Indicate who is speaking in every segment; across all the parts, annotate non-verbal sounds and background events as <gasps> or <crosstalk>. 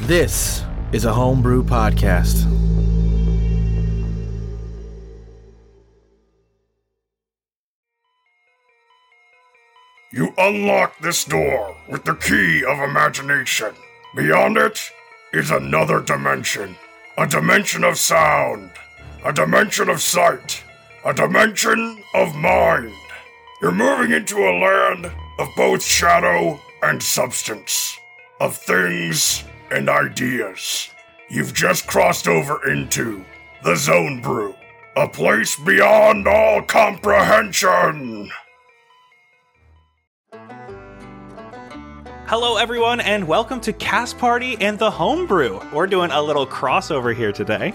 Speaker 1: This is a homebrew podcast.
Speaker 2: You unlock this door with the key of imagination. Beyond it is another dimension a dimension of sound, a dimension of sight, a dimension of mind. You're moving into a land of both shadow and substance, of things and ideas. You've just crossed over into the Zone Brew, a place beyond all comprehension.
Speaker 3: Hello, everyone, and welcome to Cast Party and the Homebrew. We're doing a little crossover here today.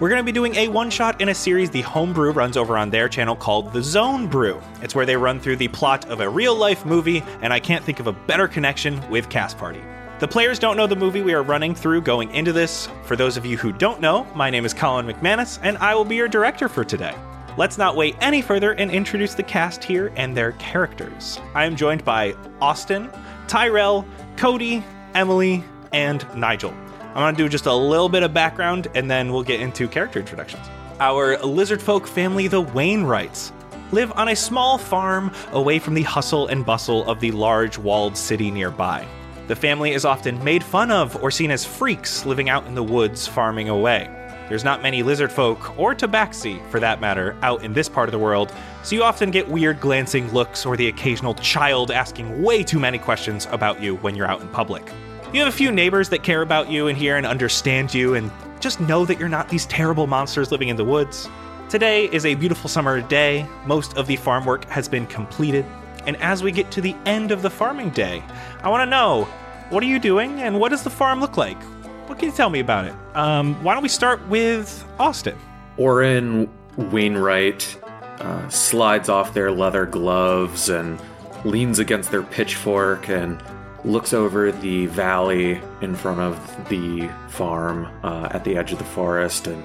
Speaker 3: We're going to be doing a one shot in a series the Homebrew runs over on their channel called The Zone Brew. It's where they run through the plot of a real life movie, and I can't think of a better connection with Cast Party. The players don't know the movie we are running through going into this. For those of you who don't know, my name is Colin McManus, and I will be your director for today. Let's not wait any further and introduce the cast here and their characters. I am joined by Austin, Tyrell, Cody, Emily, and Nigel. I'm gonna do just a little bit of background and then we'll get into character introductions. Our lizard folk family, the Wainwrights, live on a small farm away from the hustle and bustle of the large walled city nearby. The family is often made fun of or seen as freaks living out in the woods farming away. There's not many lizard folk, or tabaxi for that matter, out in this part of the world, so you often get weird glancing looks or the occasional child asking way too many questions about you when you're out in public. You have a few neighbors that care about you and hear and understand you and just know that you're not these terrible monsters living in the woods. Today is a beautiful summer day. Most of the farm work has been completed. And as we get to the end of the farming day, I want to know what are you doing and what does the farm look like? What can you tell me about it? Um, why don't we start with Austin?
Speaker 4: Orin Wainwright uh, slides off their leather gloves and leans against their pitchfork and looks over the valley in front of the farm uh, at the edge of the forest and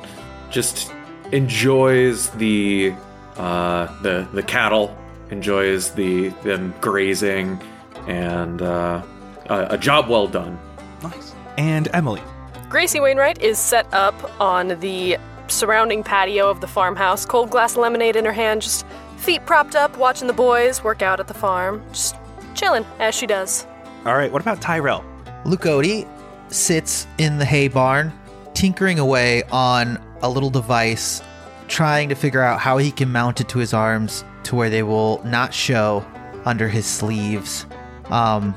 Speaker 4: just enjoys the uh, the the cattle, enjoys the them grazing, and uh, a, a job well done.
Speaker 3: Nice. And Emily.
Speaker 5: Gracie Wainwright is set up on the surrounding patio of the farmhouse, cold glass of lemonade in her hand, just feet propped up, watching the boys work out at the farm, just chilling as she does.
Speaker 3: All right, what about Tyrell?
Speaker 6: Lucody sits in the hay barn, tinkering away on a little device, trying to figure out how he can mount it to his arms to where they will not show under his sleeves. Um,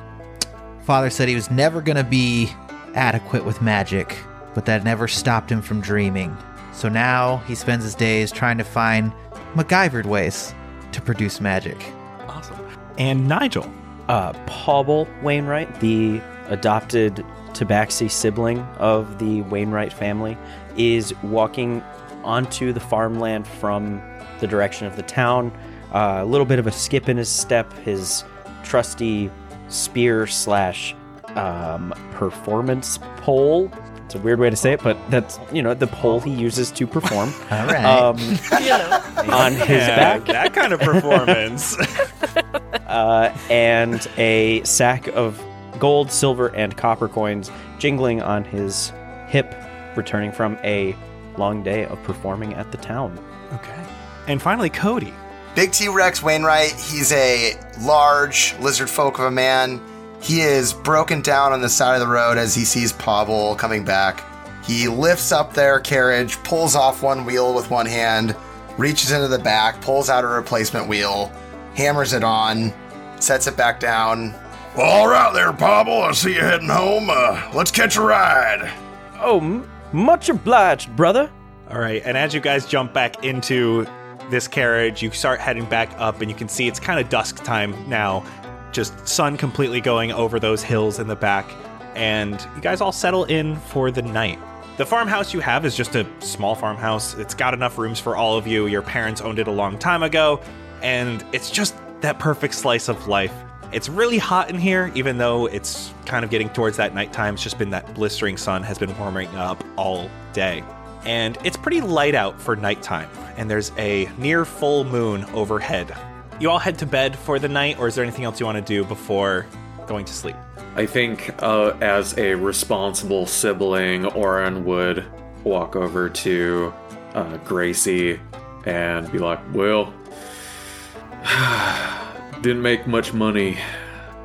Speaker 6: father said he was never going to be adequate with magic, but that never stopped him from dreaming. So now he spends his days trying to find MacGyvered ways to produce magic.
Speaker 3: Awesome. And Nigel.
Speaker 7: uh, Paubel Wainwright, the adopted Tabaxi sibling of the Wainwright family, is walking onto the farmland from the direction of the town. Uh, a little bit of a skip in his step, his trusty spear slash um, performance pole. It's a weird way to say it, but that's you know the pole he uses to perform
Speaker 6: <laughs> All
Speaker 5: <laughs>
Speaker 6: right.
Speaker 7: <laughs> um,
Speaker 5: You know,
Speaker 7: on his
Speaker 3: Yeah,
Speaker 7: back.
Speaker 3: That kind of performance.
Speaker 7: <laughs>
Speaker 3: <laughs>
Speaker 7: uh, and a sack of gold, silver, and copper coins jingling on his hip, returning from a long day of performing at the town.
Speaker 3: okay. And finally, Cody.
Speaker 8: Big T Rex Wainwright, he's a large lizard folk of a man. He is broken down on the side of the road as he sees Pobble coming back. He lifts up their carriage, pulls off one wheel with one hand, reaches into the back, pulls out a replacement wheel, hammers it on, sets it back down.
Speaker 2: Well, all right there, Pobble. I see you heading home. Uh, let's catch a ride.
Speaker 7: Oh, m- much obliged, brother.
Speaker 3: All right. And as you guys jump back into this carriage, you start heading back up, and you can see it's kind of dusk time now. Just sun completely going over those hills in the back. And you guys all settle in for the night. The farmhouse you have is just a small farmhouse. It's got enough rooms for all of you. Your parents owned it a long time ago. And it's just that perfect slice of life. It's really hot in here, even though it's kind of getting towards that nighttime. It's just been that blistering sun has been warming up all day. And it's pretty light out for nighttime, and there's a near full moon overhead. You all head to bed for the night, or is there anything else you want to do before going to sleep.
Speaker 4: I think, uh, as a responsible sibling, Oren would walk over to uh, Gracie and be like, Well, <sighs> didn't make much money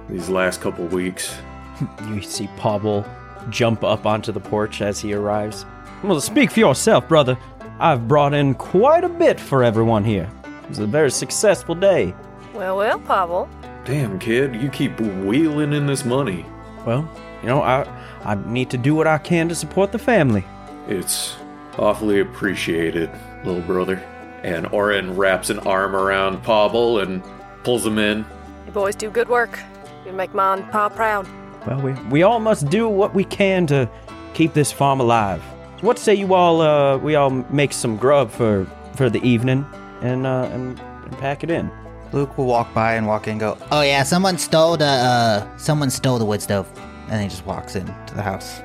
Speaker 4: these last couple weeks.
Speaker 7: <laughs> You see Pobble jump up onto the porch as he arrives. Well, speak for yourself, brother. I've brought in quite a bit for everyone here. It was a very successful day.
Speaker 5: Well, well, Pavel.
Speaker 4: Damn, kid, you keep wheeling in this money.
Speaker 7: Well, you know, I I need to do what I can to support the family.
Speaker 4: It's awfully appreciated, little brother. And Oren wraps an arm around Pobble and pulls him in.
Speaker 5: You boys do good work. You make Ma and Pa proud.
Speaker 7: Well, we we all must do what we can to keep this farm alive. What say you all? Uh, we all make some grub for for the evening and uh, and, and pack it in.
Speaker 6: Luke will walk by and walk in and go,
Speaker 9: Oh yeah, someone stole the uh someone stole the wood stove.
Speaker 6: and he just walks into the house.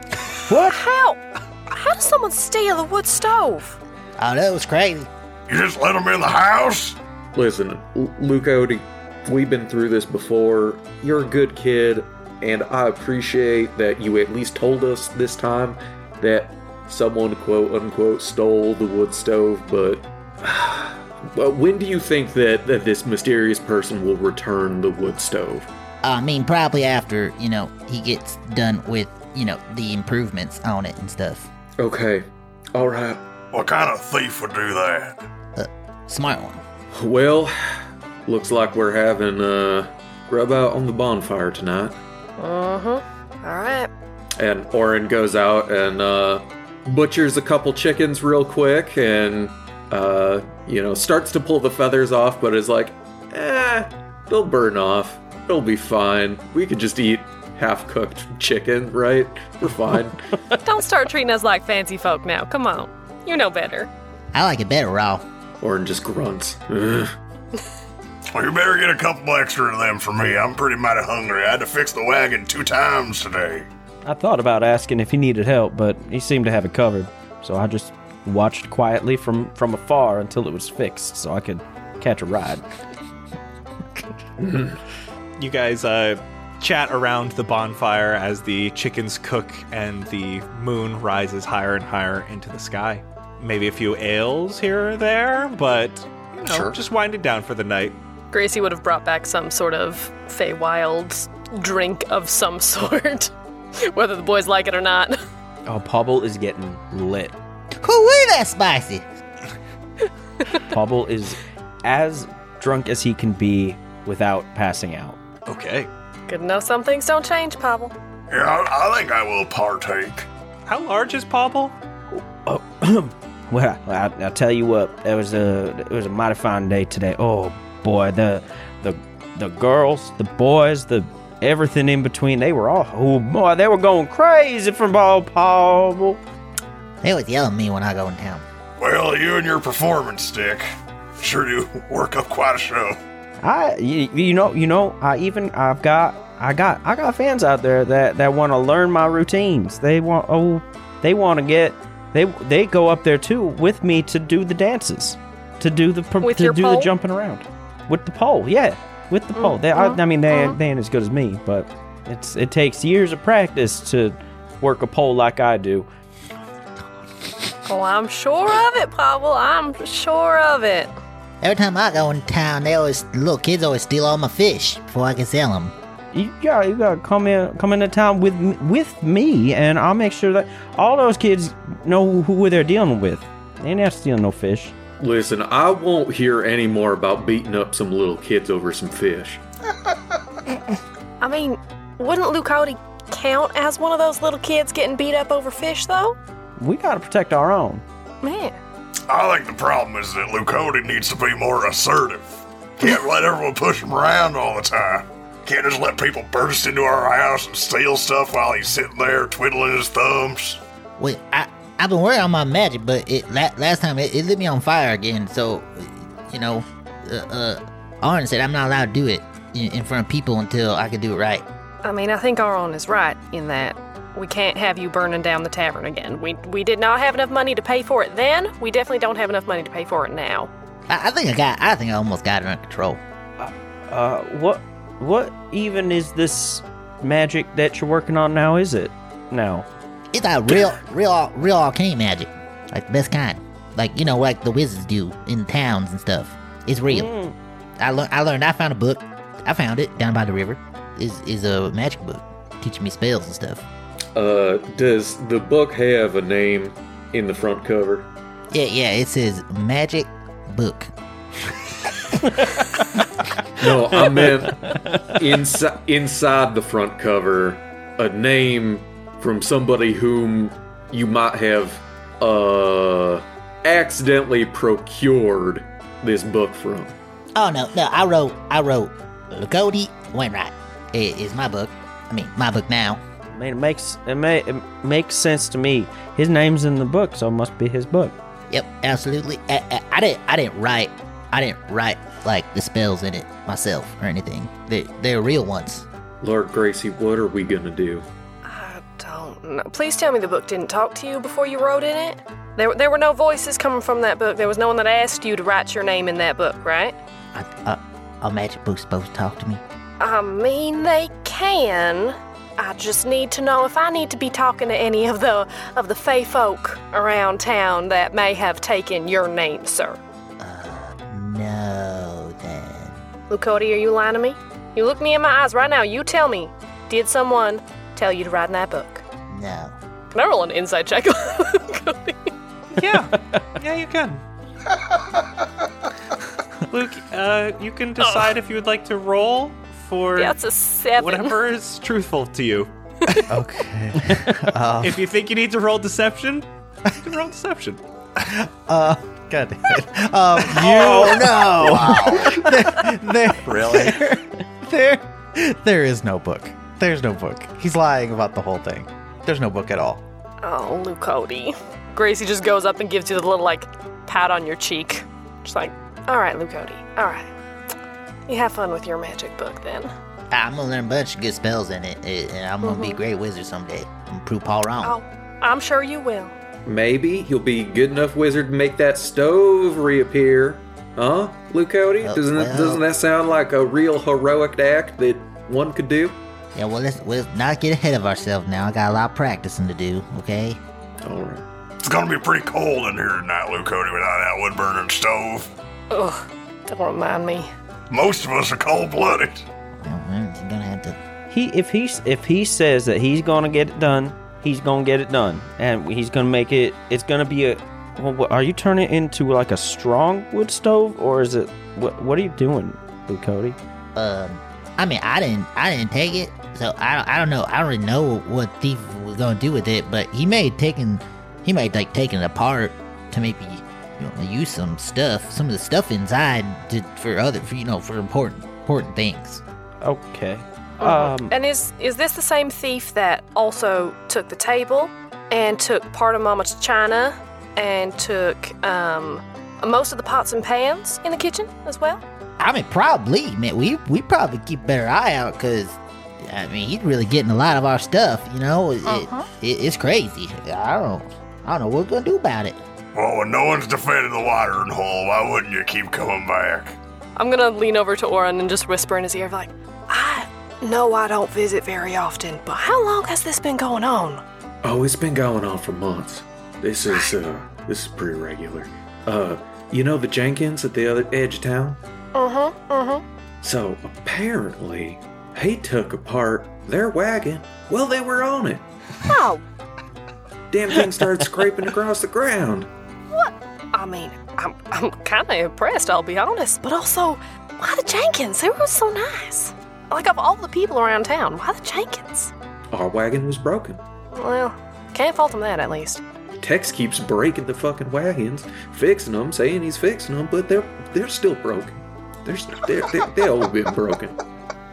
Speaker 5: How? How does someone steal the wood stove?
Speaker 9: Oh that was crazy.
Speaker 2: You just let him in the house?
Speaker 4: Listen, L- Luke Odie, we've been through this before. You're a good kid, and I appreciate that you at least told us this time that someone, quote unquote, stole the wood stove, but. <sighs> But when do you think that, that this mysterious person will return the wood stove?
Speaker 9: I mean probably after, you know, he gets done with, you know, the improvements on it and stuff.
Speaker 4: Okay, alright.
Speaker 2: What kind of thief would do that?
Speaker 9: Smart one.
Speaker 4: Well, looks like we're having a rub out on the bonfire tonight.
Speaker 5: All right.
Speaker 4: And Oren goes out and uh, butchers a couple chickens real quick and, uh, you know, starts to pull the feathers off, but is like, eh, they'll burn off. It'll be fine. We could just eat half cooked chicken, right?
Speaker 7: <laughs>
Speaker 4: We're fine.
Speaker 5: Don't start treating us like fancy folk now. Come on. You know better.
Speaker 9: I like it better raw.
Speaker 4: Oren just grunts. <laughs> "Ugh."
Speaker 2: Well, you better get a couple extra of them for me. I'm pretty mighty hungry. I had to fix the wagon two times today.
Speaker 7: I thought about asking if he needed help, but he seemed to have it covered. So I just watched quietly from from afar until it was fixed, so I could catch a ride.
Speaker 3: You guys uh, chat around the bonfire as the chickens cook and the moon rises higher and higher into the sky. Maybe a few ales here or there, but you know, just wind it down for the night.
Speaker 5: Gracie would have brought back some sort of Feywild drink of some <laughs> sort, whether the boys like it or not.
Speaker 7: Oh, Pobble is getting lit.
Speaker 9: Who wee that spicy?
Speaker 7: <laughs> Pobble is as drunk as he can be without passing out. <clears throat>
Speaker 3: Okay.
Speaker 5: Good enough. Some things don't change, Pavel.
Speaker 2: Yeah, I, I think I will partake.
Speaker 3: How large is Pobble?
Speaker 7: Well, I, I tell you what, it was a it was a mighty fine day today. Oh boy, the the the girls, the boys, the everything in between, they were all oh boy, they were going crazy from Paul Paul.
Speaker 9: They always yell at me when I go in town.
Speaker 2: Well, you and your performance stick sure do <laughs> work up quite a show.
Speaker 7: I you, you know you know I even I've got I got I got fans out there that that want to learn my routines. They want oh they want to get they they go up there too with me to do the dances, to do the per-
Speaker 5: With
Speaker 7: to
Speaker 5: your
Speaker 7: do
Speaker 5: pole?
Speaker 7: the jumping around with the pole. Yeah, with the pole. They
Speaker 5: Mm-hmm.
Speaker 7: I, I mean they they ain't as good as me, but it's it takes years of practice to work a pole like I do.
Speaker 5: Oh, I'm sure of it, Pavel. I'm sure of it. <laughs>
Speaker 9: Every time I go in town, they always little kids always steal all my fish before I can sell them.
Speaker 7: you got you got to come in come into town with m- with me, and I'll make sure that all those kids know who, who they're dealing with. They ain't not stealing no fish.
Speaker 4: Listen, I won't hear any more about beating up some little kids over some fish.
Speaker 5: I mean, wouldn't Lucati count as one of those little kids getting beat up over fish, though?
Speaker 7: We got to protect our own.
Speaker 5: Man.
Speaker 2: I think the problem is that Lucody needs to be more assertive. Can't let everyone push him around all the time. Can't just let people burst into our house and steal stuff while he's sitting there twiddling his thumbs.
Speaker 9: Wait, I I've been working on my magic, but it la- last time it, it lit me on fire again. So, you know, uh, uh Arn said I'm not allowed to do it in, in front of people until I can do it right.
Speaker 5: I mean, I think Aron is right in that we can't have you burning down the tavern again. We, we did not have enough money to pay for it then. We definitely don't have enough money to pay for it now.
Speaker 9: I, I think I got. I think I almost got it under control.
Speaker 7: Uh, what what even is this magic that you're working on now is it? Now,
Speaker 9: It's a real, real, real arcane magic, like the best kind, like you know, like the wizards do in towns and stuff. It's real. I learned. I learned. I found a book. I found it down by the river. Is is a magic book teaching me spells and stuff.
Speaker 4: Uh, does the book have a name in the front cover?
Speaker 9: Yeah, yeah. It says magic book.
Speaker 4: No, I <laughs> meant inside inside the front cover, a name from somebody whom you might have uh accidentally procured this book from.
Speaker 9: Oh no, no. I wrote. I wrote. Cody Wainwright i- is my book. I mean, my book now.
Speaker 7: I mean, it makes it, may, it makes sense to me. His name's in the book, so it must be his book.
Speaker 9: Yep, absolutely. I, I, I didn't. I didn't write. I didn't write like the spells in it myself or anything. They they're real ones.
Speaker 4: Lord Gracie, what are we gonna do?
Speaker 5: I don't know. Please tell me the book didn't talk to you before you wrote in it. There, there were no voices coming from that book. There was no one that asked you to write your name in that book, right?
Speaker 9: I, I, Uh, a magic book's supposed to talk to me.
Speaker 5: I mean, they can. I just need to know if I need to be talking to any of the of the fey folk around town that may have taken your name, sir.
Speaker 9: No, then.
Speaker 5: Lucody, are you lying to me? You look me in my eyes right now. You tell me, did someone tell you to write in that book?
Speaker 9: No.
Speaker 5: Can I roll an inside check? <laughs> Cody?
Speaker 3: Yeah, yeah,
Speaker 7: <laughs>
Speaker 3: you can. Luke, uh, you can decide if you would like to roll for
Speaker 5: That's Oh. a seven. <laughs>
Speaker 3: whatever is truthful to you.
Speaker 6: Okay.
Speaker 3: If you think you need to roll deception, you can roll deception.
Speaker 6: God
Speaker 3: <laughs>
Speaker 6: damn it. Uh, Um, you <laughs> know. <laughs> there,
Speaker 3: Oh. Really?
Speaker 6: <laughs> there, there is no book. There's no book. He's lying about the whole thing. There's no book at all.
Speaker 5: Oh, Luke Cody. Gracie just goes up and gives you the little, like, pat on your cheek. Just like, all right, Luke Cody, all right. You have fun with your magic book then.
Speaker 9: I'm gonna learn a bunch of good spells in it, eh, and I'm
Speaker 4: Mm-hmm.
Speaker 9: gonna be a great wizard someday. I'm gonna prove Paul wrong.
Speaker 5: Oh, I'm sure you will.
Speaker 4: Maybe he'll be good enough wizard to make that stove reappear. Huh? Luke Cody?
Speaker 9: Well,
Speaker 4: Doesn't
Speaker 9: well.
Speaker 4: that, doesn't that sound like a real heroic act that one could do?
Speaker 9: Yeah, well, let's, let's not get ahead of ourselves now. I got a lot of practicing to do, okay?
Speaker 4: All right.
Speaker 2: It's gonna be pretty cold in here tonight, Luke Cody, without that wood burning stove.
Speaker 5: Ugh, don't remind me.
Speaker 2: Most of us are cold blooded.
Speaker 9: Well, I'm just Mm-hmm. gonna have to.
Speaker 7: He if he if he says that he's gonna get it done, he's gonna get it done, and he's gonna make it. It's gonna be a. Well, what, are you turning it into like a strong wood stove, or is it what? What are you doing, Luke Cody?
Speaker 9: Um, I mean, I didn't, I didn't take it, so I don't, I don't know. I don't really know what thief was gonna do with it, but he may have taken, he might like taken it apart to maybe you know, use some stuff, some of the stuff inside to, for other, for, you know, for important, important things.
Speaker 7: Okay. Um.
Speaker 5: Oh, And is is this the same thief that also took the table and took part of Mama's china and took um most of the pots and pans in the kitchen as well?
Speaker 9: I mean, probably, man. We we probably keep a better eye out because, I mean, he's really getting a lot of our stuff. You know, it, it, it's crazy. I don't, I don't know what we're gonna do about it.
Speaker 2: Well, when no one's defending the watering hole, why wouldn't you keep coming back?
Speaker 5: I'm gonna lean over to Oren and just whisper in his ear, like, I know I don't visit very often, but how long has this been going on?
Speaker 4: Oh, it's been going on for months. This is uh this is pretty regular. Uh you know the Jenkins at the other edge of town?
Speaker 5: Mm hmm, mm hmm.
Speaker 4: So apparently he took apart their wagon while they were on it.
Speaker 5: Oh,
Speaker 4: Damn thing
Speaker 5: <laughs>
Speaker 4: started scraping across the ground.
Speaker 5: I mean, I'm, I'm kind of impressed, I'll be honest, but also, why the Jenkins? They were so nice. Like, of all the people around town, why the Jenkins?
Speaker 4: Our wagon was broken.
Speaker 5: Well, can't fault them that, at least.
Speaker 4: Tex keeps breaking the fucking wagons, fixing them, saying he's fixing them, but they're they're still broken. They're st- they're, they're they all been broken.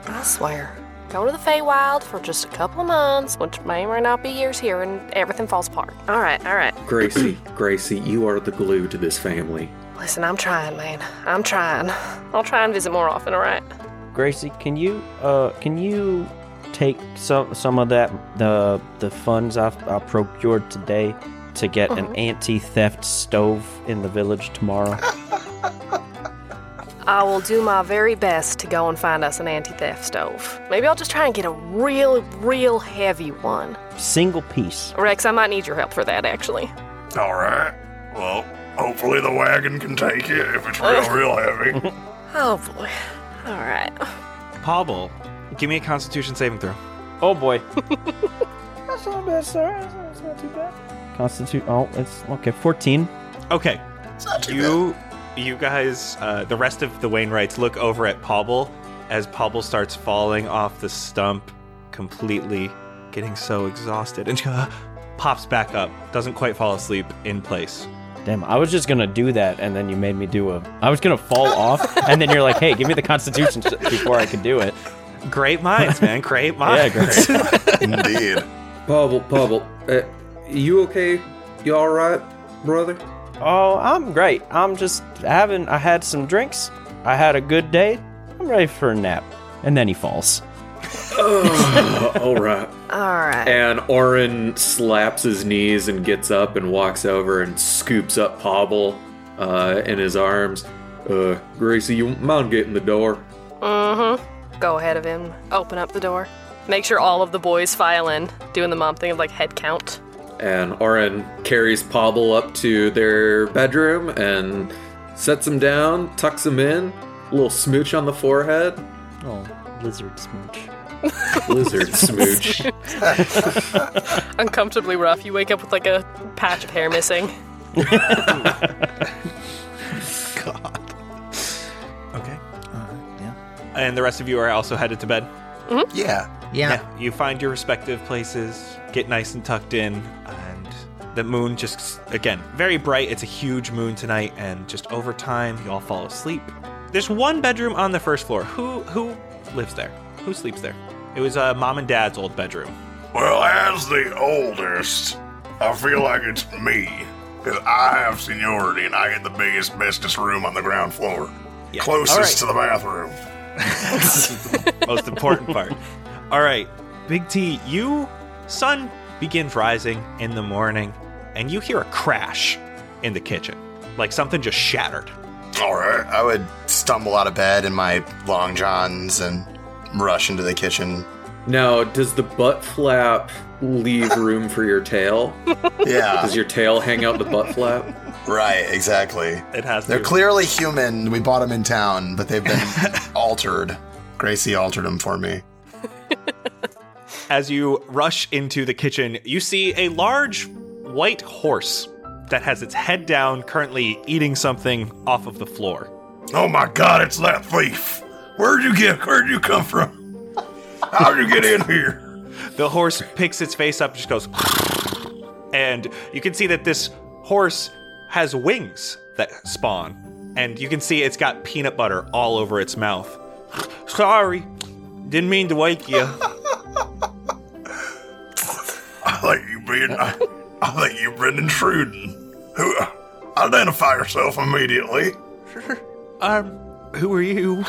Speaker 5: I swear. Go to the Feywild for just a couple of months, which may or may not be years here, and everything falls apart. All right, all right.
Speaker 4: Gracie, Gracie, you are the glue to this family.
Speaker 5: Listen, I'm trying, man. I'm trying. I'll try and visit more often, all right?
Speaker 7: Gracie, can you uh can you take some some of that the the funds I've, I procured today to get an anti theft stove in the village tomorrow?
Speaker 5: I will do my very best to go and find us an anti theft stove. Maybe I'll just try and get a real, real heavy one.
Speaker 7: Single piece.
Speaker 5: Rex, I might need your help for that, actually.
Speaker 2: All right. Well, hopefully the wagon can take it if it's real, real
Speaker 3: <laughs>
Speaker 2: heavy.
Speaker 5: Oh, boy. All right.
Speaker 3: Pobble, give me a Constitution saving throw.
Speaker 7: Oh boy. That's not bad, sir. That's not, it's not too bad. Constitute. Oh, it's okay. Fourteen.
Speaker 3: Okay. you, you guys, uh, the rest of the Wainwrights look over at Pobble as Pobble starts falling off the stump, completely getting so exhausted, and <laughs> pops back up. Doesn't quite fall asleep in place.
Speaker 7: Damn, I was just gonna do that, and then you made me do a. I was gonna fall off, and then you're like, "Hey, give me the Constitution s- before I could do it."
Speaker 3: Great minds, man. Great
Speaker 7: <laughs> Yeah,
Speaker 3: minds. <laughs>
Speaker 7: great.
Speaker 8: Indeed.
Speaker 4: Bubble, Bubble, uh, you okay? You all right, brother?
Speaker 7: Oh, I'm great. I'm just having. I had some drinks. I had a good day. I'm ready for a nap. And then he falls.
Speaker 4: all right.
Speaker 5: All right.
Speaker 4: And Orin slaps his knees and gets up and walks over and scoops up Pobble uh, in his arms. Uh, Gracie, you mind getting the door?
Speaker 5: Go ahead of him, open up the door. Mm-hmm. Make sure all of the boys file in, doing the mom thing of like head count.
Speaker 4: And Orin carries Pobble up to their bedroom and sets him down, tucks him in, little smooch on the forehead.
Speaker 7: Oh, lizard smooch.
Speaker 5: <laughs>
Speaker 4: Lizard smooch.
Speaker 5: Uncomfortably rough. You wake up with like a patch of hair missing.
Speaker 3: Okay.
Speaker 6: yeah.
Speaker 3: And the rest of you are also headed to bed.
Speaker 8: Yeah.
Speaker 9: Yeah.
Speaker 3: You find your respective places, get nice and tucked in, and the moon just, again, very bright. It's a huge moon tonight, and just over time, you all fall asleep. There's one bedroom on the first floor. Who who lives there? Who sleeps there? It was uh, mom and dad's old bedroom.
Speaker 2: well, as the oldest, I feel like it's me. Because I have seniority and I get the biggest, bestest room on the ground floor.
Speaker 3: Yeah.
Speaker 2: Closest
Speaker 3: All right.
Speaker 2: to the bathroom.
Speaker 3: most important part. All right, Big T, you sun begins rising in the morning, and you hear a crash in the kitchen, like something just shattered.
Speaker 2: All right.
Speaker 8: I would stumble out of bed in my long johns and rush into the kitchen.
Speaker 4: now, does the butt flap leave room for your tail?
Speaker 8: <laughs> Yeah.
Speaker 4: Does your tail hang out the butt flap?
Speaker 8: right, exactly.
Speaker 3: It has.
Speaker 8: They're
Speaker 3: to-
Speaker 8: clearly human. We bought them in town, but they've been altered. Gracie altered them for me.
Speaker 3: As you rush into the kitchen, you see a large white horse that has its head down, currently eating something off of the floor.
Speaker 2: Oh my god, it's that thief. Where'd you get where'd you come from? How'd you get in here?
Speaker 3: The horse picks its face up, just goes, and you can see that this horse has wings that spawn, and you can see it's got peanut butter all over its mouth. Sorry, didn't mean to wake you.
Speaker 2: I think you've been I, I think you've been intruding. Who uh, identify
Speaker 5: <laughs>
Speaker 2: yourself immediately.
Speaker 3: Um, who are you?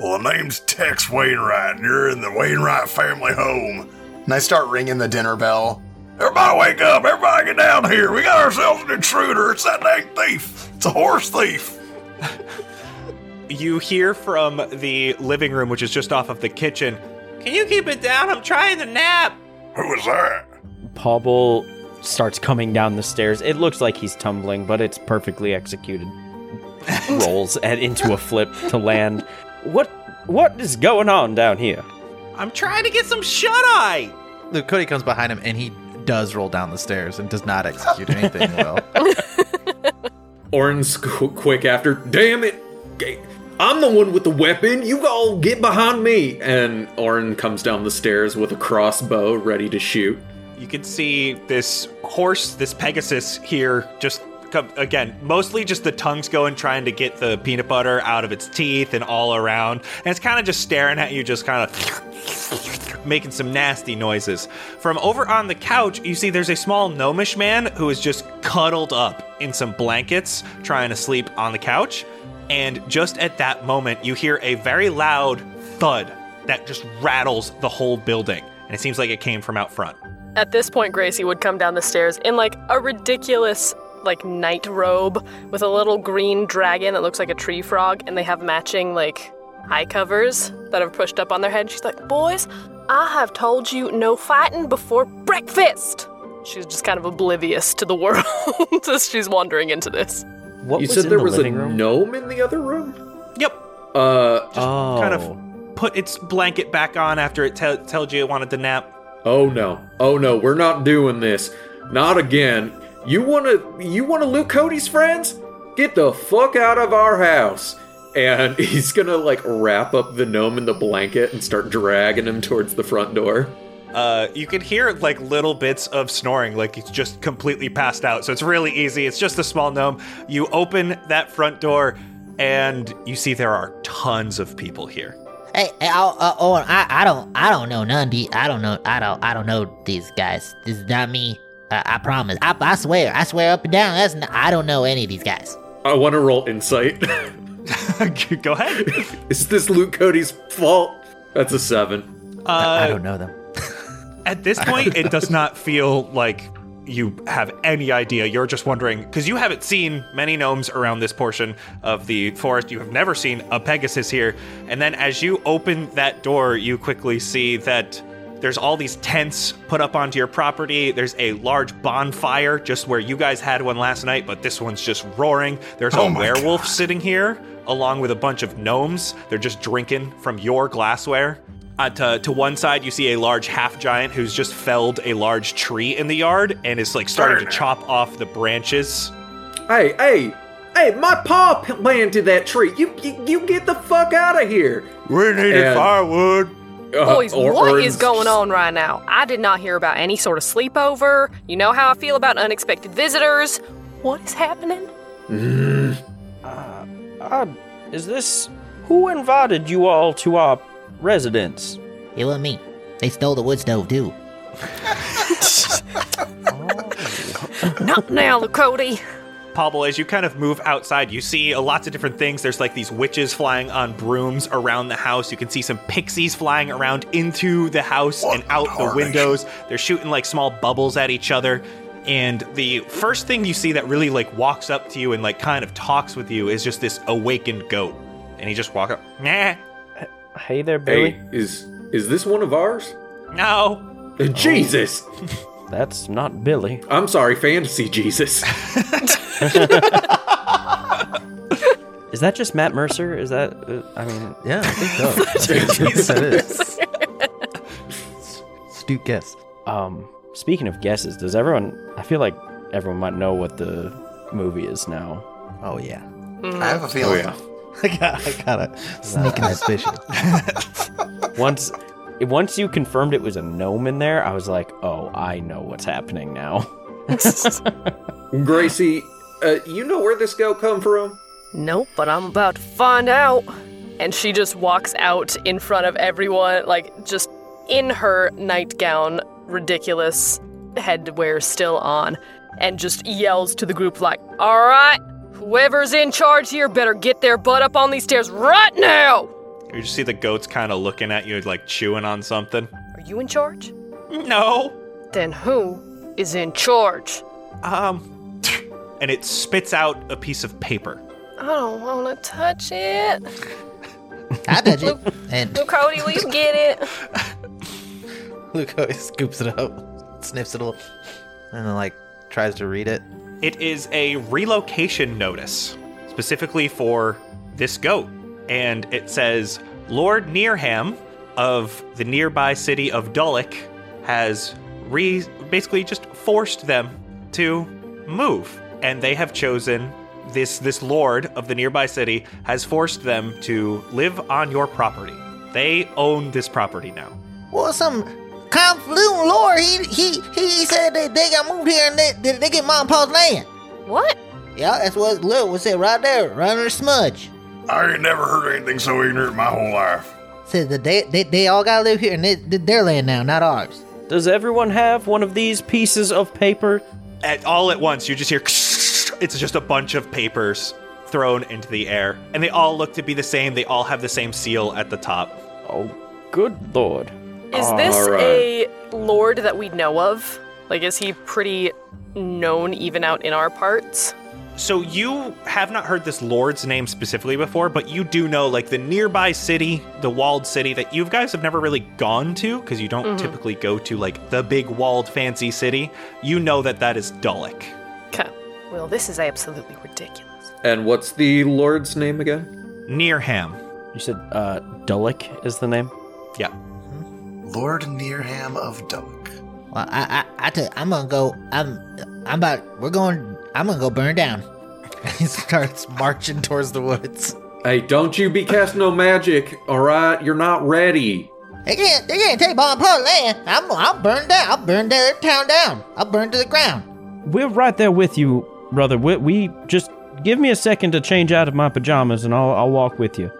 Speaker 2: Well the name's Tex Wainwright, and you're in the Wainwright family home.
Speaker 8: And I start ringing the dinner bell.
Speaker 2: Everybody wake up, everybody get down here. We got ourselves an intruder. It's that dang thief. It's a horse thief.
Speaker 3: You hear from the living room, which is just off of the kitchen. Can you keep it down? I'm trying to nap.
Speaker 2: Who is that?
Speaker 7: Pobble starts coming down the stairs. It looks like he's tumbling, but it's perfectly
Speaker 4: <laughs>
Speaker 7: executed. Rolls and into a flip to land. What what is going on down here?
Speaker 3: I'm trying to get some shut eye.
Speaker 6: Look, Cody comes behind him and he does roll down the stairs and does not execute anything
Speaker 3: <laughs>
Speaker 6: well.
Speaker 4: Orin's qu- quick after. Damn it! G- I'm the one with the weapon. You all get behind me. And Orin comes down the stairs with a crossbow, ready to shoot.
Speaker 3: You can see this horse, this Pegasus here, just come again, mostly just the tongue's going, trying to get the peanut butter out of its teeth and all around. And it's kind of just staring at you, just kind of <laughs> making some nasty noises. From over on the couch, you see there's a small gnomish man who is just cuddled up in some blankets, trying to sleep on the couch. And just at that moment, you hear a very loud thud that just rattles the whole building. And it seems like it came from out front.
Speaker 5: At this point, Gracie would come down the stairs in like a ridiculous like night robe with a little green dragon that looks like a tree frog, and they have matching like eye covers that are pushed up on their head. She's like, "Boys, I have told you no fighting before breakfast." She's just kind of oblivious to the world <laughs> as she's wandering into this.
Speaker 7: What
Speaker 4: you
Speaker 7: was
Speaker 4: said
Speaker 7: in
Speaker 4: there
Speaker 7: the
Speaker 4: was a
Speaker 7: living room?
Speaker 4: gnome in the other room?
Speaker 3: Yep.
Speaker 4: Uh
Speaker 7: oh.
Speaker 3: Kind of put its blanket back on after it te- told you it wanted to nap.
Speaker 4: oh no. Oh no, we're not doing this. Not again. You wanna you wanna loot Cody's friends? Get the fuck out of our house. And <laughs> he's gonna like wrap up the gnome in the blanket and start dragging him towards the front door.
Speaker 3: Uh, you can hear like little bits of snoring, like it's just completely passed out. So it's really easy. It's just a small gnome. You open that front door, and you see there are tons of people here.
Speaker 9: Hey, hey oh, uh, oh, I, I don't, I don't know none. Of these, I don't know, I don't, I don't know these guys. This is not me. Uh, I promise. I, I swear. I swear up and down. That's not, I don't know any of these guys.
Speaker 4: I wanna roll insight. <laughs>
Speaker 3: <laughs> Go ahead.
Speaker 4: Is this Luke Cody's fault? That's a seven.
Speaker 6: I
Speaker 3: Uh,
Speaker 6: don't know them.
Speaker 3: at this point, it does not feel like you have any idea. You're just wondering because you haven't seen many gnomes around this portion of the forest. You have never seen a Pegasus here. And then as you open that door, you quickly see that there's all these tents put up onto your property. There's a large bonfire just where you guys had one last night, but this one's just roaring. There's
Speaker 2: Oh
Speaker 3: a
Speaker 2: my
Speaker 3: werewolf sitting here along with a bunch of gnomes. They're just drinking from your glassware. Uh, to, to one side, you see a large half giant who's just felled a large tree in the yard and is like starting to chop off the branches.
Speaker 4: Hey, hey, hey, my paw p- planted that tree. You, you, you get the fuck out of here.
Speaker 2: We needed
Speaker 4: And-
Speaker 2: firewood.
Speaker 4: Uh,
Speaker 5: Boys,
Speaker 4: or- or
Speaker 5: what
Speaker 4: it's
Speaker 5: is going
Speaker 4: just-
Speaker 5: on right now? I did not hear about any sort of sleepover. You know how I feel about unexpected visitors. What is happening?
Speaker 4: Mm.
Speaker 7: Uh, is this who invited you all to our residence?
Speaker 9: It wasn't me. They stole the wood stove too.
Speaker 5: Not now, Cody.
Speaker 3: Pablo, as you kind of move outside, you see uh, lots of different things. There's like these witches flying on brooms around the house. You can see some pixies flying around into the house and out the windows. They're shooting like small bubbles at each other. And the first thing you see that really like walks up to you and like kind of talks with you is just this awakened goat. And he just walk up. Nah,
Speaker 7: Uh, Hey there, Billy.
Speaker 4: Hey, is is this one of ours?
Speaker 3: no.
Speaker 2: Oh.
Speaker 4: Jesus,
Speaker 7: <laughs> That's not Billy.
Speaker 4: I'm sorry, fantasy
Speaker 7: <laughs>
Speaker 4: Jesus.
Speaker 7: Is that just Matt Mercer? Is that? Uh, I mean,
Speaker 6: Yeah, I
Speaker 7: <laughs>
Speaker 6: think so. that is. <laughs> Astute guess.
Speaker 7: um, speaking of guesses, does everyone? I feel like everyone might know what the movie is now.
Speaker 6: Oh yeah, Oh,
Speaker 8: I have a feeling.
Speaker 6: <laughs> I got, I got a sneaking suspicion.
Speaker 7: <laughs> Once, once you confirmed it was a gnome in there, I was like, oh, I know what's happening now. <laughs>
Speaker 4: Gracie, uh, you know where this goat come from?
Speaker 5: Nope, but I'm about to find out. And she just walks out in front of everyone, like just in her nightgown, ridiculous headwear still on, and just yells to the group, like, All right, whoever's in charge here better get their butt up on these stairs right now.
Speaker 3: You just see the goats kind of looking at you, like chewing on something.
Speaker 5: Are you in charge?
Speaker 3: No.
Speaker 5: Then who is in charge?
Speaker 3: Um, and it spits out a piece of paper.
Speaker 5: I don't want to touch it.
Speaker 9: I touch it, and
Speaker 5: Well, Cody, will you get
Speaker 3: <laughs>
Speaker 5: it?
Speaker 6: Luke always scoops it up, sniffs it a little, and then like tries to read it.
Speaker 3: It is a relocation notice, specifically for this goat. And it says Lord Nearham of the nearby city of Dulwich has re- basically just forced them to move. And they have chosen this this lord of the nearby city has forced them to live on your property. They own this property now.
Speaker 9: well, some confluent lord. He he he said that they got moved here and they they get mom and pa's land.
Speaker 5: What?
Speaker 9: Yeah, that's what look was it right there, right under smudge.
Speaker 2: I ain't never heard anything so ignorant in my whole life.
Speaker 9: Says that they, they they all gotta live here and they, their land now, not ours.
Speaker 7: Does everyone have one of these pieces of paper?
Speaker 3: at all at once you just hear <laughs> it's just a bunch of papers thrown into the air and they all look to be the same they all have the same seal at the top
Speaker 7: Oh, good lord.
Speaker 5: Is this
Speaker 4: All right.
Speaker 5: a lord that we know of? Like, is he pretty known even out in our parts?
Speaker 3: So you have not heard this lord's name specifically before, but you do know like the nearby city, the walled city that you guys have never really gone to because you
Speaker 5: Mm-hmm.
Speaker 3: don't typically go to like the big walled fancy city. You know that that is Dalek.
Speaker 5: Okay. Well, this is absolutely ridiculous.
Speaker 4: And what's the Lord's name again?
Speaker 3: Nearham.
Speaker 7: You said uh, Dulek is the name.
Speaker 3: Yeah.
Speaker 7: Mm-hmm.
Speaker 8: Lord Nearham of
Speaker 2: <laughs>
Speaker 8: Doak.
Speaker 9: Well, I, I, I tell, I'm gonna go. I'm, I'm about. We're going. I'm gonna go burn down. <laughs>
Speaker 6: he starts marching towards the woods.
Speaker 4: Hey, don't you be casting no magic, all right? You're not ready.
Speaker 9: They can't. They can't take my plot of land. I'm. I'll burn down. I'll burn their town down. I'll burn to the ground.
Speaker 7: We're right there with you, brother. We, we just give me a second to change out of my pajamas, and I'll, I'll walk with you.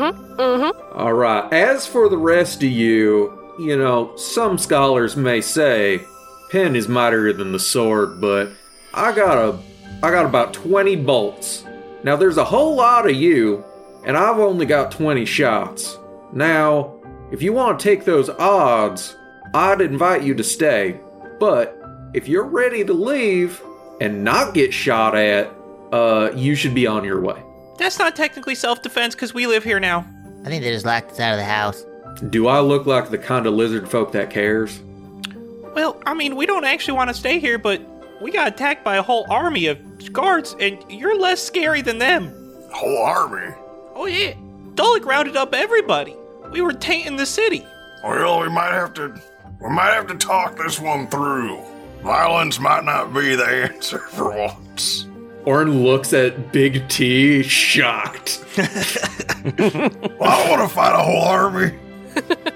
Speaker 5: Mm-hmm,
Speaker 4: All right. As for the rest of you, you know, some scholars may say pen is mightier than the sword, but I got a I got about 20 bolts. Now there's a whole lot of you, and I've only got 20 shots. Now, if you want to take those odds, I'd invite you to stay. But if you're ready to leave and not get shot at, uh, you should be on your way.
Speaker 3: That's not technically self defense because we live here now.
Speaker 9: I think they just locked us out of the house.
Speaker 4: Do I look like the kind of lizard folk that cares?
Speaker 3: Well, I mean, we don't actually want to stay here, but we got attacked by a whole army of guards, and you're less scary than them.
Speaker 2: Whole army.
Speaker 3: Oh, yeah. Dalek rounded up everybody. We were tainting the city.
Speaker 2: Well, Oh, we might have to we
Speaker 5: <laughs>
Speaker 2: might have to talk this one through. Violence might not be the answer <laughs> for once.
Speaker 4: Orn looks at Big T, shocked.
Speaker 2: Well, I don't want to fight a whole army.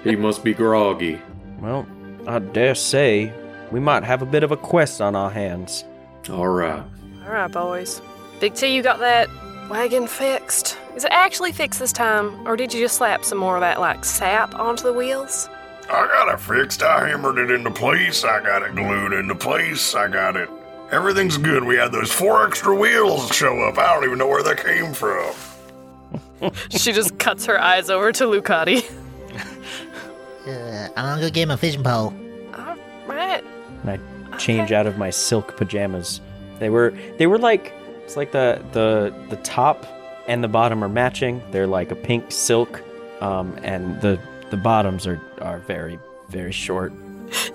Speaker 4: he must be groggy.
Speaker 7: Well, I dare say we might have a bit of a quest on our hands.
Speaker 4: All right.
Speaker 5: All right, boys. Big T, you got that wagon fixed? Is it actually fixed this time, or did you just slap some more of that like sap onto the wheels?
Speaker 2: I got it fixed. I hammered it into place. I got it glued into place. I got it. Everything's good. We had those four extra wheels show up. I don't even know where they came from.
Speaker 5: <laughs> she just cuts her eyes over to Lucati.
Speaker 9: Uh, I'm gonna go get him a fishing pole.
Speaker 5: All right.
Speaker 7: and I change out of my silk pajamas. They were they were like it's like the the the top and the bottom are matching. They're like a pink silk, um, and the the bottoms are are very very short.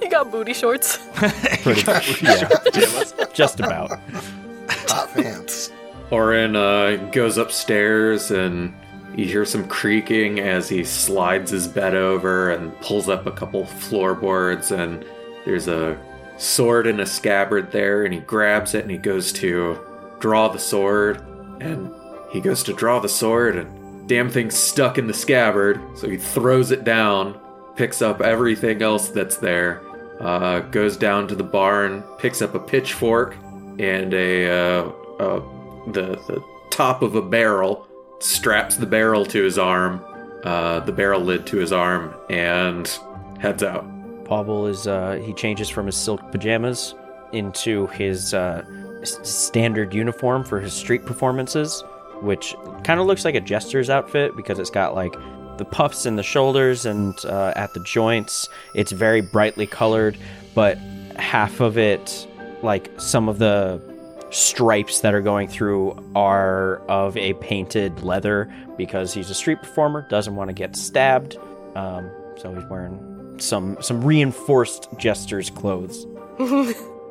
Speaker 5: You got booty shorts.
Speaker 7: <laughs> Pretty yeah, just about.
Speaker 8: Top pants.
Speaker 4: Orin uh, goes upstairs and you hear some creaking as he slides his bed over and pulls up a couple floorboards and there's a sword in a scabbard there and he grabs it and he goes to draw the sword and he goes to draw the sword and damn thing's stuck in the scabbard so he throws it down picks up everything else that's there uh, goes down to the barn picks up a pitchfork and a uh, uh, the the top of a barrel, straps the barrel to his arm, uh, the barrel lid to his arm, and heads out.
Speaker 7: Pobble is uh, he changes from his silk pajamas into his uh, s- standard uniform for his street performances, which kind of looks like a jester's outfit because it's got like the puffs in the shoulders and uh, at the joints. It's very brightly colored, but half of it, like some of the stripes that are going through are of a painted leather because he's a street performer, doesn't want to get stabbed. Um, so he's wearing some some reinforced jester's clothes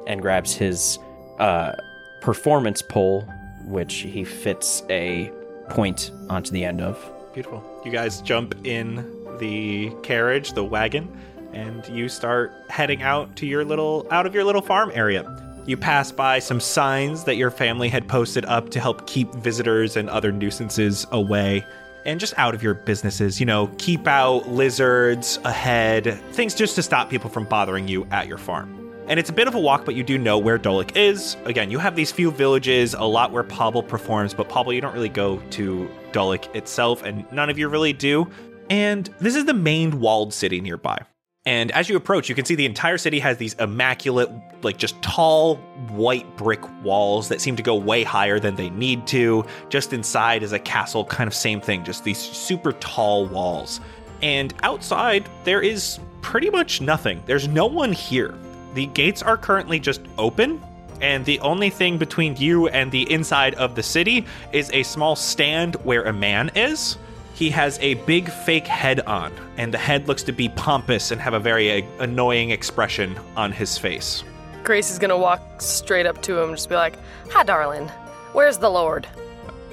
Speaker 7: and grabs his uh, performance pole, which he fits a point onto the end of.
Speaker 3: Beautiful. You guys jump in the carriage, the wagon, and you start heading out to your little out of your little farm area. You pass by some signs that your family had posted up to help keep visitors and other nuisances away and just out of your businesses, you know, keep out lizards ahead, things just to stop people from bothering you at your farm. And it's a bit of a walk, but you do know where Dolik is. Again, you have these few villages, a lot where Pobble performs, but Pobble, you don't really go to Dolik itself, and none of you really do. And this is the main walled city nearby. And as you approach, you can see the entire city has these immaculate, like just tall white brick walls that seem to go way higher than they need to. Just inside is a castle, kind of same thing, just these super tall walls. And outside, there is pretty much nothing. There's no one here. The gates are currently just open, and the only thing between you and the inside of the city is a small stand where a man is. He has a big fake head on, and the head looks to be pompous and have a very uh, annoying expression on his face.
Speaker 5: Grace is gonna walk straight up to him and just be like, Hi, darling. Where's the Lord?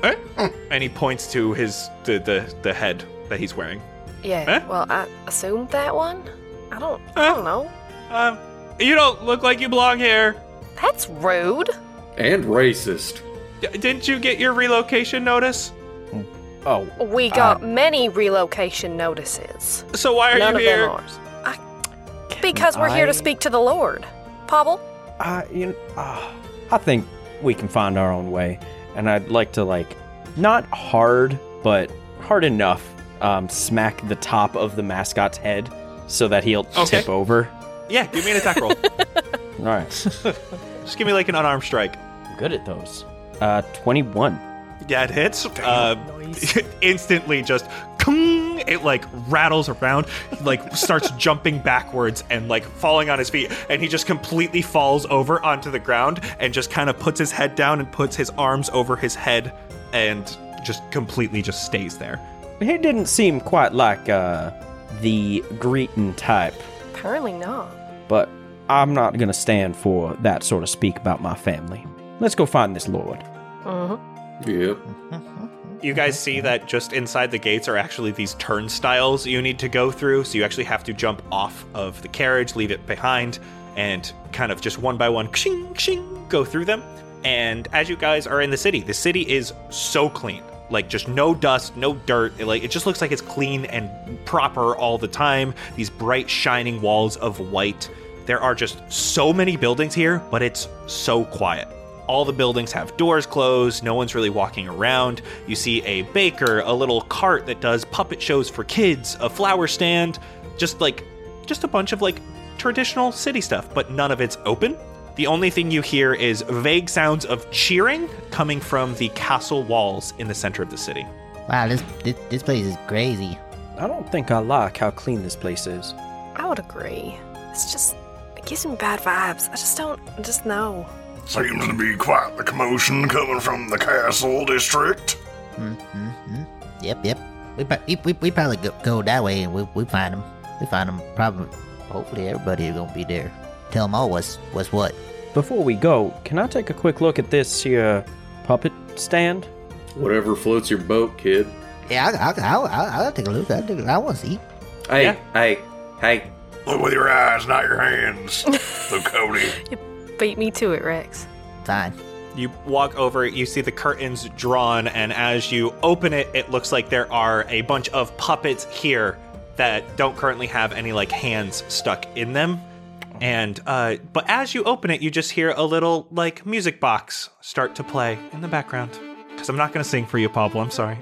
Speaker 3: Eh? And he points to his the, the the head that he's wearing.
Speaker 5: Yeah,
Speaker 3: Eh?
Speaker 5: well, I assumed that one. I don't, I don't know.
Speaker 3: Um, you don't look like you belong here.
Speaker 5: That's rude.
Speaker 4: And racist.
Speaker 3: D- didn't you get your relocation notice?
Speaker 5: Hmm.
Speaker 7: Oh,
Speaker 5: We got many relocation notices.
Speaker 3: So why are
Speaker 5: None
Speaker 3: you
Speaker 5: of
Speaker 3: here?
Speaker 5: them ours. I, because we're here
Speaker 7: I-
Speaker 5: to speak to the Lord. Pobble,
Speaker 7: I, you know, ah, I think we can find our own way, and I'd like to like not hard, but hard enough. Um, smack the top of the mascot's head so that he'll
Speaker 3: Okay.
Speaker 7: tip over.
Speaker 3: Yeah, give me an attack
Speaker 7: <laughs>
Speaker 3: roll.
Speaker 7: All right,
Speaker 3: Just give me like an unarmed strike.
Speaker 7: I'm good at those. Uh, twenty-one.
Speaker 3: Yeah, it hits. Uh, <laughs> instantly, just kung, it like rattles around, like starts jumping backwards and like falling on his feet, and he just completely falls over onto the ground and just kind of puts his head down and puts his arms over his head and just completely just stays there.
Speaker 7: He didn't seem quite like uh the greeting type,
Speaker 5: apparently not.
Speaker 7: but I'm not gonna stand for that sort of speak about my family. Let's go find this lord.
Speaker 5: Mm-hmm.
Speaker 4: Yep.
Speaker 3: You guys see that just inside the gates are actually these turnstiles you need to go through. So you actually have to jump off of the carriage, leave it behind, and kind of just one by one, kshing, kshing, go through them. And as you guys are in the city, the city is so clean. Like just no dust, no dirt. It, like it just looks like it's clean and proper all the time. These bright shining walls of white. There are just so many buildings here, but it's so quiet. All the buildings have doors closed, no one's really walking around. You see a baker, a little cart that does puppet shows for kids, a flower stand, just like just a bunch of like traditional city stuff, but none of it's open. The only thing you hear is vague sounds of cheering coming from the castle walls in the center of the city.
Speaker 9: Wow, this, this this place is crazy.
Speaker 7: I don't think I like how clean this place is.
Speaker 5: I would agree. It's just, it gives me bad vibes. I just don't, I just know.
Speaker 2: Seems to be quite the commotion coming from the castle district.
Speaker 9: Yep, yep. We pro- we, we, we probably go, go that way and we, we find them. We find them. Probably, hopefully, everybody gonna be there. Tell them all what's what's what.
Speaker 7: Before we go, can I take a quick look at this here puppet stand?
Speaker 4: Whatever floats your boat, kid.
Speaker 9: Yeah, I'll, I'll, I'll, I'll take a look. I'll take a, I want to see.
Speaker 4: Hey,
Speaker 3: Yeah.
Speaker 4: hey, hey.
Speaker 2: Look with your eyes, not your
Speaker 9: <laughs>
Speaker 2: hands. Luke Cody.
Speaker 5: Beat me to it, Rex.
Speaker 9: Fine.
Speaker 3: You walk over, you see the curtains drawn, and as you open it, it looks like there are a bunch of puppets here that don't currently have any like hands stuck in them. And uh but as you open it, you just hear a little like music box start to play in the background. Cuz I'm not going to sing for you, Pablo, I'm sorry.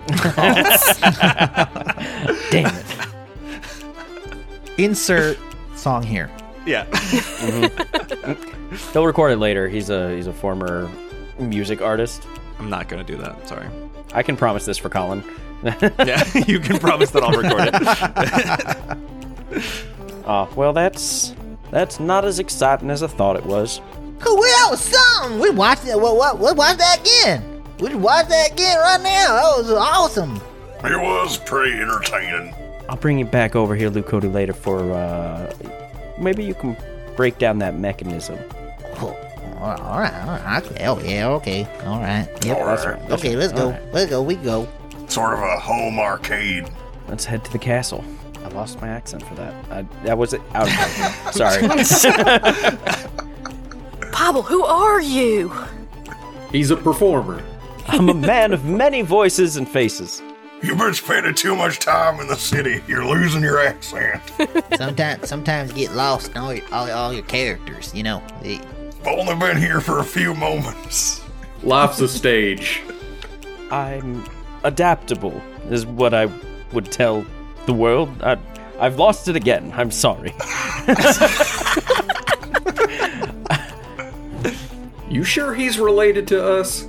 Speaker 7: Damn it.
Speaker 6: Insert song here.
Speaker 7: <laughs>
Speaker 3: yeah.
Speaker 6: <laughs>
Speaker 7: He'll Mm-hmm. record it later. He's a he's a former music artist.
Speaker 3: I'm not going to do that. Sorry.
Speaker 7: I can promise this for Colin.
Speaker 3: <laughs> Yeah, you can promise that I'll record it.
Speaker 7: <laughs> Oh, well that's that's not as exciting as I thought it was.
Speaker 9: Cool. Well, that was something. We watched it. What what what? Watch that again. We just watched that again right now. That was awesome.
Speaker 2: It was pretty entertaining.
Speaker 7: I'll bring you back over here, Luke Cody, later for uh maybe you can break down that mechanism.
Speaker 9: Cool. All right. All right. All right. Okay. Oh yeah. Okay. All right. Yep.
Speaker 2: All right.
Speaker 9: Okay. Let's go. Let's go. We go.
Speaker 2: Sort of a home arcade.
Speaker 7: Let's head to the castle. I lost my accent for that. I, that was out
Speaker 4: <laughs>
Speaker 5: <laughs>
Speaker 7: of Sorry.
Speaker 5: Pobble, who are you?
Speaker 4: He's a performer.
Speaker 7: I'm a man of many voices and faces.
Speaker 2: You've been spending too much time in the city. You're losing your accent.
Speaker 9: sometimes sometimes get lost in all your, all, all your characters. You know. It-
Speaker 2: I've only been here for a few moments.
Speaker 4: Life's a stage.
Speaker 7: I'm adaptable, is what I would tell the world. I, I've lost it again. I'm
Speaker 4: <laughs>
Speaker 7: sorry.
Speaker 4: You sure he's related to us?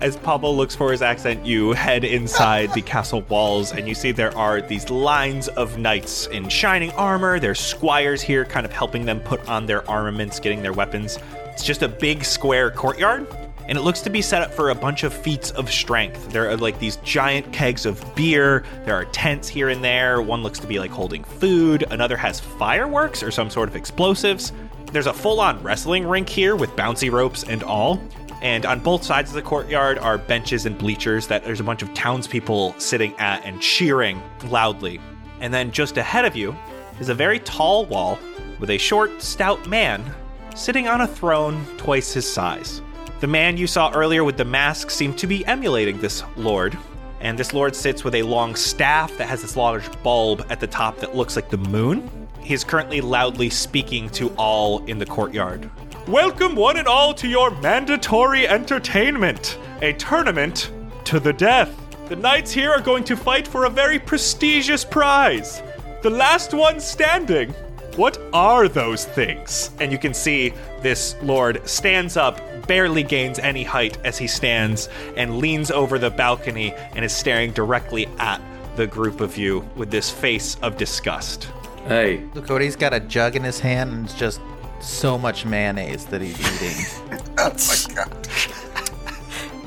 Speaker 3: As Pablo looks for his accent, you head inside the castle walls and you see there are these lines of knights in shining armor. There's squires here kind of helping them put on their armaments, getting their weapons. It's just a big square courtyard and it looks to be set up for a bunch of feats of strength. There are like these giant kegs of beer, there are tents here and there. One looks to be like holding food, another has fireworks or some sort of explosives. There's a full on wrestling rink here with bouncy ropes and all. And on both sides of the courtyard are benches and bleachers that there's a bunch of townspeople sitting at and cheering loudly. And then just ahead of you is a very tall wall with a short, stout man sitting on a throne twice his size. The man you saw earlier with the mask seemed to be emulating this lord, and this lord sits with a long staff that has this large bulb at the top that looks like the moon. He is currently loudly speaking to all in the courtyard. Welcome, one and all, to your mandatory entertainment a tournament to the death. The knights here are going to fight for a very prestigious prize. The last one standing. What are those things? And you can see this lord stands up, barely gains any height as he stands, and leans over the balcony and is staring directly at the group of you with this face of disgust.
Speaker 4: Hey,
Speaker 6: Cody's got a jug in his hand and it's just so much mayonnaise that he's eating.
Speaker 7: <laughs>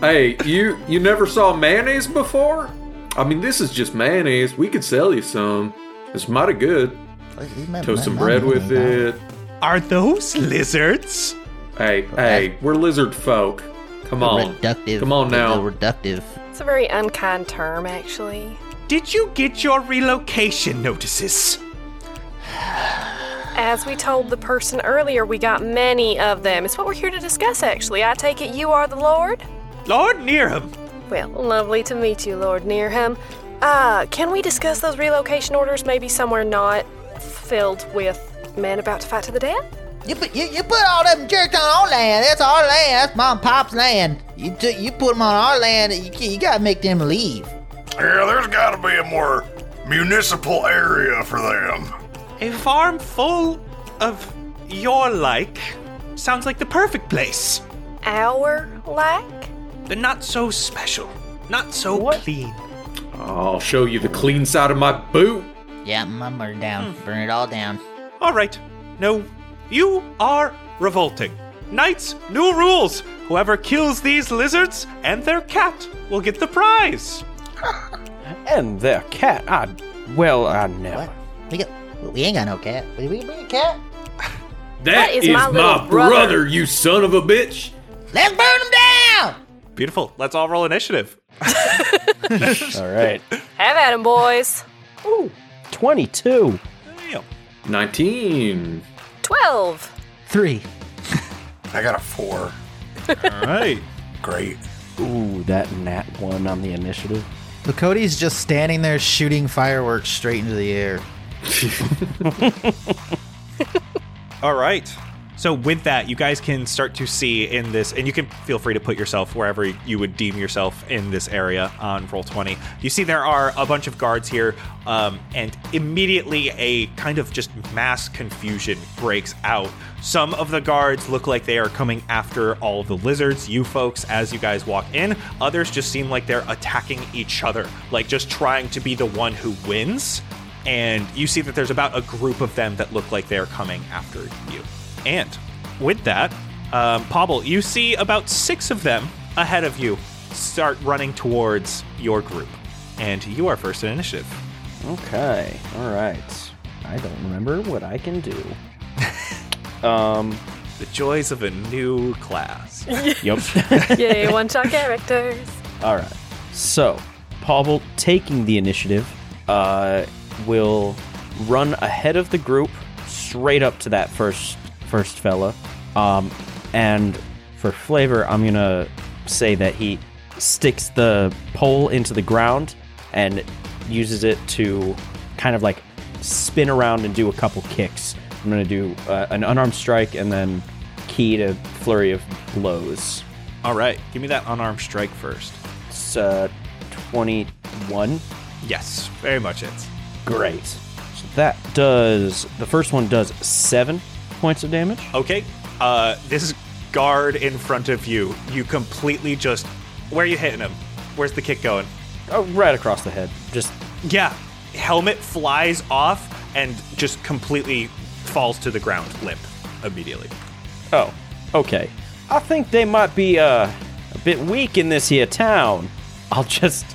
Speaker 7: Oh
Speaker 4: hey, you you never saw mayonnaise before? I mean, this is just mayonnaise. We could sell you some. It's mighty good. Toast some bread with it.
Speaker 3: Are those lizards?
Speaker 4: Hey, hey, we're lizard folk. Come on,
Speaker 9: Reductive.
Speaker 4: come on now.
Speaker 9: It's a reductive.
Speaker 5: It's a very unkind term, actually.
Speaker 3: Did you get your relocation notices?
Speaker 5: As we told the person earlier, we got many of them. It's what we're here to discuss, actually. I take it you are the Lord?
Speaker 3: Lord Nearham,
Speaker 5: Well, lovely to meet you, Lord Nearham. Uh, can we discuss those relocation orders maybe somewhere not filled with men about to fight to the death?
Speaker 9: You put, you, you put all them jerks on our land. That's our land. That's mom and pop's land. You took you put them on our land. You, you gotta make them leave.
Speaker 2: Yeah, there's gotta be a more municipal area for them.
Speaker 3: a farm full of your like sounds like the perfect place.
Speaker 5: Our like?
Speaker 3: But not so special, not so clean.
Speaker 4: I'll show you the clean side of my boot.
Speaker 9: Yeah, mom, burn it down.
Speaker 3: Hmm.
Speaker 9: Burn it all down.
Speaker 3: All right. No, you are revolting. Knights, new rules. Whoever kills these lizards and their cat will get the prize.
Speaker 7: And their cat. I, well, I never.
Speaker 9: What? We got, we ain't got no cat. We, we bring a
Speaker 4: <laughs>
Speaker 9: cat.
Speaker 4: that is, my,
Speaker 5: little
Speaker 4: brother.
Speaker 5: brother.
Speaker 4: you son of a bitch.
Speaker 9: Let's burn them down.
Speaker 3: Beautiful. Let's all
Speaker 4: <laughs>
Speaker 3: roll initiative.
Speaker 7: All right.
Speaker 5: Have at 'em, boys.
Speaker 7: Ooh, 22.
Speaker 3: Damn.
Speaker 4: 19.
Speaker 9: <laughs>
Speaker 7: <laughs>
Speaker 5: 12.
Speaker 6: Three.
Speaker 2: I got a four.
Speaker 3: All right.
Speaker 2: Great.
Speaker 7: Ooh, that nat one on the initiative.
Speaker 6: Cody's just standing there shooting fireworks straight into the air.
Speaker 3: All right. So with that, you guys can start to see in this, and you can feel free to put yourself wherever you would deem yourself in this area on roll twenty. You see there are a bunch of guards here, um, and immediately a kind of just mass confusion breaks out. Some of the guards look like they are coming after all of the lizards, you folks, as you guys walk in. Others just seem like they're attacking each other, like just trying to be the one who wins and you see that there's about a group of them that look like they're coming after you. And with that, um, Pobble, you see about six of them ahead of you start running towards your group, and you are first in initiative.
Speaker 7: Okay. All right. I don't remember what I can do. um.
Speaker 3: The joys of a new class.
Speaker 5: <laughs>
Speaker 7: Yep.
Speaker 5: Yay, one shot characters.
Speaker 7: All right. So, Pavel taking the initiative uh, will run ahead of the group, straight up to that first first fella. Um, and for flavor, I'm gonna say that he sticks the pole into the ground and uses it to kind of like spin around and do a couple kicks. I'm gonna do uh, an unarmed strike and then key to flurry of blows.
Speaker 3: All right, give me that unarmed strike first.
Speaker 7: It's uh, 21.
Speaker 3: Yes, very much it.
Speaker 7: Great. So that does. The first one does seven points of damage.
Speaker 3: Okay, uh, this guard in front of you, you completely just Where are you hitting him? Where's the kick going?
Speaker 7: Oh, right across the head. Just
Speaker 3: Yeah. Helmet flies off and just completely falls to the ground, limp immediately.
Speaker 7: oh, okay. I think they might be uh, a bit weak in this here town. I'll just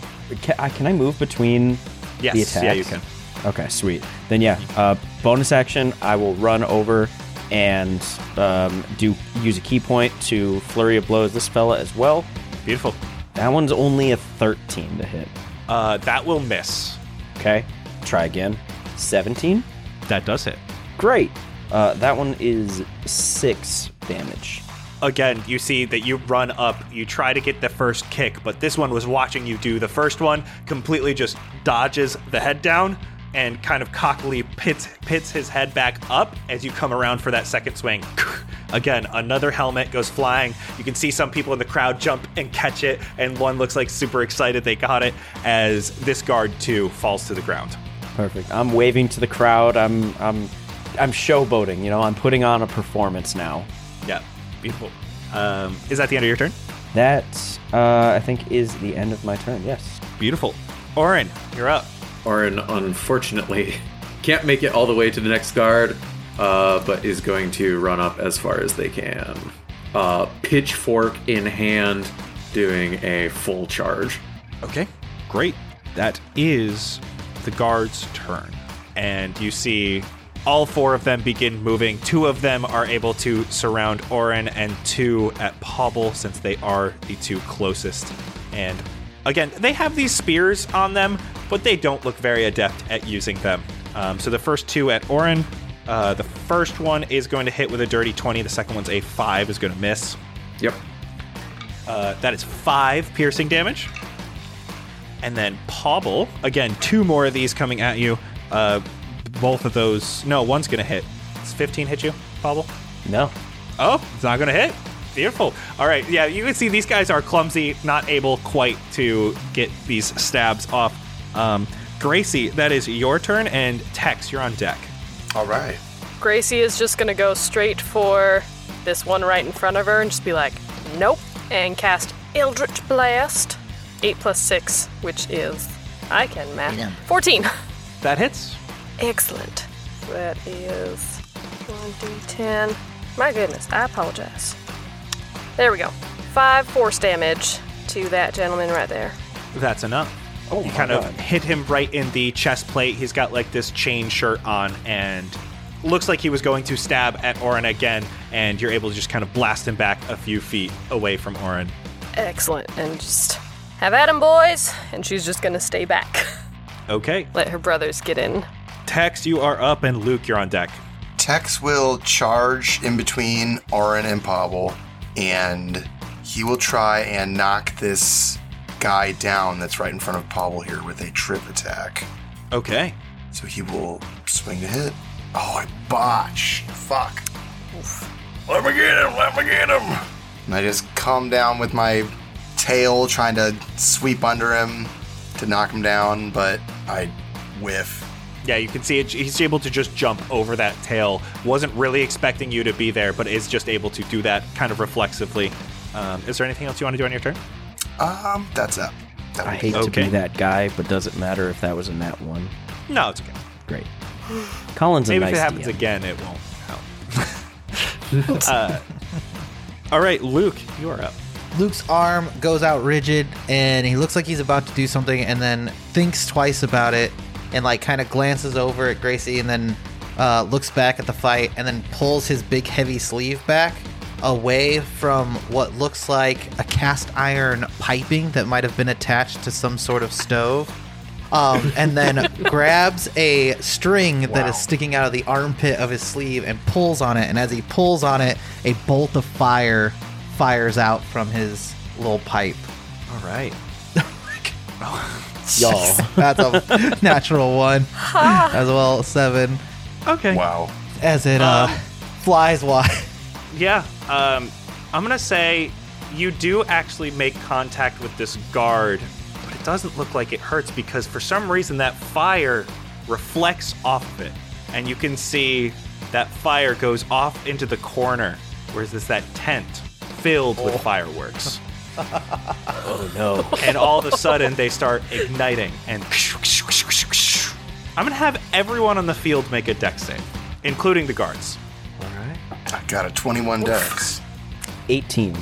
Speaker 7: can I, Uh, can I move between
Speaker 3: Yes,
Speaker 7: the attacks?
Speaker 3: yeah, you can.
Speaker 7: Okay, sweet. Then yeah, uh, bonus action. I will run over and um, do use a key point to flurry of blows this fella as well.
Speaker 3: Beautiful.
Speaker 7: That one's only a thirteen to hit.
Speaker 3: Uh, that will miss.
Speaker 7: Okay, try again. Seventeen.
Speaker 3: That does hit.
Speaker 7: Great. Uh, that one is six damage.
Speaker 3: Again, you see that you run up, you try to get the first kick, but this one was watching you do the first one, completely just dodges the head down and kind of cockily pits, pits his head back up as you come around for that second swing. <laughs> Again, another helmet goes flying. You can see some people in the crowd jump and catch it, and one looks like super excited they got it as this guard too falls to the ground.
Speaker 7: Perfect. I'm waving to the crowd. I'm I'm I'm showboating. You know, I'm putting on a performance now.
Speaker 3: Yeah, beautiful. Um, is that the end of your turn?
Speaker 7: That uh, I think is the end of my turn. Yes.
Speaker 3: Beautiful. Orin, you're up.
Speaker 4: Orin, unfortunately, <laughs> can't make it all the way to the next guard, uh, but is going to run up as far as they can. Uh, pitchfork in hand, doing a full charge.
Speaker 3: Okay, great. That is the guard's turn. And you see all four of them begin moving. Two of them are able to surround Orin, and two at Pobble, since they are the two closest. And again, they have these spears on them, but they don't look very adept at using them. Um, so the first two at Orin, uh, the first one is going to hit with a dirty 20, the second one's a 5, is going to miss.
Speaker 4: Yep.
Speaker 3: Uh, that is five piercing damage. And then Pobble. Again, two more of these coming at you. Uh, both of those. No, one's going to hit. Does 15 hit you, Pobble?
Speaker 7: No.
Speaker 3: Oh, it's not going to hit. Beautiful. All right. Yeah, you can see these guys are clumsy, not able quite to get these stabs off. Um, Gracie, that is your turn. And Tex, you're on deck.
Speaker 8: All right.
Speaker 5: Gracie is just gonna go straight for this one right in front of her and just be like, nope, and cast Eldritch Blast. 8 plus 6, which is, I can
Speaker 9: Yeah.
Speaker 5: math, 14.
Speaker 3: That hits.
Speaker 5: <laughs> Excellent. That is 1d10. My goodness, I apologize. There we go. 5 force damage to that gentleman right there.
Speaker 3: That's enough. Oh, you kind of hit him right in the chest plate. He's got like this chain shirt on and looks like he was going to stab at Orin again, and you're able to just kind of blast him back a few feet away from Orin.
Speaker 5: Excellent. And just have at him, boys. And she's just gonna stay back. <laughs>
Speaker 3: Okay.
Speaker 5: Let her brothers get in.
Speaker 3: Tex, you are up, and Luke, you're on deck.
Speaker 8: Tex will charge in between Orin and Pobble, and he will try and knock this guy down that's right in front of Pobble here with a trip attack.
Speaker 3: Okay.
Speaker 8: So he will swing to hit. Oh, I botch. Fuck.
Speaker 2: Let me get him, let me get him.
Speaker 8: And I just come down with my tail trying to sweep under him to knock him down, but I whiff.
Speaker 3: Yeah, you can see it. he's able to just jump over that tail. Wasn't really expecting you to be there, but is just able to do that kind of reflexively. Um, is there anything else you want to do on your turn?
Speaker 8: Um, that's up. That
Speaker 7: I
Speaker 8: would
Speaker 7: hate to
Speaker 3: Okay.
Speaker 7: be that guy, but does it matter if that was a nat one?
Speaker 3: No, it's okay.
Speaker 7: Great. Colin's a
Speaker 3: Maybe
Speaker 7: nice
Speaker 3: if it happens
Speaker 7: DM.
Speaker 3: again, it won't help. <laughs> uh, all right, Luke, you are up.
Speaker 6: Luke's arm goes out rigid and he looks like he's about to do something and then thinks twice about it and like kind of glances over at Gracie and then uh, looks back at the fight and then pulls his big heavy sleeve back away from what looks like a cast iron piping that might have been attached to some sort of stove. Um, and
Speaker 3: <laughs>
Speaker 6: then grabs a string that is sticking out of the armpit of his sleeve and pulls on it. And as he pulls on it, a bolt of fire fires out from his little pipe.
Speaker 3: All
Speaker 6: <laughs>
Speaker 3: right.
Speaker 6: Y'all. That's a natural one. as well, seven.
Speaker 3: Okay.
Speaker 8: Wow.
Speaker 6: As it uh, flies wide.
Speaker 3: Yeah. Um, I'm gonna say you do actually make contact with this guard, but it doesn't look like it hurts because for some reason that fire reflects off of it, and you can see that fire Oh. <laughs> goes off into the corner. Where's this? That tent filled with fireworks.
Speaker 7: Oh no.
Speaker 3: and all of a sudden they start igniting and I'm gonna have everyone on the field make a deck save, including the guards.
Speaker 8: I got a 21 dex.
Speaker 7: 18.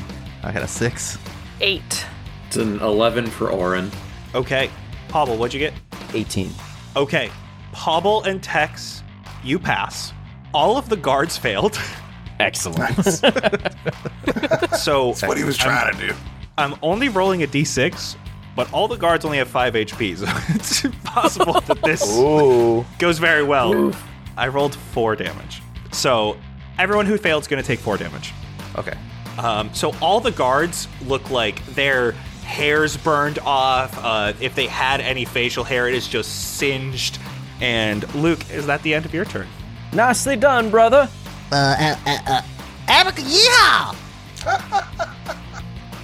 Speaker 6: I got a six.
Speaker 5: Eight.
Speaker 4: It's an 11 for Oren.
Speaker 3: Okay. Pobble, what'd you get?
Speaker 7: 18.
Speaker 3: Okay. Pobble and Tex, you pass. All of the guards failed. <laughs>
Speaker 7: Excellent.
Speaker 3: So
Speaker 2: What he was trying to do.
Speaker 3: I'm only rolling a d6, but all the guards only have 5 HP, so <laughs> it's impossible that this
Speaker 7: Ooh.
Speaker 3: goes very well. I rolled 4 damage. So everyone who failed is going to take 4 damage.
Speaker 6: Okay.
Speaker 3: Um, so all the guards look like their hair's burned off. Uh, if they had any facial hair, it is just singed. And Luke, is that the end of your turn?
Speaker 7: Nicely done, brother.
Speaker 9: Uh, uh, uh, uh. Abaca,
Speaker 4: <laughs>
Speaker 9: yeehaw!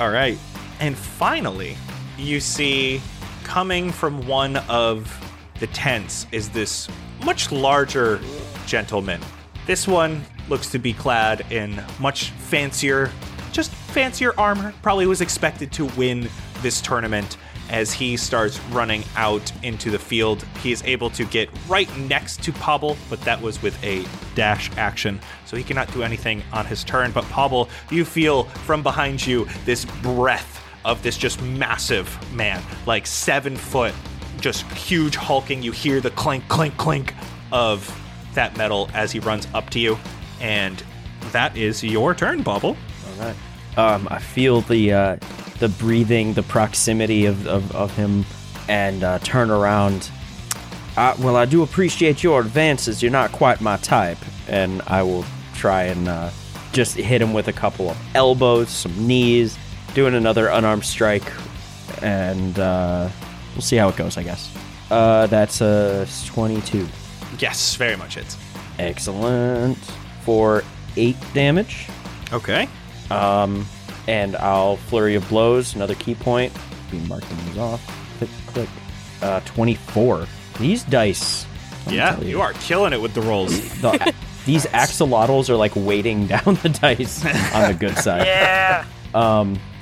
Speaker 3: All right. And finally, you see coming from one of the tents is this much larger gentleman. This one looks to be clad in much fancier, just fancier armor. Probably was expected to win this tournament. As he starts running out into the field, he is able to get right next to Pobble, but that was with a dash action, so he cannot do anything on his turn. But Pobble, you feel from behind you this breath of this just massive man, like seven foot, just huge hulking. You hear the clink, clink, clink of that metal as he runs up to you, and that is your turn, Pobble.
Speaker 7: Um, I feel the uh, the breathing, the proximity of, of, of him, and uh, turn around. Uh, well, I do appreciate your advances. You're not quite my type, and I will try and uh, just hit him with a couple of elbows, some knees, doing another unarmed strike, and uh, we'll see how it goes. I guess. Uh, that's a 22.
Speaker 3: Yes, very much it. <laughs>
Speaker 7: Excellent for eight damage.
Speaker 3: Okay.
Speaker 7: Um, and I'll flurry of blows, another key point. Be marking these off. Click, click. Uh, 24. These dice. let me
Speaker 3: Yeah,
Speaker 7: tell
Speaker 3: you are killing it with the rolls.
Speaker 7: The, these axolotls are like weighting <laughs> down the dice on the good side.
Speaker 5: Yeah.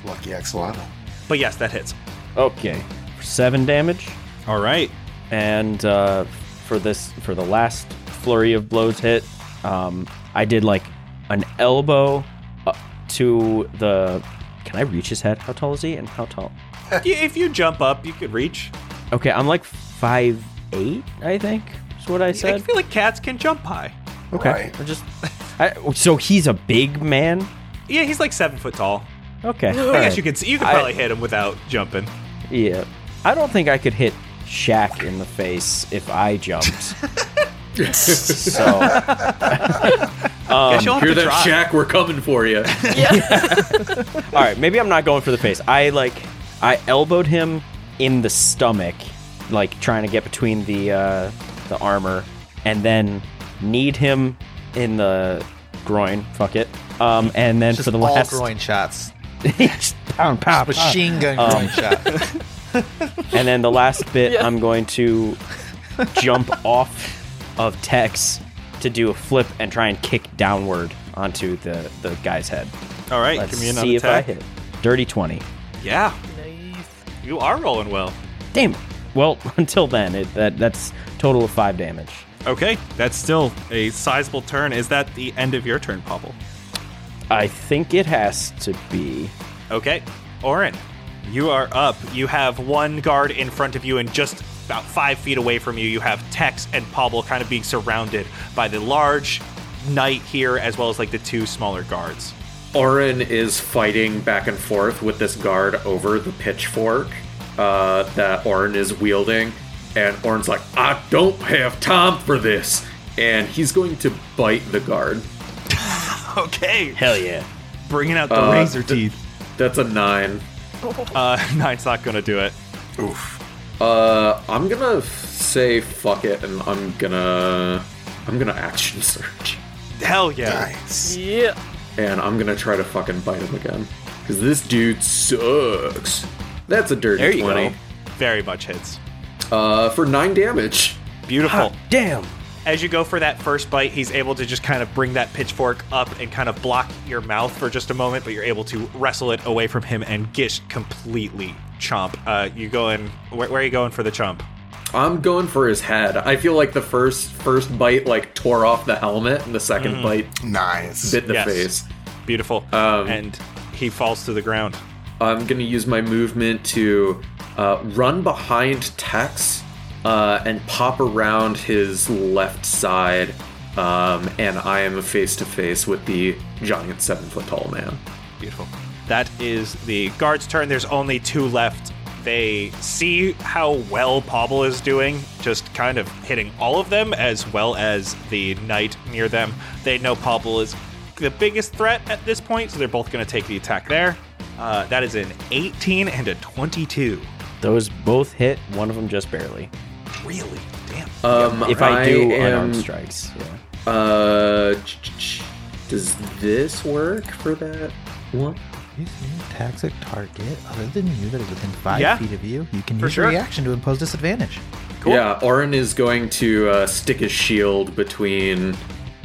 Speaker 8: Lucky Axolotl.
Speaker 3: Um, But yes, that hits.
Speaker 7: Okay, seven damage,
Speaker 3: All right.
Speaker 7: and uh, for this, for the last flurry of blows hit, um, I did like an elbow up to the. Can I reach his head? How tall is he? And how tall?
Speaker 3: Y- if you jump up, you could reach.
Speaker 7: Okay, I'm like five eight, I think is what I
Speaker 3: I
Speaker 7: said.
Speaker 3: feel like cats can jump high.
Speaker 7: Okay,
Speaker 8: Right.
Speaker 7: I just I, so he's a big man.
Speaker 3: Yeah, he's like seven foot tall.
Speaker 7: Okay,
Speaker 3: I
Speaker 7: alright.
Speaker 3: guess you could see, you could
Speaker 7: I-
Speaker 3: probably hit him without jumping.
Speaker 7: Yeah, I don't think I could hit Shaq in the face if I
Speaker 3: <laughs>
Speaker 7: jumped. so um,
Speaker 3: guess you'll have
Speaker 4: Hear
Speaker 3: to
Speaker 4: that,
Speaker 3: try.
Speaker 4: Shaq? We're coming for you.
Speaker 7: all right, maybe I'm not going for the face. I like I elbowed him in the stomach, like trying to get between the uh, the armor, and then kneed him in the groin. Fuck it. Um, and then
Speaker 6: Just
Speaker 7: for the
Speaker 6: all
Speaker 7: last
Speaker 6: groin shots.
Speaker 7: pound pound
Speaker 6: Machine gun
Speaker 3: Um,
Speaker 6: groin shot.
Speaker 7: <laughs> And then the last bit,
Speaker 5: Yeah.
Speaker 7: I'm going to jump off of Tex to do a flip and try and kick downward onto the, the guy's head.
Speaker 3: All right,
Speaker 7: Let's
Speaker 3: give me another
Speaker 7: see if I
Speaker 3: attack.
Speaker 7: hit. Dirty 20.
Speaker 3: Yeah, you are rolling well.
Speaker 7: Damn. it. Well, <laughs> until then, it, that that's total of five damage.
Speaker 3: Okay, that's still a sizable turn. Is that the end of your turn, Pobble?
Speaker 7: I think it has to be.
Speaker 3: Okay, Orin, you are up. You have one guard in front of you, and just about five feet away from you, you have Tex and Pobble kind of being surrounded by the large knight here, as well as like the two smaller guards. <laughs>
Speaker 4: Oren is fighting back and forth with this guard over the pitchfork uh, that Oren is wielding. And Oren's like, I don't have time for this. And he's going to bite the guard.
Speaker 3: Okay,
Speaker 7: Hell yeah.
Speaker 3: bringing out the
Speaker 4: Uh,
Speaker 3: razor
Speaker 4: th-
Speaker 3: teeth.
Speaker 4: That's a nine.
Speaker 3: <laughs> Uh, nine's not gonna do it.
Speaker 4: Uh, I'm gonna f- say fuck it, and I'm gonna I'm gonna action search,
Speaker 3: <laughs> Hell yeah.
Speaker 8: Nice.
Speaker 5: Yeah.
Speaker 4: and I'm gonna try to fucking bite him again because this dude sucks. That's a dirty
Speaker 7: There you
Speaker 4: twenty.
Speaker 7: go.
Speaker 3: Very much hits.
Speaker 4: Uh, for nine damage.
Speaker 3: Beautiful.
Speaker 7: Damn.
Speaker 3: As you go for that first bite, he's able to just kind of bring that pitchfork up and kind of block your mouth for just a moment, but you're able to wrestle it away from him and gish completely chomp. Uh, you going? Where, where are you going for the chomp?
Speaker 4: I'm going for his head. I feel like the first first bite like tore off the helmet, and the 2nd bite
Speaker 8: Nice.
Speaker 4: bit the
Speaker 3: Mm-hmm. Yes.
Speaker 4: face. Um,
Speaker 3: Beautiful. and he falls to the ground.
Speaker 4: I'm gonna use my movement to uh, run behind Tex uh, and pop around his left side, um, and I am face to face with the giant seven foot tall man.
Speaker 3: Beautiful. That is the guard's turn. There's only two left. They see how well Pobble is doing, just kind of hitting all of them as well as the knight near them. They know Pobble is the biggest threat at this point, so they're both going to take the attack there. Uh, that is an 18 and a 22.
Speaker 7: Those both hit, one of them just barely.
Speaker 3: Really? Damn.
Speaker 4: Um,
Speaker 7: If I, do
Speaker 4: am,
Speaker 7: unarmed strikes, yeah.
Speaker 4: uh, ch- ch- ch- does this work for that one?
Speaker 6: You can attack a target other than you that is within five
Speaker 3: Yeah.
Speaker 6: feet of you. You can
Speaker 3: For
Speaker 6: use
Speaker 3: sure.
Speaker 6: your reaction to impose disadvantage.
Speaker 3: Cool.
Speaker 4: Yeah, Orin is going to uh, stick his shield between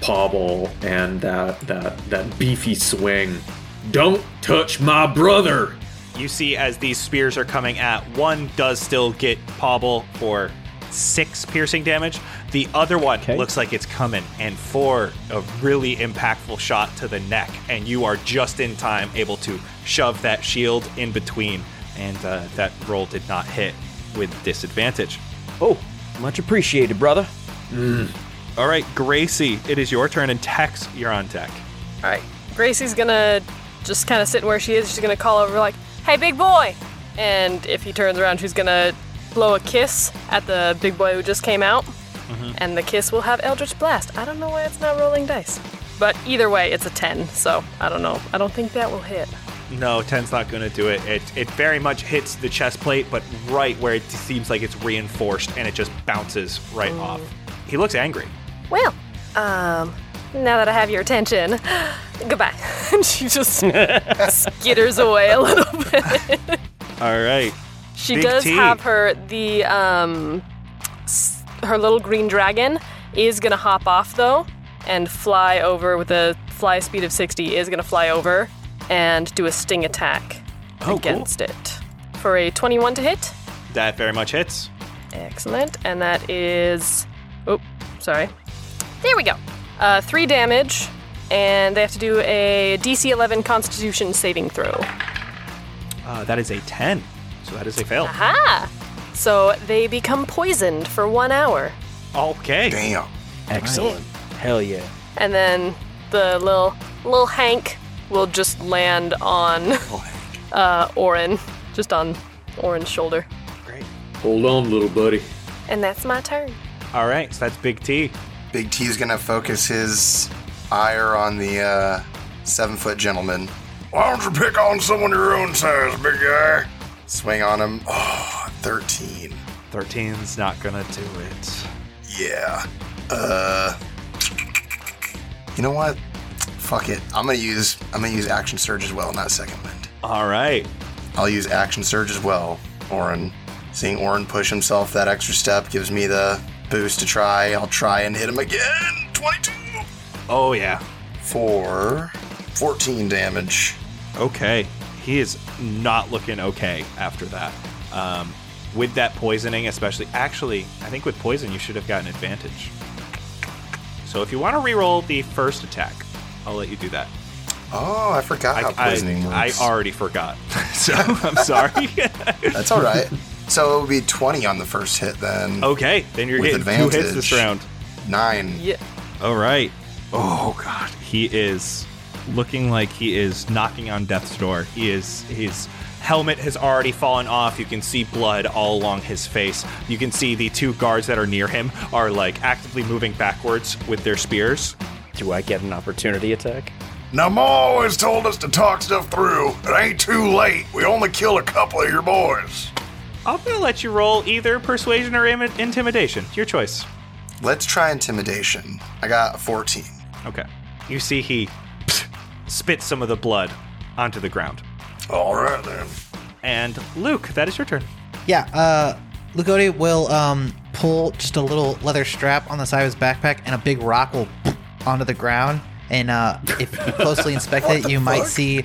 Speaker 4: Pobble and that that that beefy swing. Don't touch my brother.
Speaker 3: You see, as these spears are coming at, one does still get Pobble for six piercing damage. The other one
Speaker 7: Okay.
Speaker 3: looks like it's coming, and for a really impactful shot to the neck. And you are just in time able to shove that shield in between. And uh, that roll did not hit with disadvantage. Mm.
Speaker 7: Oh, much appreciated, brother.
Speaker 3: All right, Gracie, it is your turn, and Tex, you're on deck.
Speaker 5: All right. Gracie's gonna just kind of sit where she is. She's gonna call over like, "Hey, big boy!" And if he turns around, she's gonna blow a kiss at the big boy who just came out.
Speaker 3: Mm-hmm.
Speaker 5: And the kiss will have Eldritch Blast. I don't know why it's not rolling dice, but either way, it's a ten. So I don't know. I don't think that will hit.
Speaker 3: No, 10's not going to do it. it. It very much hits the chest plate, but right where it seems like it's reinforced and it just bounces right
Speaker 5: Mm.
Speaker 3: off. He
Speaker 5: <laughs>
Speaker 3: looks angry.
Speaker 5: Well, um, now that I have your attention, <gasps> goodbye. <laughs> and she just skitters away a little bit.
Speaker 3: All right.
Speaker 5: She
Speaker 3: Big
Speaker 5: does
Speaker 3: T.
Speaker 5: have her the um s- her little green dragon is gonna hop off though and fly over with a fly speed of 60 is gonna fly over and do a sting attack
Speaker 3: Oh, cool.
Speaker 5: against it for a 21 to hit.
Speaker 3: That very much hits.
Speaker 5: Excellent, and that is oh sorry there we go uh, three damage and they have to do a DC 11 Constitution saving throw.
Speaker 3: Uh, that is a 10. So that is a fail.
Speaker 5: Ah, so they become poisoned for one hour.
Speaker 3: Okay.
Speaker 8: Damn.
Speaker 7: Excellent. Hell yeah.
Speaker 5: and then the little little Hank will just land on
Speaker 9: <laughs>
Speaker 5: uh, Orin, just on Orin's shoulder.
Speaker 4: Hold on, little buddy.
Speaker 5: And that's my turn.
Speaker 3: All right. So that's Big T.
Speaker 8: Big T's gonna focus his ire on the uh, seven foot gentleman.
Speaker 2: Why don't you pick on someone your own size, big guy?
Speaker 8: Swing on him. Oh, 13.
Speaker 3: 13's not going to do it.
Speaker 8: Yeah. Uh. You know what? Fuck it. I'm gonna use I'm gonna use action surge as well, not second wind.
Speaker 3: All right.
Speaker 8: I'll use action surge as well. Orin, seeing Orin push himself that extra step gives me the boost to try. I'll try and hit him again. 22
Speaker 3: Oh, yeah.
Speaker 8: for 14 damage.
Speaker 3: Okay. He is not looking okay after that. Um, with that poisoning, especially. Actually, I think with poison, you should have gotten advantage. So if you want to reroll the first attack, I'll let you do that.
Speaker 8: Oh, I forgot
Speaker 3: I,
Speaker 8: how poisoning
Speaker 3: I,
Speaker 8: works.
Speaker 3: I already forgot. <laughs> So I'm sorry.
Speaker 8: <laughs> That's all right. so it would be 20 on the first hit then.
Speaker 3: okay. Then you're
Speaker 8: With
Speaker 3: getting two hits
Speaker 8: advantage.
Speaker 3: this round.
Speaker 8: Nine.
Speaker 5: Yeah.
Speaker 3: All right. Oh, God. He is looking like he is knocking on death's door. He is. His helmet has already fallen off. You can see blood all along his face. You can see the two guards that are near him are like actively moving backwards with their spears.
Speaker 7: Do I get an opportunity attack?
Speaker 2: Now, Ma always told us to talk stuff through. It ain't too late. We only kill a couple of your boys.
Speaker 3: I'm going to let you roll either persuasion or Im- intimidation. Your choice.
Speaker 8: Let's try intimidation. I got a 14.
Speaker 3: Okay. You see, he spits some of the blood onto the ground.
Speaker 2: All right, then.
Speaker 3: And Luke, that is your turn.
Speaker 6: Yeah, uh, Lugodi will um, pull just a little leather strap on the side of his backpack, and a big rock will <laughs> onto the ground. And uh, if
Speaker 3: <laughs>
Speaker 6: you closely inspect it, you might see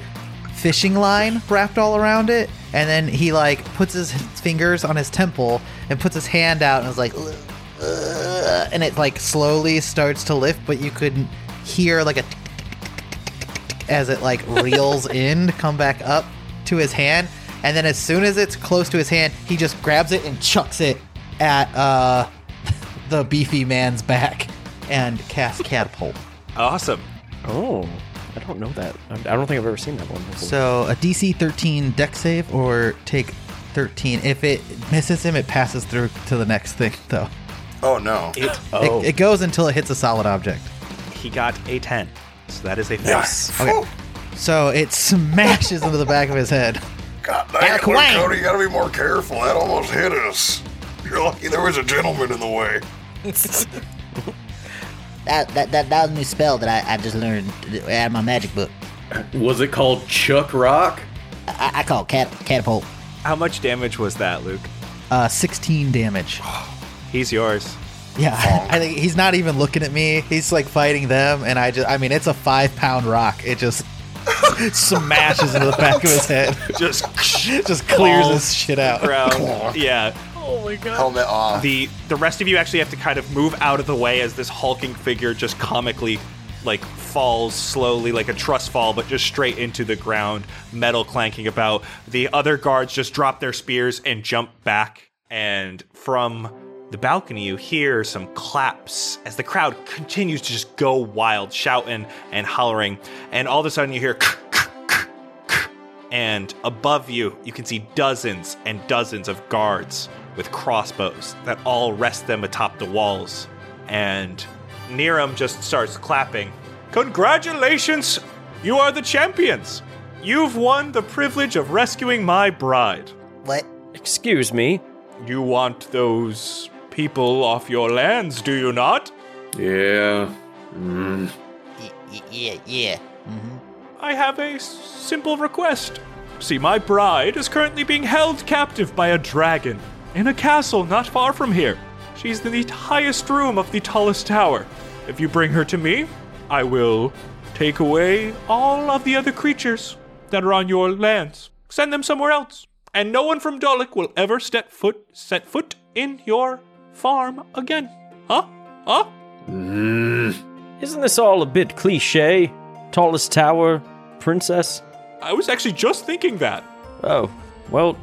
Speaker 6: fishing line wrapped all around it. And then he like puts his fingers on his temple and puts his hand out and is like, "Ugh, ugh," and it like slowly starts to lift, but you could hear like a as it like reels in to come back up to his hand. And then as soon as it's close to his hand, he just grabs it and chucks it at uh, <laughs> the beefy man's back and casts catapult.
Speaker 3: Awesome.
Speaker 7: Oh, I don't know that. I I don't think I've ever seen that one. Before.
Speaker 6: So a DC 13 deck save or take 13. If it misses him, it passes through to the next thing, though.
Speaker 8: Oh no.
Speaker 6: It, it goes until it hits a solid object.
Speaker 3: oh, He got a 10. So that is a fail.
Speaker 2: Yes.
Speaker 6: Okay. So it smashes into the back of his head.
Speaker 2: God dang it, Luke Cody, you gotta be more careful. That almost hit us. You're lucky there was a gentleman in the way.
Speaker 9: That that that, that was a new spell that I, I just learned out of my magic book.
Speaker 4: Was it called Chuck Rock?
Speaker 9: I, I call it cat catapult.
Speaker 3: How much damage was that, Luke?
Speaker 6: Uh, 16 damage. <sighs>
Speaker 3: He's yours.
Speaker 6: Yeah, I think he's not even looking at me. He's like fighting them, and I just—I mean, it's a five-pound rock. It just <laughs> smashes into the back of
Speaker 7: <laughs>
Speaker 6: his head.
Speaker 3: <laughs>
Speaker 6: <laughs>
Speaker 3: Just
Speaker 6: just clears his shit out. <laughs>
Speaker 3: around. yeah.
Speaker 8: Helmet off.
Speaker 3: The the rest of you actually have to kind of move out of the way as this hulking figure just comically like falls slowly like a truss fall but just straight into the ground, metal clanking about. The other guards just drop their spears and jump back and from the balcony you hear some claps as the crowd continues to just go wild shouting and hollering and all of a sudden you hear and above you, you can see dozens and dozens of guards with crossbows that all rest them atop the walls. And Niram just starts clapping. Congratulations! You are the champions! You've won the privilege of rescuing my bride.
Speaker 9: What?
Speaker 7: Excuse me.
Speaker 3: You want those people off your lands, do you not?
Speaker 4: Yeah. Mm.
Speaker 9: Y- y- yeah, yeah.
Speaker 3: I have a s- simple request. See, my bride is currently being held captive by a dragon in a castle not far from here. She's in the highest room of the tallest tower. If you bring her to me, I will take away all of the other creatures that are on your lands. Send them somewhere else, and no one from Dalek will ever set foot set foot in your farm again. Huh? Huh?
Speaker 7: Isn't this all a bit cliche? Tallest tower, princess.
Speaker 3: I was actually just thinking that.
Speaker 7: Oh, well.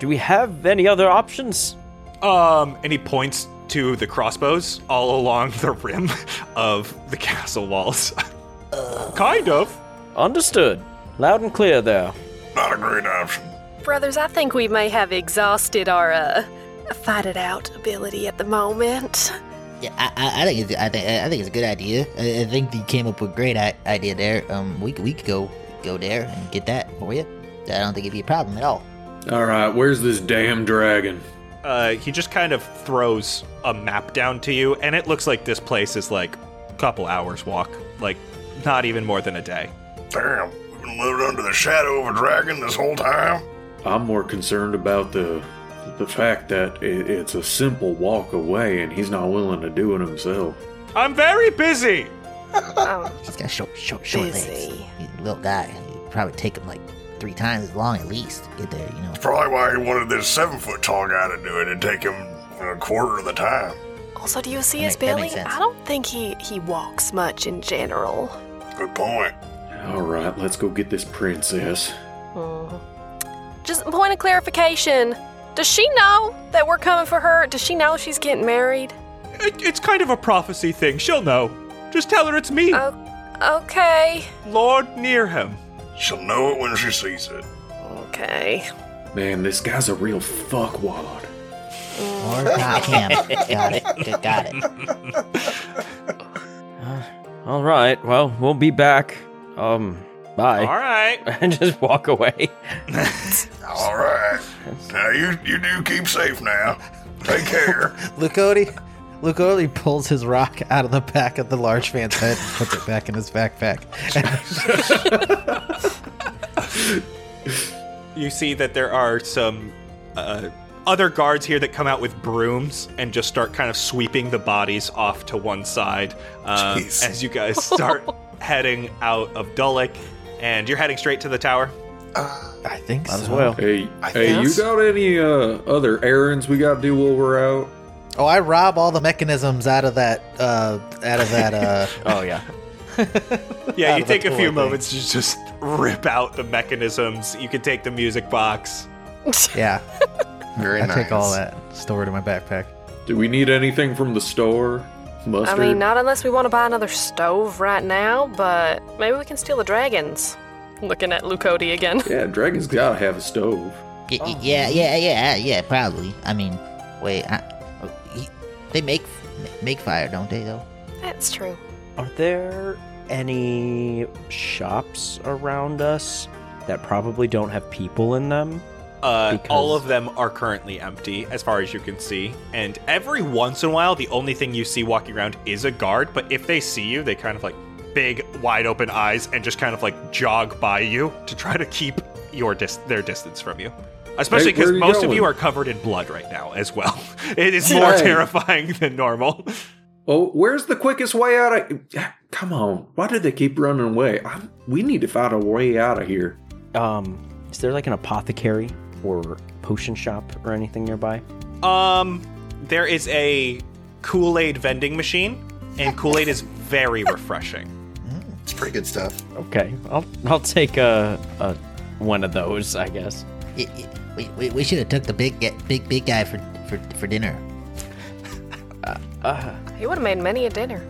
Speaker 7: Do we have any other options?
Speaker 3: Um, and he points to the crossbows all along the rim of the castle walls. <laughs> kind of.
Speaker 7: Understood. Loud and clear there.
Speaker 2: Not a great option.
Speaker 5: Brothers, I think we may have exhausted our uh, fight it out ability at the moment.
Speaker 9: Yeah, I, I, I think it's, I think I think it's a good idea. I, I think you came up with a great I- idea there. Um, we c- we could go go there and get that for you. I don't think it'd be a problem at all.
Speaker 4: All right, where's this damn dragon?
Speaker 3: Uh, he just kind of throws a map down to you, and it looks like this place is like a couple hours walk, like not even more than a day.
Speaker 2: Damn, we've been living under the shadow of a dragon this whole time.
Speaker 4: I'm more concerned about the the fact that it, it's a simple walk away and he's not willing to do it himself.
Speaker 3: I'm very busy.
Speaker 9: He's got short short short legs.
Speaker 5: Busy.
Speaker 9: He's a little guy. It'd probably take him like three times as long at least to get there. You know.
Speaker 2: Probably why he wanted this seven foot tall guy to do it. It'd take him a quarter of the time.
Speaker 5: Also, do you see
Speaker 9: That
Speaker 5: his
Speaker 9: make- that
Speaker 5: belly?
Speaker 9: makes sense.
Speaker 5: I don't think he, he walks much in general.
Speaker 2: Good point.
Speaker 4: All right, let's go get this princess.
Speaker 5: Just point of clarification. Does she know that we're coming for her? Does she know she's getting married?
Speaker 3: It, it's kind of a prophecy thing. She'll know. Just tell her it's me,
Speaker 5: Oh, okay.
Speaker 3: Lord Nearham.
Speaker 2: She'll know it when she sees it.
Speaker 5: Okay.
Speaker 4: Man, this guy's a real fuckwad.
Speaker 9: Or not him. got it. Good, got it.
Speaker 7: All right. Well, we'll be back. Um, bye.
Speaker 3: All right.
Speaker 7: <laughs> and just walk
Speaker 3: <laughs>
Speaker 7: away.
Speaker 2: All right. Now you you do keep safe now. Take care.
Speaker 6: Lucodi Lucodi pulls his rock out of the back of the large man's head and puts it back in his backpack. <laughs>
Speaker 3: you see that there are some uh, other guards here that come out with brooms and just start kind of sweeping the bodies off to one side um,
Speaker 8: Jeez.
Speaker 3: as you guys
Speaker 6: <laughs>
Speaker 3: start heading out of Dulick. And you're heading straight to
Speaker 6: <laughs>
Speaker 3: the tower.
Speaker 6: I think
Speaker 7: Might as
Speaker 6: so.
Speaker 7: well.
Speaker 4: Hey,
Speaker 8: I
Speaker 4: hey, you
Speaker 8: guess.
Speaker 4: got any uh, other errands we got to do while we're out?
Speaker 6: Oh, I rob all the mechanisms out of that. Uh, out of that. Uh,
Speaker 7: <laughs>
Speaker 6: <laughs>
Speaker 7: Oh yeah.
Speaker 3: Yeah,
Speaker 6: Out
Speaker 3: you
Speaker 6: of the
Speaker 3: take a
Speaker 6: toy
Speaker 3: few
Speaker 6: thing.
Speaker 3: moments to just rip out the mechanisms. You can take the music box.
Speaker 6: yeah,
Speaker 8: Very
Speaker 6: I
Speaker 8: nice.
Speaker 6: take all that, store it in my backpack.
Speaker 4: Do we need anything from the store?
Speaker 5: I
Speaker 4: Mustard?
Speaker 5: mean, not unless we want to buy another stove right now, but maybe we can steal the dragons. Looking at Lucody again. <laughs>
Speaker 4: yeah, dragon's got to have a stove.
Speaker 9: Y- y- Yeah, yeah, yeah, yeah, probably. I mean, wait, I, oh, y- they make make fire, don't they? Though.
Speaker 5: That's true.
Speaker 7: Are there any shops around us that probably don't have people in them?
Speaker 3: Uh,
Speaker 7: Because-
Speaker 3: all of them are currently empty, as far as you can see. And every once in a while, the only thing you see walking around is a guard. But if they see you, they kind of like big, wide open eyes and just kind of like jog by you to try to keep your dis- their distance from you. Especially
Speaker 4: Hey, where
Speaker 3: because
Speaker 4: you
Speaker 3: most of
Speaker 4: going?
Speaker 3: you are covered in blood right now as well. <laughs> It is more
Speaker 4: Hey.
Speaker 3: terrifying <laughs> than normal.
Speaker 4: Oh, where's the quickest way out of. Come on. Why do they keep running away? i we need to find a way out of here.
Speaker 7: Um, is there like an apothecary or potion shop or anything nearby?
Speaker 3: Um, there is a Kool Aid vending machine, and Kool Aid is very <laughs> refreshing.
Speaker 8: It's pretty good stuff.
Speaker 7: Okay, I'll I'll take a, a one of those, I guess.
Speaker 9: Y- y- we we, we should have took the big ge- big big guy for for for dinner.
Speaker 5: He would have made many a dinner.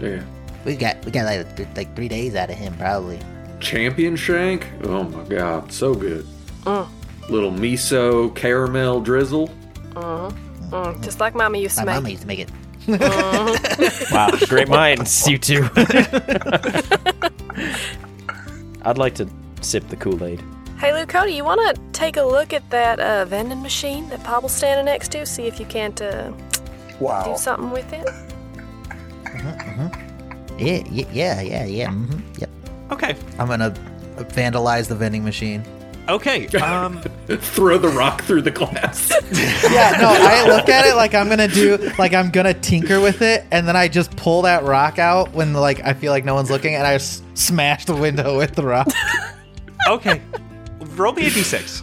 Speaker 4: Yeah.
Speaker 9: We got we got like th- like three days out of him probably.
Speaker 4: Champion Shank? Oh my god, so good.
Speaker 5: Mm-hmm.
Speaker 4: Little miso caramel drizzle.
Speaker 5: Mm, just like Mama used
Speaker 9: My
Speaker 5: to make. Mm-hmm.
Speaker 9: mama used to make it. <laughs>
Speaker 7: Wow, great <laughs> minds, you two. I'd like to sip the Kool Aid.
Speaker 5: Hey, Lucody, you want to take a look at that uh, vending machine that Pobble's standing next to? See if you can't uh, do
Speaker 8: Wow.
Speaker 5: something with
Speaker 9: <laughs>
Speaker 5: it?
Speaker 9: Yeah, yeah, yeah, yeah, yeah. hmm Yep.
Speaker 3: Okay.
Speaker 6: I'm gonna vandalize the vending machine.
Speaker 4: <laughs>
Speaker 3: Okay. Um,
Speaker 4: Throw the rock through the glass.
Speaker 6: Yeah, no, I look at it like I'm gonna do, like I'm gonna tinker with it, and then I just pull that rock out when like I feel like no one's looking, and I s- smash the window with the rock.
Speaker 3: okay. Roll me a d6.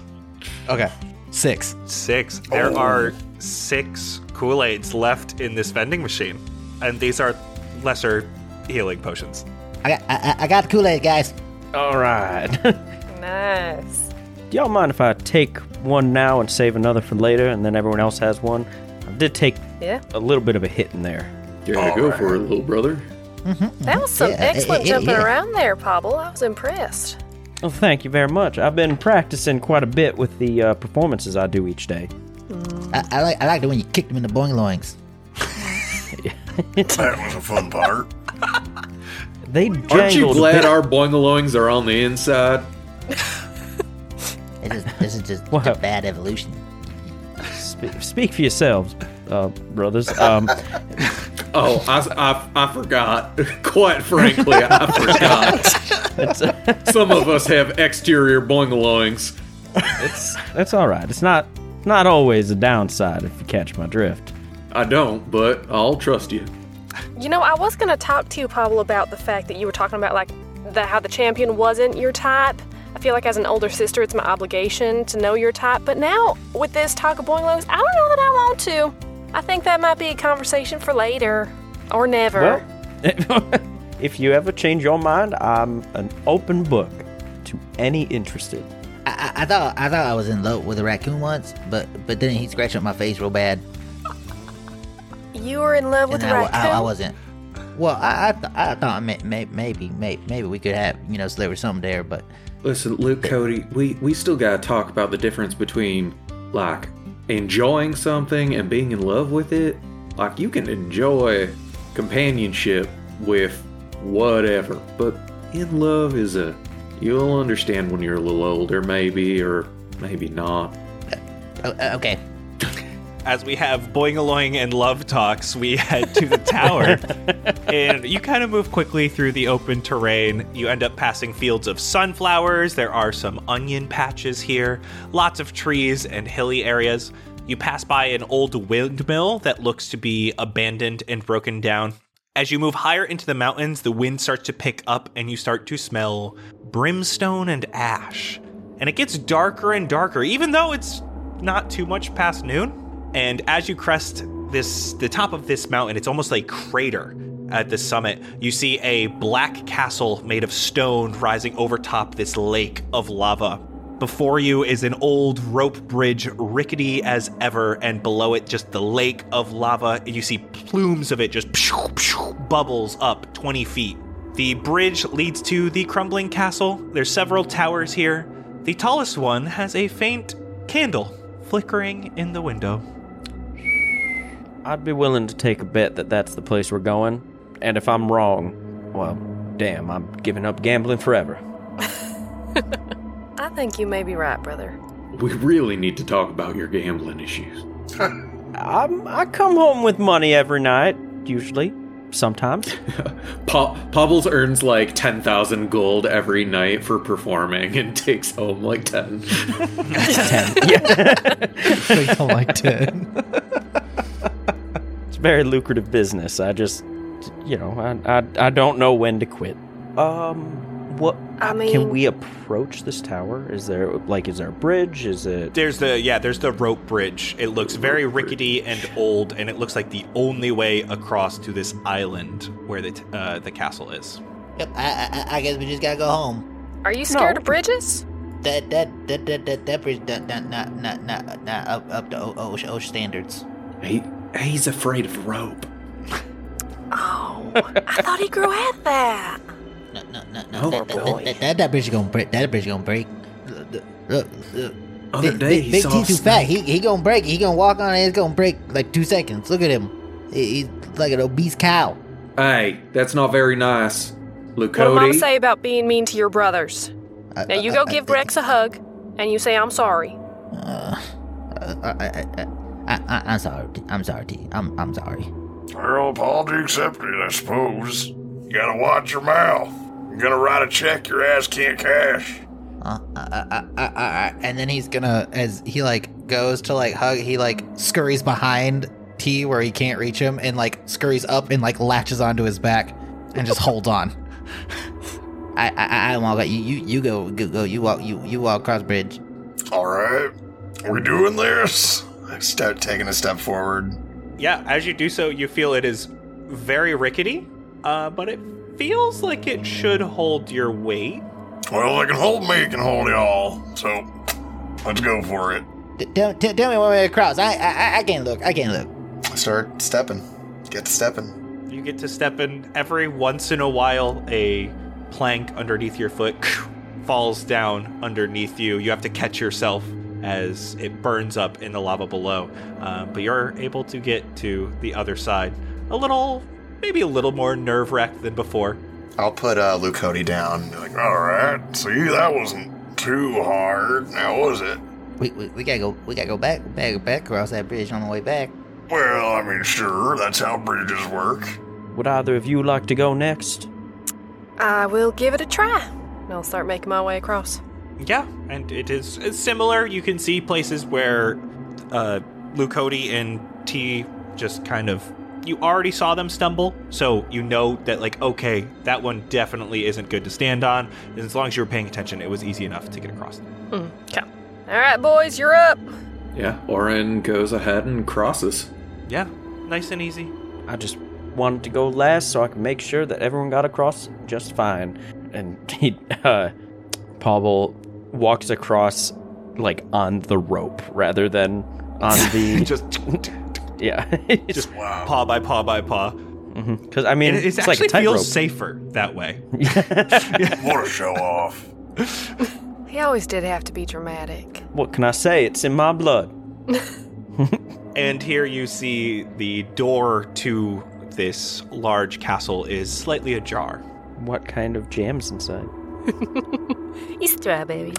Speaker 6: Okay, six.
Speaker 3: Six. There are six Kool Aids left in this vending machine, and these are lesser healing potions.
Speaker 9: I got I, I- I got Kool Aid, guys.
Speaker 7: All <laughs> right.
Speaker 5: Nice.
Speaker 7: Do y'all mind if I take one now and save another for later, and then everyone else has one? I did take
Speaker 5: Yeah.
Speaker 7: a little bit of a hit in there.
Speaker 4: yeah, go for it, little brother.
Speaker 5: That was some
Speaker 9: Yeah,
Speaker 5: excellent
Speaker 9: yeah, yeah,
Speaker 5: jumping
Speaker 9: yeah.
Speaker 5: around there, Pobble. I was impressed.
Speaker 7: Well, thank you very much. I've been practicing quite a bit with the uh, performances I do each day.
Speaker 9: I, I like I liked it when you kicked him in the boing loings.
Speaker 2: That was a fun part.
Speaker 7: They
Speaker 4: Aren't you
Speaker 7: jangled. a
Speaker 4: glad
Speaker 7: bit-
Speaker 4: our boingaloings are on the inside?
Speaker 9: This is this is just
Speaker 7: Wow.
Speaker 9: a bad evolution.
Speaker 7: Spe- speak for yourselves, uh, brothers.
Speaker 4: <laughs>
Speaker 7: Um,
Speaker 4: Oh, I, I, I forgot. <laughs> Quite frankly,
Speaker 7: <laughs>
Speaker 4: I forgot.
Speaker 7: it's,
Speaker 4: Some of us have exterior boingaloings.
Speaker 7: it's that's all right. It's not not always a downside if you catch my drift.
Speaker 4: I don't, but I'll trust you.
Speaker 5: You know, I was going to talk to you, Pobble, about the fact that you were talking about, like, the, how the champion wasn't your type. I feel like as an older sister, it's my obligation to know your type. But now, with this talk of boinglings, I don't know that I want to. I think that might be a conversation for later. Or never.
Speaker 7: Well, if you ever change your mind, I'm an open book to any interested.
Speaker 9: I, I, I thought I thought I was in love with a raccoon once, but but then he scratched up my face real bad,
Speaker 5: you were in love with
Speaker 9: and I, wa-
Speaker 5: Raccoon.
Speaker 9: I, I wasn't. Well, I I, th- I thought may, may, maybe may, maybe we could have you know so there was something there, but
Speaker 4: Listen, Luke Cody, we, we still gotta talk about the difference between like enjoying something and being in love with it. Like you can enjoy companionship with whatever, but in love is a you'll understand when you're a little older, maybe, or maybe not.
Speaker 9: oh, oh, okay.
Speaker 3: as we have boingaloing and love talks, we <laughs> head to the tower. and you kind of move quickly through the open terrain. You end up passing fields of sunflowers. There are some onion patches here, lots of trees and hilly areas. You pass by an old windmill that looks to be abandoned and broken down. As you move higher into the mountains, the wind starts to pick up and you start to smell brimstone and ash. And it gets darker and darker, even though it's not too much past noon. And as you crest this the top of this mountain, it's almost like crater at the summit. You see a black castle made of stone rising over top this lake of lava. Before you is an old rope bridge, rickety as ever, and below it just the lake of lava. And you see plumes of it just bubbles up 20 feet. The bridge leads to the crumbling castle. There's several towers here. The tallest one has a faint candle flickering in the window.
Speaker 7: I'd be willing to take a bet that that's the place we're going. And if I'm wrong, well, damn, I'm giving up gambling forever.
Speaker 5: I think you may be right, brother.
Speaker 4: We really need to talk about your gambling issues.
Speaker 7: <laughs> I'm, I come home with money every night, usually,
Speaker 4: <laughs>
Speaker 7: sometimes.
Speaker 4: Pa- Pobbles earns like 10,000 gold every night for performing and <laughs> takes home like 10.
Speaker 6: Like, oh, like ten.
Speaker 7: It's very lucrative business. I just, you know, I, I, I don't know when to quit. Um, what?
Speaker 5: I mean-
Speaker 7: can we approach this tower? Is there like, is there a bridge? Is it?
Speaker 3: There's the yeah, there's the rope bridge. It looks very rickety and old, and it looks like the only way across to this island where the t- uh, the castle is.
Speaker 9: Yep, I, I, I guess we just gotta go home.
Speaker 5: Are you scared
Speaker 7: No.
Speaker 5: of bridges?
Speaker 9: That that that that that, that bridge not not not not, not, not up up to O- O- O- standards.
Speaker 4: He, he's afraid of rope.
Speaker 5: Oh, I thought he grew out of that.
Speaker 9: No no no no.
Speaker 4: Oh,
Speaker 9: that, that,
Speaker 4: boy.
Speaker 9: that, that, that, that bridge is gonna break. That bridge is gonna break. Look, look, look.
Speaker 4: Other
Speaker 9: Big-
Speaker 4: day,
Speaker 9: big,
Speaker 4: he
Speaker 9: big
Speaker 4: saw
Speaker 9: T
Speaker 4: a
Speaker 9: too fat.
Speaker 4: snake.
Speaker 9: He he gonna break. it. He gonna walk on it. It's gonna break like two seconds. Look at him. He- He's like an obese cow.
Speaker 4: Hey, that's not very nice. Look,
Speaker 5: What did
Speaker 4: Cody.
Speaker 5: Mama say about being mean to your brothers?
Speaker 9: I-
Speaker 5: Now you
Speaker 9: I-
Speaker 5: go
Speaker 9: I-
Speaker 5: give Rex a hug, and you say I'm sorry.
Speaker 9: Uh, I, I, I, I, I, I'm sorry. T. I'm sorry, T. I'm I'm sorry.
Speaker 2: Well, apology accepted, I suppose. You gotta watch your mouth. You're gonna write a check your ass can't cash.
Speaker 9: Uh, uh, uh, uh, uh, uh, and then he's gonna as he like goes to like hug. He like scurries behind T where he can't reach him, and like scurries up and like latches onto his back and just holds on. I I I- I walk. You you you go go go. You walk you you walk across bridge.
Speaker 2: All right, we're doing this.
Speaker 8: Start taking a step forward.
Speaker 3: Yeah, as you do so, you feel it is very rickety, uh, but it feels like it should hold your weight.
Speaker 2: Well, they can hold me, it can hold y'all. So let's go for it.
Speaker 9: T- tell, t- tell me where we're across. I, I I- I can't look. I can't look.
Speaker 8: Start stepping. Get to stepping.
Speaker 3: You get to step in every once in a while, a plank underneath your foot <laughs> falls down underneath you. You have to catch yourself as it burns up in the lava below. Uh, but you're able to get to the other side a little, maybe a little more nerve wracked than before.
Speaker 8: I'll put uh, Luke Cody down.
Speaker 2: Like, all right, see, that wasn't too hard, now was it?
Speaker 9: We, we, we gotta go. We gotta go back back back across that bridge on the way back.
Speaker 2: Well, I mean, sure, that's how bridges
Speaker 4: <laughs>
Speaker 2: work.
Speaker 7: Would either of you like to go next?
Speaker 5: I will give it a try. And I'll start making my way across.
Speaker 3: Yeah, and it is it's similar. You can see places where uh, Luke Cody and T just kind of you already saw them stumble, so you know that like okay, that one definitely isn't good to stand on. And as long as you were paying attention, it was easy enough to get across.
Speaker 5: Hmm, Okay. All right, boys, you're up.
Speaker 4: Yeah, Oren goes ahead and crosses.
Speaker 3: Yeah, nice and easy.
Speaker 7: I just wanted to go last so I could make sure that everyone got across just fine. And <laughs> he, uh, Pobble walks across like on the rope rather than
Speaker 4: <laughs>
Speaker 7: on the
Speaker 3: Just
Speaker 7: <laughs> yeah. Mm-hmm.
Speaker 3: just
Speaker 2: Oh.
Speaker 3: paw by paw by paw.
Speaker 7: Because I mean,
Speaker 3: And it, it
Speaker 7: it's, like
Speaker 3: actually
Speaker 7: a tightrope.
Speaker 3: feels safer that way.
Speaker 2: What a show off.
Speaker 5: He always did have to be dramatic.
Speaker 7: What can I say? It's in my <laughs> blood.
Speaker 3: <laughs> And here you see the door to this large castle is slightly ajar.
Speaker 7: What kind of jams inside?
Speaker 5: <laughs> Easter baby.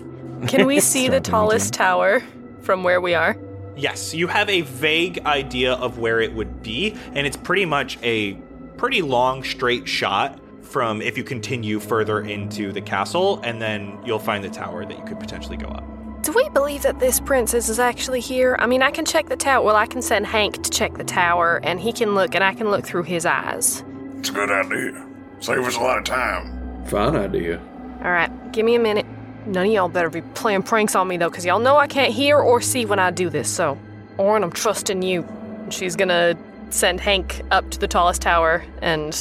Speaker 5: Can we see the tallest tower from where we are?
Speaker 3: Yes, you have a vague idea of where it would be, and it's pretty much a pretty long straight shot from if you continue further into the castle, and then you'll find the tower that you could potentially go up.
Speaker 5: Do we believe that this princess is actually here? I mean, I can check the tower. Well, I can send Hank to check the tower, and he can look, and I can look through his eyes.
Speaker 2: It's a good idea. Save us a lot of time.
Speaker 4: Fine idea.
Speaker 5: All right, give me a minute. None of y'all better be playing pranks on me, though, because y'all know I can't hear or see when I do this, so. Orin, I'm trusting you. And She's gonna send Hank up to the tallest tower and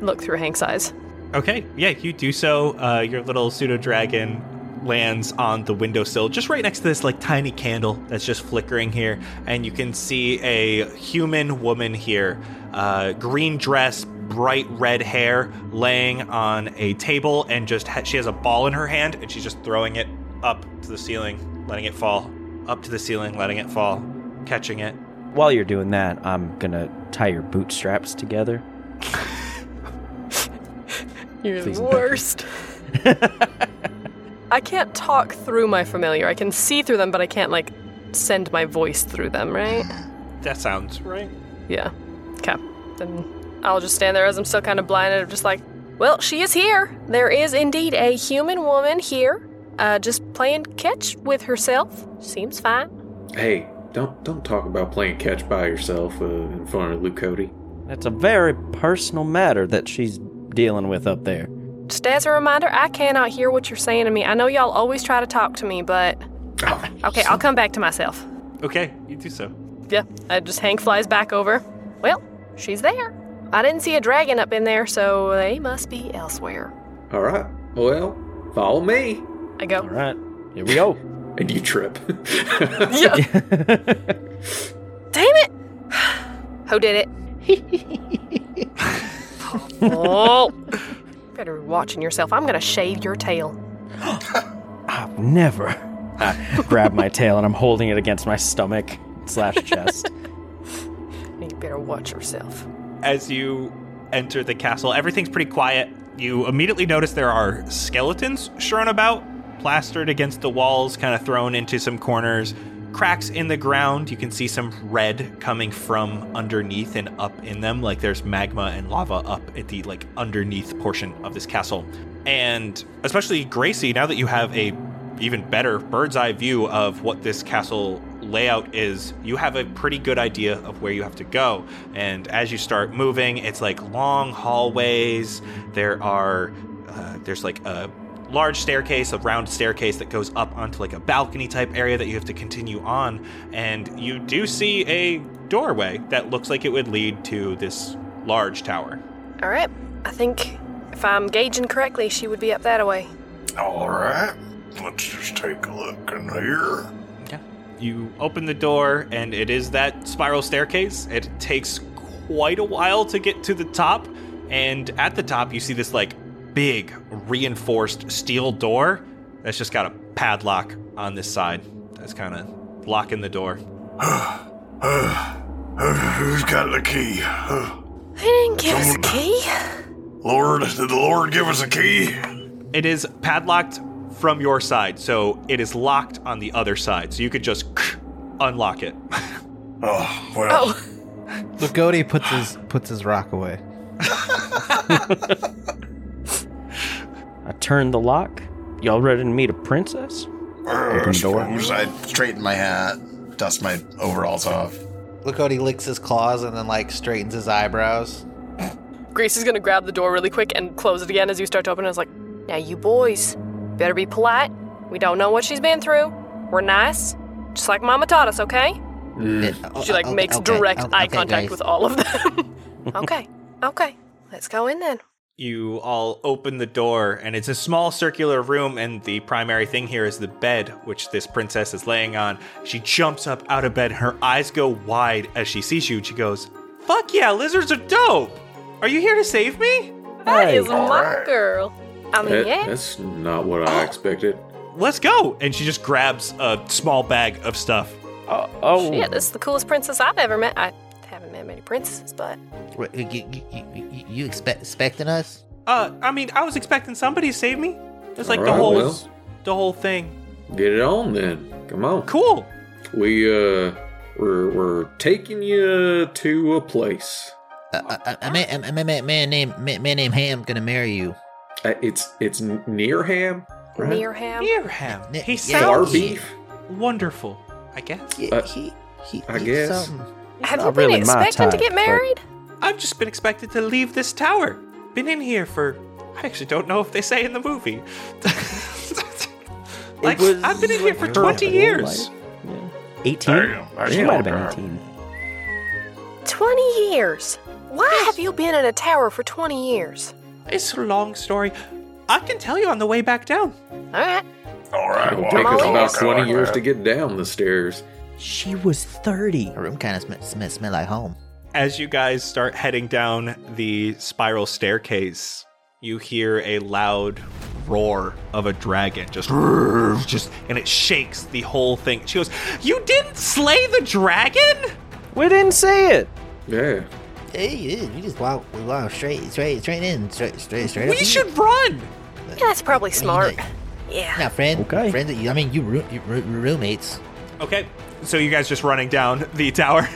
Speaker 5: look through Hank's eyes.
Speaker 3: Okay, yeah, you do so. Uh, your little pseudo dragon lands on the windowsill, just right next to this like tiny candle that's just flickering here, and you can see a human woman here, uh, green dress, bright red hair, laying on a table, and just ha- she has a ball in her hand, and she's just throwing it up to the ceiling, letting it fall, up to the ceiling, letting it fall, catching it.
Speaker 7: While you're doing that, I'm gonna tie your bootstraps together.
Speaker 5: You're
Speaker 7: Please
Speaker 5: the
Speaker 7: don't.
Speaker 5: worst. <laughs> I can't talk through my familiar. I can see through them, but I can't, like, send my voice through them, right?
Speaker 3: That sounds right.
Speaker 5: Yeah. Okay. Then I'll just stand there as I'm still kind of blinded. I'm just like, well, she is here. There is indeed a human woman here, uh, just playing catch with herself. Seems fine.
Speaker 4: Hey, don't don't talk about playing catch by yourself uh, in front of Luke Cody.
Speaker 7: That's a very personal matter that she's dealing with up there.
Speaker 5: Just as a reminder, I cannot hear what you're saying to me. I know y'all always try to talk to me, but
Speaker 3: Ah,
Speaker 4: Oh,
Speaker 5: okay, I'll come back to myself.
Speaker 3: Okay, you do so.
Speaker 5: Yeah, I just Hank flies back over. Well, she's there. I didn't see a dragon up in there, so they must be elsewhere.
Speaker 4: all right. Well, follow me.
Speaker 5: I go.
Speaker 7: All right, here we go.
Speaker 4: <laughs> And you trip.
Speaker 5: <laughs>
Speaker 4: <laughs>
Speaker 5: Yeah. Damn it! <sighs> Who did it? oh, <laughs> better be watching yourself. I'm gonna shave your tail.
Speaker 7: I've
Speaker 4: <laughs>
Speaker 7: never. I grab my tail and I'm holding it against my stomach
Speaker 6: <laughs>
Speaker 7: slash
Speaker 5: <laughs>
Speaker 7: chest.
Speaker 5: You better watch yourself.
Speaker 3: as you enter the castle, everything's pretty quiet. You immediately notice there are skeletons strewn about, plastered against the walls, kind of thrown into some corners. Cracks in the ground, you can see some red coming from underneath and up in them, like there's magma and lava up at the like underneath portion of this castle. And especially Gracie, now that you have a even better bird's eye view of what this castle layout is, you have a pretty good idea of where you have to go. And as you start moving, it's like long hallways. There are, uh, there's like a large staircase, a round staircase that goes up onto like a balcony type area that you have to continue on. And you do see a doorway that looks like it would lead to this large tower.
Speaker 5: All right. I think if I'm gauging correctly, she would be up that way.
Speaker 2: All right. Let's just take a look in here. <sighs>
Speaker 3: You open the door, and it is that spiral staircase. It takes quite a while to get to the top, and at the top, you see this like big reinforced steel door that's just got a padlock on this side that's kind of locking the door.
Speaker 2: Who's got the key?
Speaker 5: They didn't give us a key.
Speaker 2: Lord, did the Lord give us a key?
Speaker 3: It is padlocked from your side, so it is locked on the other side, so you could just unlock it. <laughs>
Speaker 2: Oh, well.
Speaker 5: Oh.
Speaker 6: Lugodi puts his puts his rock away.
Speaker 7: I turn the lock. Y'all ready to meet a princess?
Speaker 2: uh,
Speaker 8: Open the door.
Speaker 2: suppose
Speaker 8: I straighten my hat, dust my overalls off.
Speaker 6: Lugodi licks his claws and then like straightens his eyebrows.
Speaker 5: Grace is gonna grab the door really quick and close it again as you start to open it. I was like, now you boys, better be polite. We don't know what she's been through. We're nice, just like Mama taught us, okay?
Speaker 9: Oh,
Speaker 5: She like makes direct eye contact with all of
Speaker 9: <laughs>
Speaker 5: them. okay, okay, let's go in then.
Speaker 3: you all open the door and it's a small circular room and the primary thing here is the bed which this princess is laying on she jumps up out of bed her eyes go wide as she sees you and she goes fuck yeah lizards are dope are you here to save me
Speaker 5: That is my
Speaker 2: Alright.
Speaker 5: girl. I mean,
Speaker 4: That-
Speaker 5: yeah.
Speaker 4: That's not what I expected.
Speaker 3: let's go and she just grabs a small bag of stuff
Speaker 7: Uh, oh,
Speaker 5: Yeah, this is the coolest princess I've ever met. I haven't met many princesses, but
Speaker 9: Wait, You, you- you- you- you expect, expecting us?
Speaker 3: uh i mean i was expecting somebody to save me it's like the
Speaker 4: Alright,
Speaker 3: whole
Speaker 4: well.
Speaker 3: the whole thing
Speaker 4: Get it on then. Come on.
Speaker 3: cool
Speaker 4: We uh We're, we're taking you to a place.
Speaker 9: Uh, A, a, a, man, a, a man, man named man, man named Ham gonna marry you.
Speaker 4: Uh, it's it's n- near ham, right?
Speaker 5: Near ham.
Speaker 3: Near him.
Speaker 9: Yeah,
Speaker 3: He
Speaker 9: yeah.
Speaker 4: Bar
Speaker 3: sounds
Speaker 4: beef.
Speaker 3: wonderful, I guess.
Speaker 9: Yeah,
Speaker 4: Uh,
Speaker 9: he, he,
Speaker 4: I
Speaker 9: he's
Speaker 4: guess.
Speaker 9: something.
Speaker 5: Have you
Speaker 7: Not
Speaker 5: been
Speaker 7: really my
Speaker 5: expecting to
Speaker 7: type,
Speaker 5: get
Speaker 7: but-
Speaker 5: married?
Speaker 3: I've just been expected to leave this tower. Been in here for. I actually don't know if they say in the movie. <laughs> like,
Speaker 7: was
Speaker 3: I've been in here
Speaker 7: like
Speaker 3: for
Speaker 7: her
Speaker 3: 20
Speaker 7: whole
Speaker 3: years.
Speaker 7: life. Yeah. 18?
Speaker 2: Damn, that's
Speaker 7: she might have been
Speaker 2: not
Speaker 7: 18.
Speaker 5: 20 years. Why have you been in a tower for 20 years?
Speaker 3: It's a long story. I can tell you on the way back down.
Speaker 5: All right.
Speaker 2: All right,
Speaker 4: It'll
Speaker 2: well,
Speaker 4: take
Speaker 5: Molly?
Speaker 4: us
Speaker 2: I'll
Speaker 4: about
Speaker 2: walk out
Speaker 4: 20
Speaker 2: like
Speaker 4: years
Speaker 2: that.
Speaker 4: to get down the stairs.
Speaker 7: She was 30.
Speaker 9: Her room kind of smell smell smell like home.
Speaker 3: As you guys start heading down the spiral staircase, you hear a loud roar of a dragon just just and it shakes the whole thing. She goes, "You didn't slay the dragon?"
Speaker 7: We didn't say it.
Speaker 4: Yeah.
Speaker 9: Hey, yeah, we just walk, we walk straight, straight, straight in, straight, straight, straight up.
Speaker 3: We
Speaker 9: to you.
Speaker 3: should run.
Speaker 5: Yeah, that's probably smart.
Speaker 9: What do you
Speaker 5: Yeah.
Speaker 9: Now, friend,
Speaker 7: Okay.
Speaker 9: friend, you, I mean, you, roo- you roo- roommates.
Speaker 3: Okay. So you guys just running down the tower.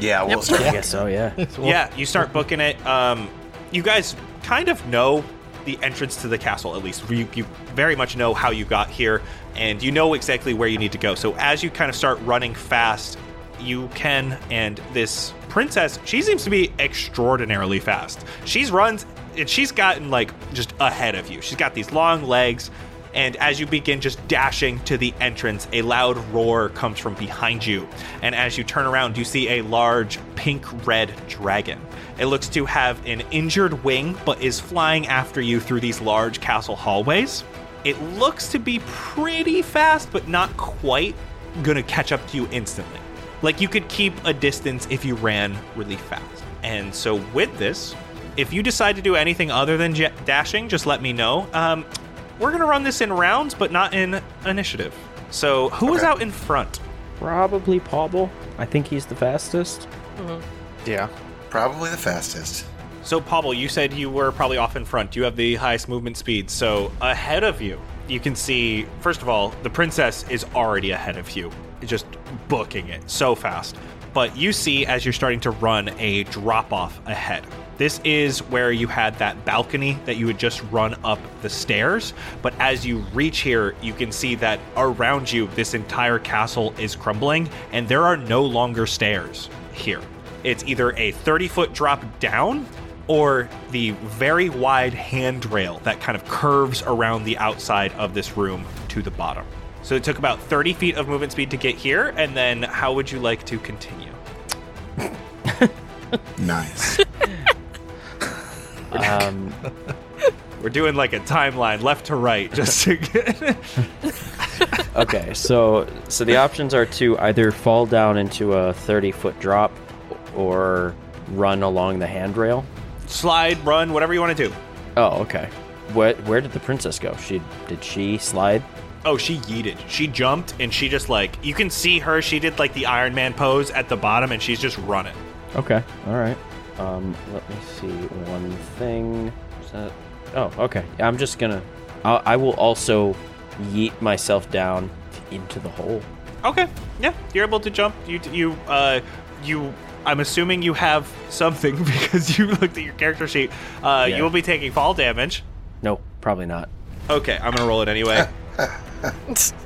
Speaker 8: Yeah, we'll start.
Speaker 7: I guess <laughs> so, yeah.
Speaker 3: yeah, you start booking it. Um, you guys kind of know the entrance to the castle, at least. You, you very much know how you got here, and you know exactly where you need to go. So as you kind of start running fast, you can, and this princess, she seems to be extraordinarily fast. She's runs, and she's gotten like just ahead of you. She's got these long legs. And as you begin just dashing to the entrance, a loud roar comes from behind you. And as you turn around, you see a large pink red dragon. It looks to have an injured wing, but is flying after you through these large castle hallways. It looks to be pretty fast, but not quite gonna catch up to you instantly. Like you could keep a distance if you ran really fast. And so with this, if you decide to do anything other than ja dashing, just let me know. Um, we're gonna run this in rounds, but not in initiative. So who was out in front?
Speaker 7: Probably Pobble. I think he's the
Speaker 3: <laughs>
Speaker 7: fastest.
Speaker 5: Mm-hmm.
Speaker 6: Yeah.
Speaker 8: Probably the fastest.
Speaker 3: So Pavel, you said you were probably off in front. You have the highest movement speed. So ahead of you, you can see. First of all, the princess is already ahead of you, just booking it so fast. But you see, as you're starting to run, a drop off ahead. This is where you had that balcony that you would just run up the stairs. But as you reach here, you can see that around you, this entire castle is crumbling, and there are no longer stairs here. It's either a 30 foot drop down or the very wide handrail that kind of curves around the outside of this room to the bottom. So it took about 30 feet of movement speed to get here, and then how would you like to continue?
Speaker 4: <laughs>
Speaker 8: Nice.
Speaker 7: Um,
Speaker 3: <laughs> We're doing like a timeline left to right, just to get. <laughs>
Speaker 7: okay, so so the options are to either fall down into a 30 foot drop or run along the handrail.
Speaker 3: slide, run, whatever you want to do.
Speaker 7: Oh, okay. What? Where did the princess go? She did she slide?
Speaker 3: Oh, she yeeted. She jumped and she just like, you can see her. She did like the Iron Man pose at the bottom and she's just running.
Speaker 7: Okay. All right. Um, let me see one thing. Is that? Oh, okay. I'm just gonna. I'll, I will also yeet myself down into the hole.
Speaker 3: Okay. Yeah, you're able to jump. You you uh you. I'm assuming you have something <laughs> because you looked at your character sheet. Uh,
Speaker 7: Yeah.
Speaker 3: You will be taking fall damage.
Speaker 7: No, probably not.
Speaker 3: Okay, I'm gonna roll it anyway.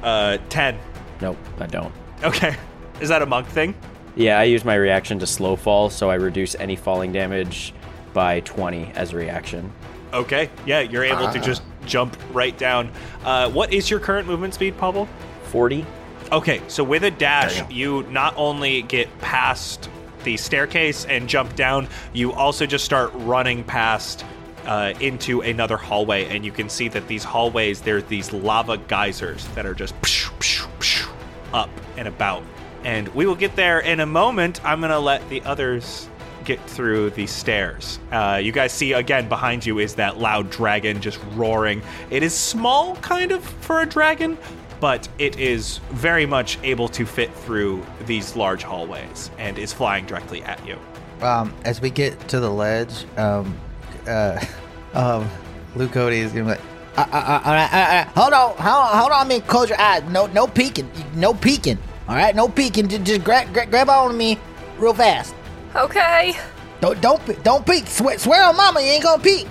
Speaker 3: uh, ten.
Speaker 7: Nope, I don't.
Speaker 3: Okay, is that a monk thing?
Speaker 7: Yeah, I use my reaction to slow fall, so I reduce any falling damage by 20 as a reaction.
Speaker 3: Okay, yeah, you're able to just jump right down. Uh, what is your current movement speed, Pavel?
Speaker 7: 40.
Speaker 3: Okay, so with a dash, you not only get past the staircase and jump down, you also just start running past uh, into another hallway, and you can see that these hallways, there's these lava geysers that are just pshoo, pshoo, pshoo, up and about. And we will get there in a moment. I'm going to let the others get through the stairs. Uh, you guys see again behind you is that loud dragon just roaring. It is small, kind of, for a dragon, but it is very much able to fit through these large hallways and is flying directly at you.
Speaker 6: Um, as we get to the ledge, um, uh, <laughs> um, Luke Cody is gonna be like,
Speaker 9: Uh, uh, uh, all right, all right, all right. Hold on, hold on, hold on. I mean, close your eyes. No, no peeking, no peeking. All right, no peeking. Just, just grab, grab, grab on to me real fast.
Speaker 5: Okay.
Speaker 9: Don't, don't, pe- don't peek. Swear, swear on mama, you ain't gonna peek.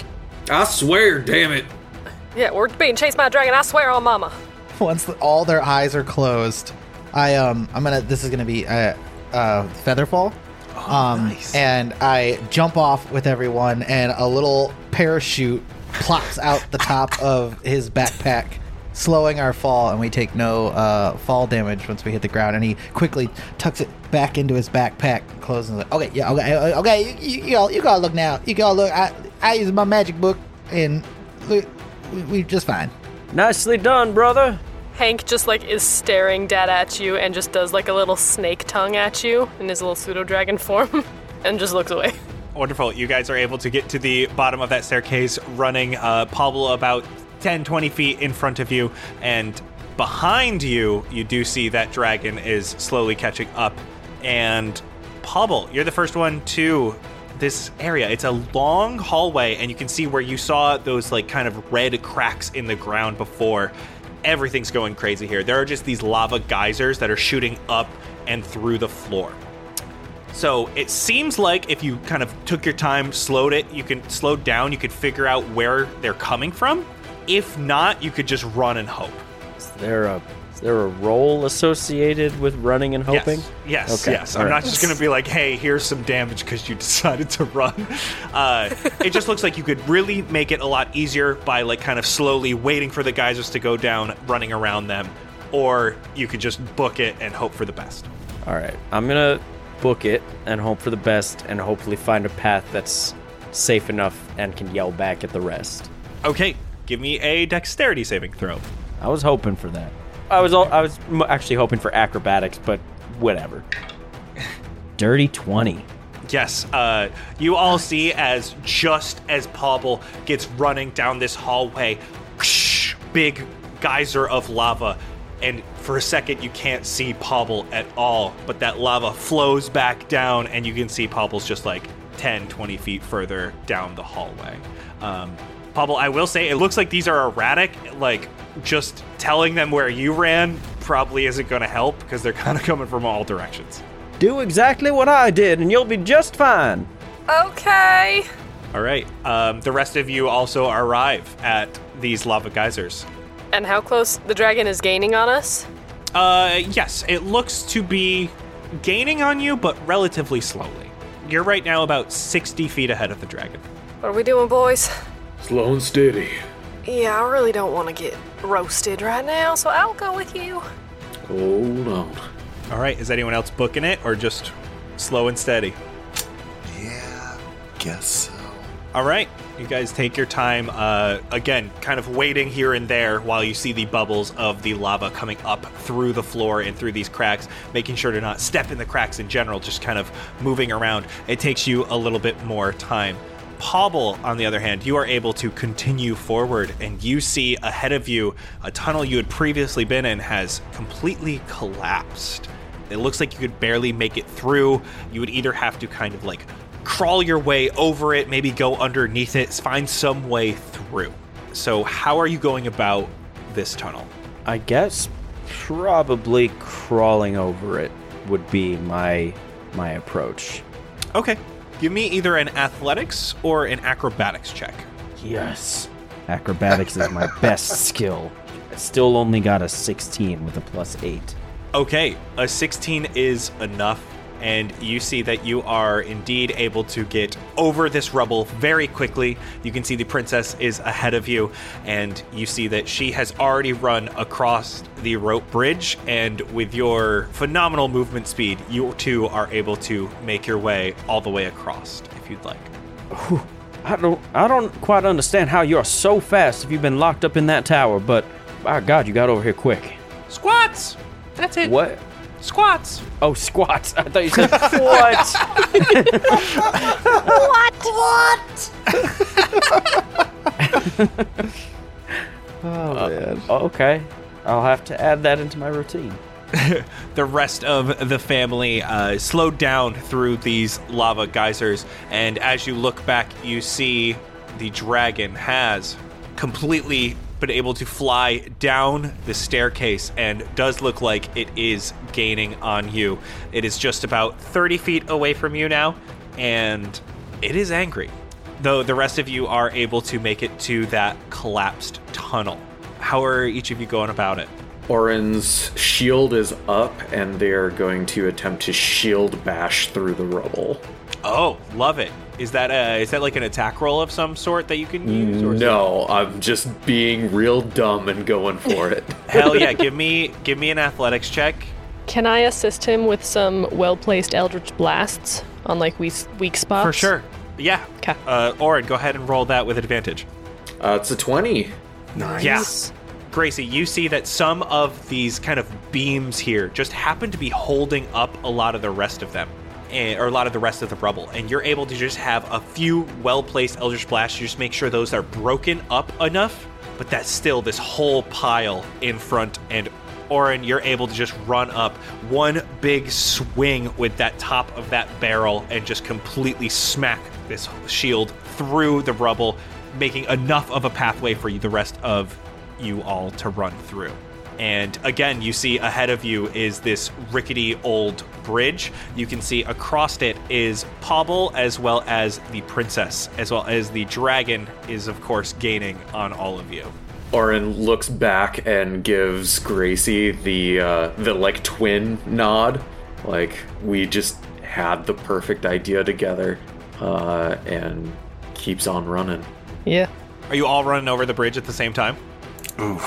Speaker 4: I swear, damn it.
Speaker 5: Yeah, we're being chased by a dragon. I swear on Mama.
Speaker 6: Once the, all their eyes are closed, I um I'm gonna this is gonna be uh, uh featherfall. um and I jump off with everyone and a little parachute plops out the top of his backpack, slowing our fall and we take no uh fall damage once we hit the ground and he quickly tucks it back into his backpack, closes it.
Speaker 9: Okay, yeah, okay, uh, okay. You, you, you, all, you gotta look now. You gotta look. I, I use my magic book, and we, we, we just fine.
Speaker 7: Nicely done, brother.
Speaker 5: Hank just like is staring dead at you and just does like a little snake tongue at you in his little pseudo dragon form <laughs> and just looks away.
Speaker 3: Wonderful. You guys are able to get to the bottom of that staircase, running uh, Pablo about 10, 20 feet in front of you. And behind you, you do see that dragon is slowly catching up. And Pablo, you're the first one to this area. It's a long hallway, and you can see where you saw those, like, kind of red cracks in the ground before. Everything's going crazy here. There are just these lava geysers that are shooting up and through the floor. So it seems like if you kind of took your time, slowed it, you can slow down, you could figure out where they're coming from. If not, you could just run and hope.
Speaker 7: Is there a is there a role associated with running and hoping?
Speaker 3: Yes, yes.
Speaker 7: Okay,
Speaker 3: yes.
Speaker 7: all
Speaker 3: I'm
Speaker 7: right.
Speaker 3: not just going to be like, hey, here's some damage because you <laughs> decided to run. Uh, it just looks like you could really make it a lot easier by like kind of slowly waiting for the geysers to go down, running around them, or you could just book it and hope for the best.
Speaker 7: All right, I'm gonna book it and hope for the best, and hopefully find a path that's safe enough and can yell back at the rest.
Speaker 3: Okay, give me a dexterity saving throw.
Speaker 7: I was hoping for that. I was all, I was m- actually hoping for acrobatics, but whatever. <laughs> Dirty twenty.
Speaker 3: Yes, uh, you all see as just as Pobble gets running down this hallway, big geyser of lava, and for a second you can't see Pobble at all, but that lava flows back down, and you can see Pobble's just like 10, 20 feet further down the hallway. Um, Pobble, I will say it looks like these are erratic, like just telling them where you ran probably isn't going to help because they're kind of coming from all directions.
Speaker 7: Do exactly what I did, and you'll be just fine.
Speaker 5: Okay.
Speaker 3: All right. Um, the rest of you also arrive at these lava geysers.
Speaker 5: And how close the dragon is gaining on us?
Speaker 3: Uh, yes, it looks to be gaining on you, but relatively slowly. You're right now about 60 feet ahead of the dragon.
Speaker 5: What are we doing, boys?
Speaker 4: Slow and steady.
Speaker 5: Yeah, I really don't want to get roasted right now, so I'll go with you.
Speaker 4: Hold on.
Speaker 3: All right. Is anyone else booking it or just slow and steady?
Speaker 8: Yeah, guess so.
Speaker 3: All right. You guys take your time, uh, again, kind of waiting here and there while you see the bubbles of the lava coming up through the floor and through these cracks, making sure to not step in the cracks in general, just kind of moving around. It takes you a little bit more time. Pobble, on the other hand, you are able to continue forward, and you see ahead of you a tunnel you had previously been in has completely collapsed. It looks like you could barely make it through. You would either have to kind of like crawl your way over it, maybe go underneath it, find some way through. So, how are you going about this tunnel?
Speaker 7: I guess probably crawling over it would be my my approach.
Speaker 3: Okay. Give me either an athletics or an acrobatics check.
Speaker 7: Yes. Acrobatics is my best skill. I still only got a 16 with a plus 8.
Speaker 3: Okay, a 16 is enough, and you see that you are indeed able to get over this rubble very quickly. You can see the princess is ahead of you, and you see that she has already run across the rope bridge, and with your phenomenal movement speed, you two are able to make your way all the way across if you'd like.
Speaker 7: I don't I don't quite understand how you're so fast if you've been locked up in that tower, but by god, you got over here quick.
Speaker 3: Squats! That's it.
Speaker 7: What?
Speaker 3: Squats!
Speaker 7: Oh, squats. <laughs> I thought you said
Speaker 3: <laughs>
Speaker 10: <laughs>
Speaker 7: what?
Speaker 9: What?
Speaker 7: <laughs> Uh, okay. I'll have to add that into my routine.
Speaker 3: <laughs> the rest of the family uh, slowed down through these lava geysers. And as you look back, you see the dragon has completely but able to fly down the staircase and does look like it is gaining on you. It is just about 30 feet away from you now, and it is angry. Though the rest of you are able to make it to that collapsed tunnel. How are each of you going about it?
Speaker 4: Orin's shield is up, and they are going to attempt to shield bash through the rubble.
Speaker 3: Oh, love it. Is that uh is that like an attack roll of some sort that you can use? Or is
Speaker 4: No, I'm just being real dumb and going for it.
Speaker 3: it- Hell yeah! Give me give me an athletics check.
Speaker 5: Can I assist him with some well placed Eldritch blasts on like we- weak spots?
Speaker 3: Yeah.
Speaker 5: 'Kay.
Speaker 3: Uh, Orin, go ahead and roll that with advantage.
Speaker 4: Uh, it's a 20.
Speaker 8: Nice.
Speaker 3: Yeah. Gracie, you see that some of these kind of beams here just happen to be holding up a lot of the rest of them, eh, or a lot of the rest of the rubble, and you're able to just have a few well-placed Eldritch Blasts. to just make sure those are broken up enough, but that's still this whole pile in front. And Orin, you're able to just run up one big swing with that top of that barrel and just completely smack this shield through the rubble, making enough of a pathway for you, the rest of you all to run through. And again, you see ahead of you is this rickety old bridge. You can see across it is Pobble as well as the princess, as well as the dragon is, of course, gaining on all of you.
Speaker 4: Orin looks back and gives Gracie the uh, the like twin nod, like we just had the perfect idea together, uh, and keeps on running.
Speaker 5: Yeah.
Speaker 3: Are you all running over the bridge at the same time?
Speaker 5: I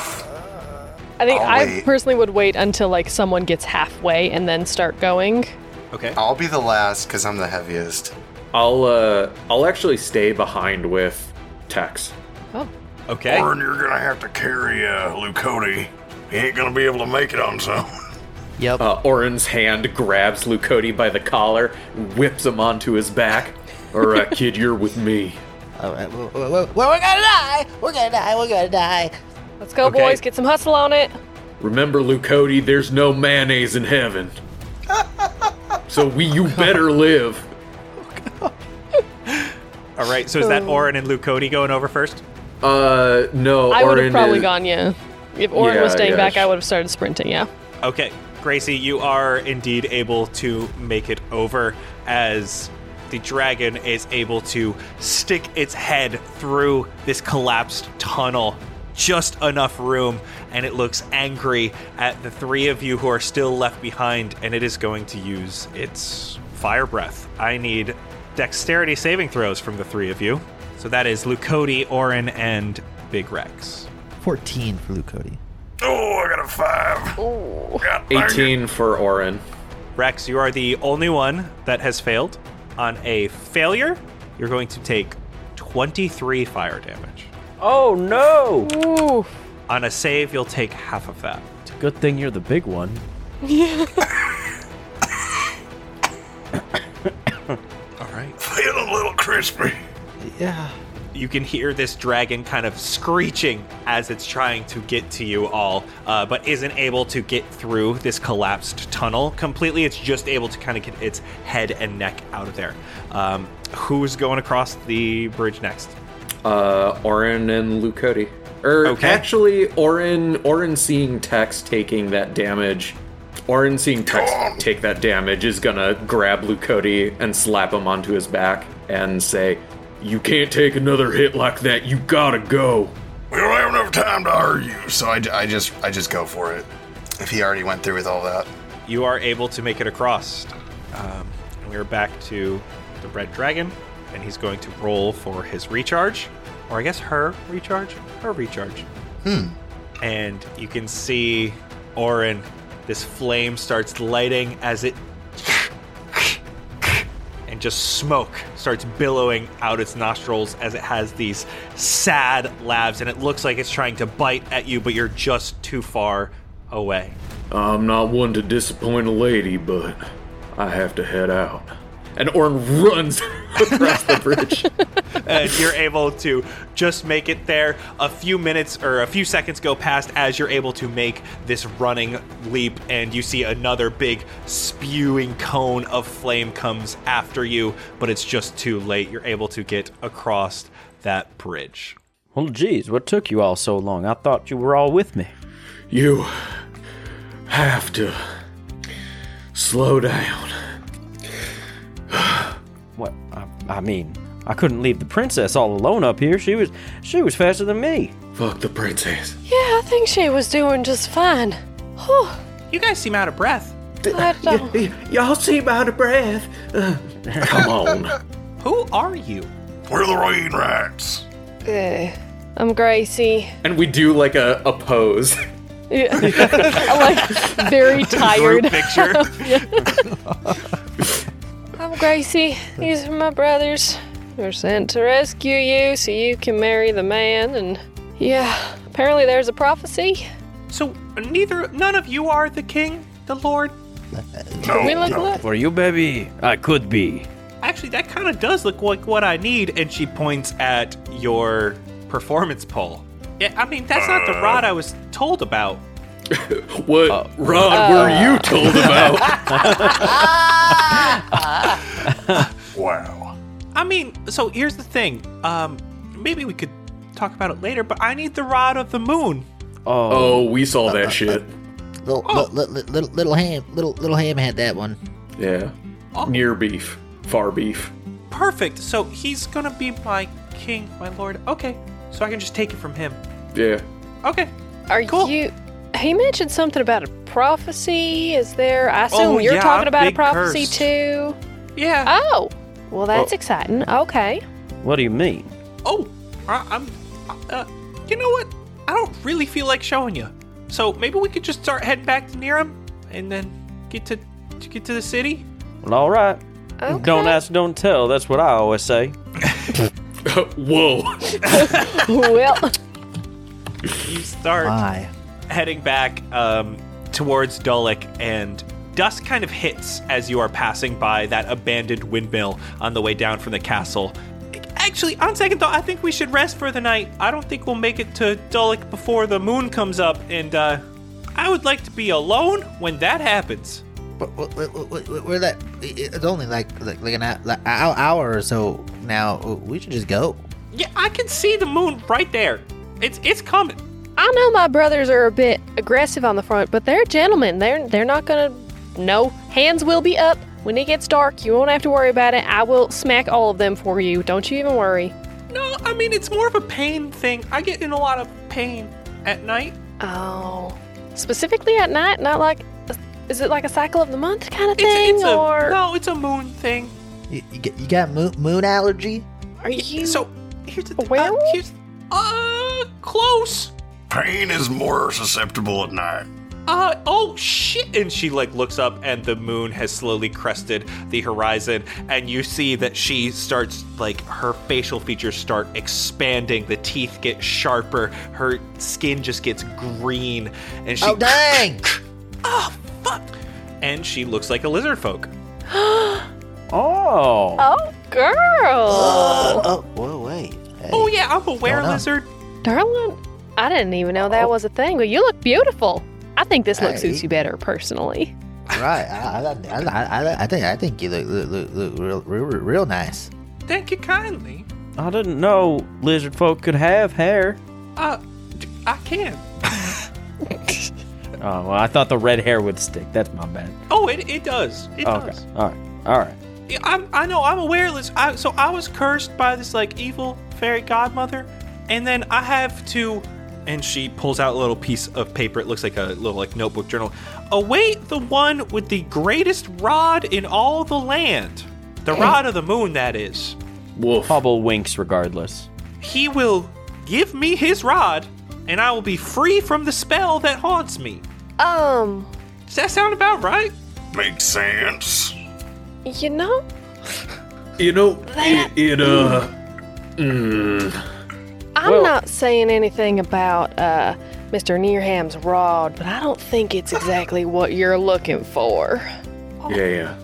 Speaker 5: think
Speaker 8: I'll
Speaker 5: I
Speaker 8: wait.
Speaker 5: personally would wait until like someone gets halfway and then start going.
Speaker 3: Okay.
Speaker 8: I'll be the last because I'm the heaviest.
Speaker 4: I'll uh, I'll actually stay behind with Tex.
Speaker 5: Oh.
Speaker 3: Okay.
Speaker 2: Orin, you're gonna have to carry uh, Lucody. He ain't gonna be able to make it on his own. <laughs>
Speaker 6: Yep.
Speaker 4: Uh, Orin's hand grabs Lucody by the collar, whips him onto his back. All right, kid, you're with me.
Speaker 9: <laughs> All right, well, well, well, well, we're gonna die. We're gonna die. We're gonna die.
Speaker 5: Let's go,
Speaker 4: Okay.
Speaker 5: boys. Get some hustle on it.
Speaker 4: Remember, Lucody, there's no mayonnaise in heaven. So we, you better live.
Speaker 3: All right. So is that Orin and Luke Cody going over first?
Speaker 4: Uh, no.
Speaker 5: I would have
Speaker 4: Orin
Speaker 5: probably
Speaker 4: is-
Speaker 5: gone, yeah. If Orin was
Speaker 4: Yeah,
Speaker 5: staying
Speaker 4: yeah,
Speaker 5: back, I
Speaker 4: sh-
Speaker 5: would have started sprinting, yeah.
Speaker 3: Okay, Gracie, you are indeed able to make it over as the dragon is able to stick its head through this collapsed tunnel. Just enough room, and it looks angry at the three of you who are still left behind, and it is going to use its fire breath. I need dexterity saving throws from the three of you. So that is Lucody, Orin, and Big Rex.
Speaker 6: 14 for Luke Cody.
Speaker 2: Oh, I got a five.
Speaker 5: Ooh.
Speaker 2: God dang it.
Speaker 4: 18 for Orin.
Speaker 3: Rex, you are the only one that has failed. On a failure, you're going to take 23 fire damage.
Speaker 7: Oh no!
Speaker 5: Ooh.
Speaker 3: On a save, you'll take half of that.
Speaker 7: It's a good thing you're the big one.
Speaker 3: All right.
Speaker 2: Feeling a little crispy.
Speaker 6: Yeah.
Speaker 3: You can hear this dragon kind of screeching as it's trying to get to you all, uh, but isn't able to get through this collapsed tunnel completely. It's just able to kind of get its head and neck out of there. Um, who's going across the bridge next?
Speaker 4: Uh, Orin and Lucody. Or
Speaker 3: Okay.
Speaker 4: actually, Orin, Orin seeing Tex taking that damage. Orin seeing Tex take that damage is gonna grab Lucody and slap him onto his back and say, "You can't take another hit like that. You gotta go."
Speaker 2: We don't have enough time to argue.
Speaker 8: So Oh, I, I just I just go for it. If he already went through with all that.
Speaker 3: you are able to make it across. Um, and we are back to the red dragon, and he's going to roll for his recharge, or I guess her recharge, her recharge. Hmm. And you can see Orin. This flame starts lighting as it and just smoke starts billowing out its nostrils as it has these sad labs, and it looks like it's trying to bite at you, but you're just too far away.
Speaker 4: I'm not one to disappoint a lady, but I have to head out. And Orin runs <laughs> across
Speaker 10: <laughs>
Speaker 4: the bridge.
Speaker 3: <laughs> and you're able to just make it there. A few minutes or a few seconds go past as you're able to make this running leap, and you see another big spewing cone of flame comes after you, but it's just too late. You're able to get across that bridge.
Speaker 7: Well, geez, what took you all so long? I thought you were all with me.
Speaker 4: You have to slow down.
Speaker 7: What? I, I mean, I couldn't leave the princess all alone up here. She was, she was faster than me.
Speaker 4: Fuck the princess.
Speaker 5: Yeah, I think she was doing just fine. Whew.
Speaker 10: You guys seem out of breath.
Speaker 4: <laughs>
Speaker 5: I
Speaker 4: Y-
Speaker 5: don't.
Speaker 4: y- y'all seem out of breath. Uh, come on.
Speaker 10: Who are you?
Speaker 2: We're the rain rats.
Speaker 5: Eh. I'm Gracie.
Speaker 11: And we do like a, a pose.
Speaker 5: Yeah. <laughs> I'm like very tired. <laughs>
Speaker 10: Picture.
Speaker 5: I'm Gracie. These are my brothers. They're sent to rescue you so you can marry the man. And yeah, apparently there's a prophecy.
Speaker 10: so neither, none of you are the king, the lord.
Speaker 2: No,
Speaker 5: We look
Speaker 2: no.
Speaker 5: like
Speaker 7: Were you, baby? I could be.
Speaker 10: Actually, that kind of does look like what I need. And she points at your performance poll. Yeah, I mean, that's not the rod I was told about.
Speaker 4: What, Uh, Ron,
Speaker 10: Oh.
Speaker 4: were you told
Speaker 10: <laughs>
Speaker 4: about?
Speaker 2: Wow.
Speaker 10: I mean, so here's the thing. Um, maybe we could talk about it later, but I need the rod of the moon.
Speaker 7: Oh,
Speaker 4: oh, <laughs> we saw that shit.
Speaker 12: Little,
Speaker 9: Oh.
Speaker 12: little, little, little, little ham, little, little ham had that one.
Speaker 4: Yeah.
Speaker 10: Oh.
Speaker 4: Near beef. Far beef.
Speaker 10: Perfect. So he's gonna be my king, my lord. Okay. So I can just take it from him.
Speaker 4: Yeah.
Speaker 10: Okay.
Speaker 5: Are
Speaker 10: Cool.
Speaker 5: you? He mentioned something about a prophecy. Is there? I assume
Speaker 10: Oh,
Speaker 5: you're
Speaker 10: yeah,
Speaker 5: talking about a
Speaker 10: big
Speaker 5: prophecy
Speaker 10: curse.
Speaker 5: too.
Speaker 10: Yeah.
Speaker 5: Oh, well, that's exciting.
Speaker 10: <laughs>
Speaker 5: Okay. <laughs>
Speaker 7: what do you mean?
Speaker 10: oh, I, I'm. Uh, you know what? I don't really feel like showing you. So maybe we could just start heading back to Niram and then get to, to get to the city.
Speaker 7: Well, all right.
Speaker 5: Okay.
Speaker 7: Don't ask, don't tell. That's what I always say.
Speaker 4: <laughs> Whoa.
Speaker 5: well,
Speaker 10: You start.
Speaker 9: My.
Speaker 10: heading back um, towards Dalek, and dust kind of hits as you are passing by that abandoned windmill on the way down from the castle. Actually, on second thought, I think we should rest for the night. I don't think we'll make it to Dalek before the moon comes up, and uh, I would like to be alone when that happens.
Speaker 9: But wh- wh- wh- wh- we're like, it's only like like, like an hou- like an hour or so now.
Speaker 6: uh,
Speaker 9: We should just go.
Speaker 10: Yeah, I can see the moon right there. It's it's coming.
Speaker 5: I know my brothers are a bit aggressive on the front, but they're gentlemen. They're they're not gonna. No, hands will be up when it gets dark. You won't have to worry about it. I will smack all of them for you. Don't you even worry.
Speaker 10: No, I mean it's more of a pain thing. I get in a lot of pain at night.
Speaker 5: Oh, specifically at night, not like. Is it like a cycle of the month kind of
Speaker 10: It's,
Speaker 5: thing,
Speaker 10: it's a
Speaker 5: or
Speaker 10: no, it's a moon
Speaker 5: <gasps>
Speaker 10: thing.
Speaker 9: You, you, get- you got moon, moon allergy?
Speaker 5: are you?
Speaker 10: So here's the
Speaker 5: a
Speaker 10: thing.
Speaker 5: werewolf?
Speaker 10: Uh, here's, uh, close.
Speaker 2: Pain is more susceptible at night.
Speaker 10: Uh, oh shit! And she like looks up, and the moon has slowly crested the horizon, and you see that she starts like her facial features start expanding, the teeth get sharper, her skin just gets green, and she
Speaker 9: Oh dang!
Speaker 10: <laughs> oh fuck, and she looks like a lizard folk.
Speaker 7: Oh.
Speaker 5: oh, girl,
Speaker 9: <gasps> oh whoa wait. Hey.
Speaker 10: Oh yeah, I'm a were
Speaker 9: on?
Speaker 10: lizard.
Speaker 5: darling, I didn't even know that was a thing. But you look beautiful. I think this look
Speaker 9: Hey.
Speaker 5: suits you better, personally.
Speaker 9: Right. I, I, I, I, I think I think you look look, look, look real, real real real nice.
Speaker 10: Thank you kindly.
Speaker 7: I didn't know lizard folk could have hair.
Speaker 10: Uh, d- I can.
Speaker 7: Oh, well, I thought the red hair would stick. That's my bad.
Speaker 10: Oh, it it does. It
Speaker 7: Oh, Okay.
Speaker 10: does.
Speaker 7: All right. All right.
Speaker 10: Yeah, I'm, I know I'm aware of this. I, so I was cursed by this like evil fairy godmother, and then I have to. And she pulls out a little piece of paper. It looks like a little like notebook journal. Await the one with the greatest rod in all the land, the rod of the moon. That is.
Speaker 4: Wolf.
Speaker 7: Hubble winks regardless.
Speaker 10: He will give me his rod, and I will be free from the spell that haunts me.
Speaker 5: Um,
Speaker 10: Does that sound about right?
Speaker 2: Makes sense.
Speaker 5: you know,
Speaker 4: You know, it, it uh. Mm.
Speaker 5: I'm
Speaker 7: Well-
Speaker 5: not saying anything about uh, Mr. Nearham's rod, but I don't think it's
Speaker 3: <laughs>
Speaker 5: exactly what you're looking for.
Speaker 10: Oh.
Speaker 4: Yeah, yeah.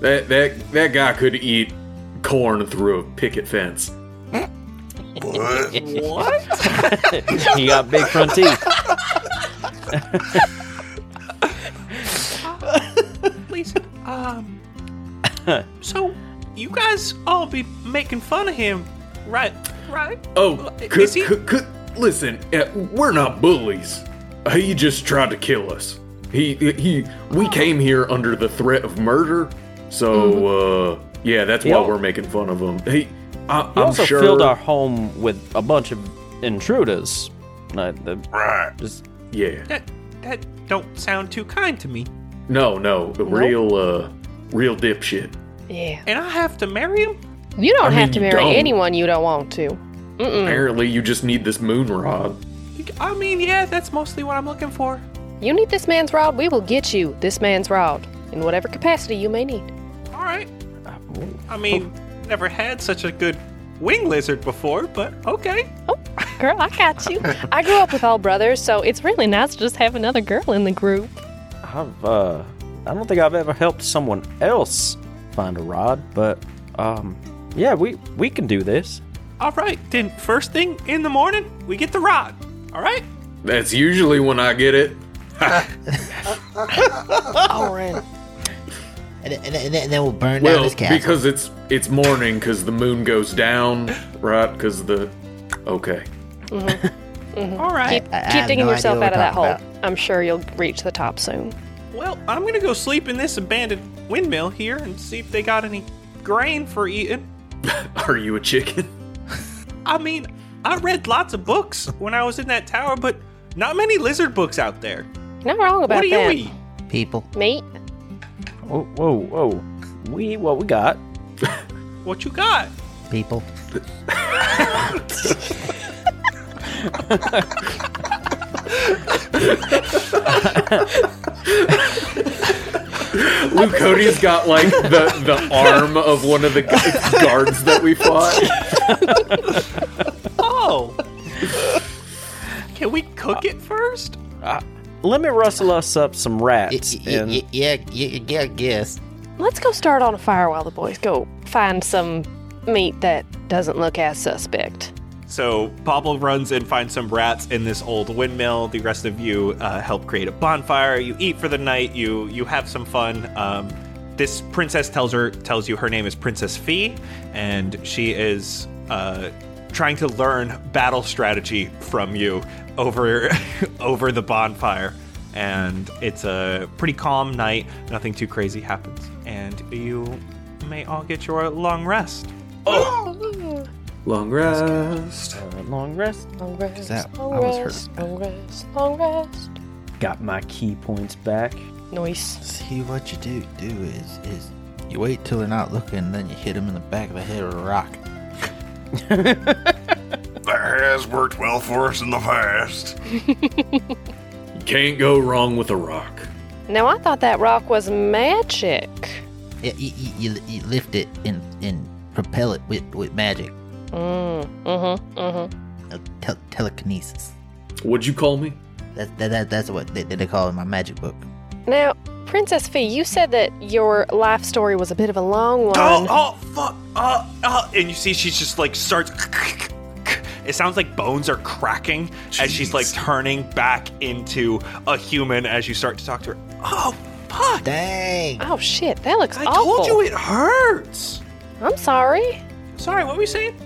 Speaker 4: That that that guy could eat corn through a picket fence.
Speaker 2: What? <laughs>
Speaker 10: What?
Speaker 5: <laughs>
Speaker 7: he got big front teeth.
Speaker 10: <laughs> Lisa, um, so you guys all be making fun of him, right?
Speaker 5: Right?
Speaker 4: Oh,
Speaker 5: Is
Speaker 4: could,
Speaker 5: he-
Speaker 4: could, could, listen, uh, we're not bullies. Uh, He just tried to kill us. He, he, we came here under the threat of murder. So, uh, yeah, that's why
Speaker 7: Yep.
Speaker 4: we're making <laughs> fun of him. He, I,
Speaker 7: He
Speaker 4: I'm
Speaker 7: also
Speaker 4: sure.
Speaker 7: filled our home with a bunch of intruders. Uh, the-
Speaker 2: Right.
Speaker 7: just
Speaker 4: yeah.
Speaker 3: That, that don't sound too kind to me.
Speaker 4: No, no, the real, uh, real dipshit.
Speaker 5: Yeah.
Speaker 3: And I have to marry him?
Speaker 5: You don't
Speaker 4: I
Speaker 5: have
Speaker 4: mean,
Speaker 5: to
Speaker 4: you
Speaker 5: marry
Speaker 4: don't.
Speaker 5: anyone you don't want to.
Speaker 4: Apparently, you just need this moon rod.
Speaker 3: I mean, yeah, that's mostly what I'm looking for.
Speaker 5: You need this man's rod, we will get you this man's rod in whatever capacity you may need.
Speaker 3: All right. I mean,
Speaker 4: Oh.
Speaker 3: never had such a good wing lizard before, but okay.
Speaker 5: Oh, girl, I got you. I grew up with all brothers, so it's really nice to just have another girl in the group.
Speaker 7: I've uh, I don't think I've ever helped someone else find a rod, but um, yeah, we we can do this.
Speaker 3: All right. Then first thing in the morning, we get the rod. All right.
Speaker 4: That's usually when I get it. <laughs>
Speaker 9: And, then- and, then- and then- and then we'll burn down
Speaker 4: Well,
Speaker 9: this castle.
Speaker 4: because it's it's morning, because the moon goes down, right? Because the okay. <laughs>
Speaker 3: Mm-hmm. All right.
Speaker 9: I- I
Speaker 5: Keep
Speaker 9: have
Speaker 5: digging
Speaker 9: no
Speaker 5: yourself
Speaker 9: idea
Speaker 5: out
Speaker 9: what
Speaker 5: of
Speaker 9: we're
Speaker 5: that hole.
Speaker 9: talking
Speaker 5: I'm sure you'll reach the top soon.
Speaker 3: Well, I'm gonna go sleep in this abandoned windmill here and see if they got any grain for eating.
Speaker 4: Are you a chicken?
Speaker 3: I mean, I read lots of books when I was in that tower, but not many lizard books out there.
Speaker 5: You're Not wrong about
Speaker 3: What do you
Speaker 5: that.
Speaker 3: eat?
Speaker 6: People.
Speaker 5: Meat.
Speaker 7: Whoa, whoa, whoa! We what we got?
Speaker 3: What you got?
Speaker 6: People.
Speaker 4: Luke Cody's got like the the arm of one of the gu- guards that we fought.
Speaker 3: <laughs> Oh. Can we cook it first?
Speaker 7: <laughs> Let me rustle us up some
Speaker 9: Y-
Speaker 7: rats.
Speaker 9: y-
Speaker 7: and
Speaker 9: y- Yeah, yeah, yeah, I guess.
Speaker 5: Let's go start on a fire while the boys go find some meat that doesn't look as suspect.
Speaker 3: So Pablo runs and finds some rats in this old windmill. The rest of you uh, help create a bonfire. You eat for the night. You you have some fun. Um, this princess tells her tells you her name is Princess Fee, and she is uh, trying to learn battle strategy from you over <laughs> over the bonfire. And it's a pretty calm night. Nothing too crazy happens, and you may all get your long rest.
Speaker 6: Oh.
Speaker 4: Long rest.
Speaker 7: Uh, long rest.
Speaker 5: Long rest,
Speaker 6: that-
Speaker 5: long
Speaker 6: I was
Speaker 5: rest, long rest, long rest.
Speaker 7: Got my key points back.
Speaker 5: Nice.
Speaker 6: See what you do. Do is is you wait till they're not looking, then you hit them in the back of the head with a rock.
Speaker 2: That has worked well for us in the past.
Speaker 4: Can't go wrong with a rock.
Speaker 5: Now I thought that rock was magic.
Speaker 9: Yeah, you, you, you, you lift it and, and propel it with, with magic.
Speaker 5: Mm, mm-hmm, mm-hmm.
Speaker 9: Uh, tel- telekinesis.
Speaker 4: What'd you call me?
Speaker 9: That, that, that, that's what they, they call it in my magic book.
Speaker 5: Now, Princess Fee, you said that your life story was a bit of a long one.
Speaker 3: Oh, oh, fuck. Uh, uh, and you see, she's just like starts. It sounds like bones are cracking as she's like turning back into a human as you start to talk to her. Oh, fuck.
Speaker 9: Dang!
Speaker 5: Oh, shit, that looks
Speaker 3: I
Speaker 5: awful.
Speaker 3: told you it hurts.
Speaker 5: I'm sorry.
Speaker 3: Sorry, what were you saying?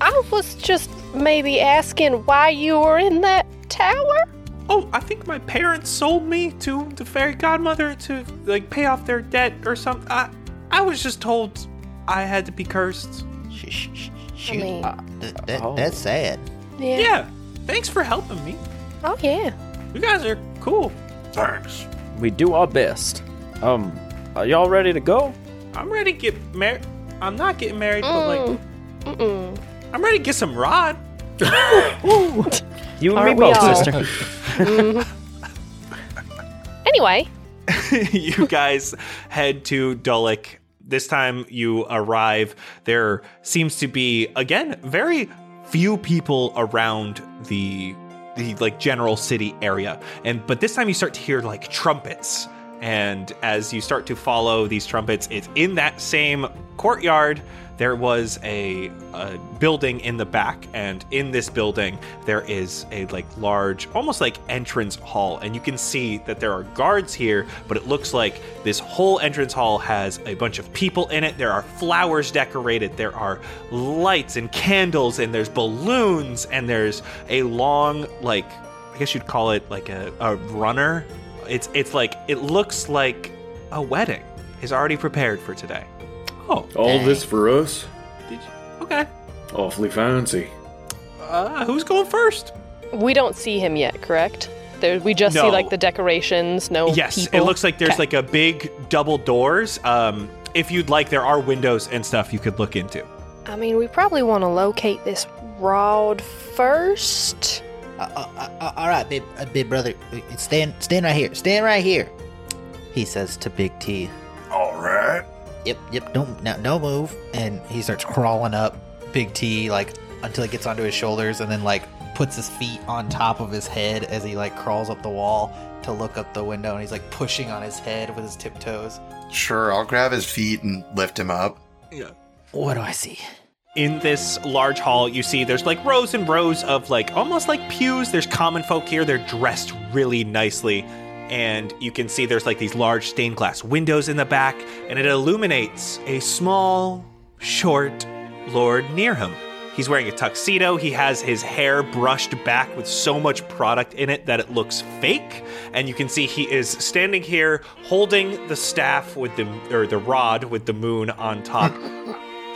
Speaker 5: I was just maybe asking why you were in that tower.
Speaker 3: Oh, I think my parents sold me to the fairy godmother to like pay off their debt or something. I, I was just told I had to be cursed.
Speaker 9: Sh- sh- sh- Shoot. Uh,
Speaker 5: mean-
Speaker 9: that, that,
Speaker 7: Oh.
Speaker 9: That's sad.
Speaker 5: Yeah.
Speaker 3: Yeah, thanks for helping me.
Speaker 5: Oh yeah.
Speaker 3: You guys are cool.
Speaker 2: Thanks.
Speaker 7: We do our best. Um, are y'all ready to go?
Speaker 3: I'm ready to get married. I'm not getting married, but like.
Speaker 5: Mm, Mm-mm.
Speaker 3: I'm ready to get some rod.
Speaker 7: You and
Speaker 5: Aren't we
Speaker 7: me both,
Speaker 5: all?
Speaker 7: sister.
Speaker 9: Mm-hmm.
Speaker 7: <laughs>
Speaker 5: Anyway,
Speaker 3: <laughs> you guys head to Dulwich. This time you arrive. There seems to be again very few people around the the like general city area, and but this time you start to hear like trumpets And as you start to follow these trumpets, it's in that same courtyard. There was a, a building in the back, and in this building there is a like large, almost like entrance hall, and you can see that there are guards here. But it looks like this whole entrance hall has a bunch of people in it. There are flowers decorated. There are lights and candles, and there's balloons, and there's a long like I guess you'd call it like a, a runner. It's it's like it looks like a wedding is already prepared for today. Oh,
Speaker 10: All this for us?
Speaker 3: okay.
Speaker 10: Awfully fancy.
Speaker 3: Uh, who's going first?
Speaker 5: We don't see him yet, correct? There, we just see
Speaker 3: No.
Speaker 5: like the decorations. No.
Speaker 3: Yes,
Speaker 5: people.
Speaker 3: it looks like there's
Speaker 5: Okay.
Speaker 3: like a big double doors. Um, if you'd like, there are windows and stuff you could look into.
Speaker 5: I mean, we probably want to locate this rod first.
Speaker 9: all right, big, uh, big brother, uh, stand, stand right here. Stand right here. He says to Big T.
Speaker 2: All right.
Speaker 9: Yep, yep. Don't now, don't move.
Speaker 6: and he starts crawling up Big T like until he gets onto his shoulders and then like puts his feet on top of his head as he like crawls up the wall to look up the window and he's like pushing on his head with his tiptoes.
Speaker 8: Sure, I'll grab his feet and lift him up.
Speaker 6: What do I see?
Speaker 3: in this large hall you see there's like rows and rows of like almost like pews there's common folk here they're dressed really nicely and you can see there's like these large stained glass windows in the back and it illuminates a small short lord nearham he's wearing a tuxedo he has his hair brushed back with so much product in it that it looks fake and you can see he is standing here holding the staff with the or the rod with the moon on top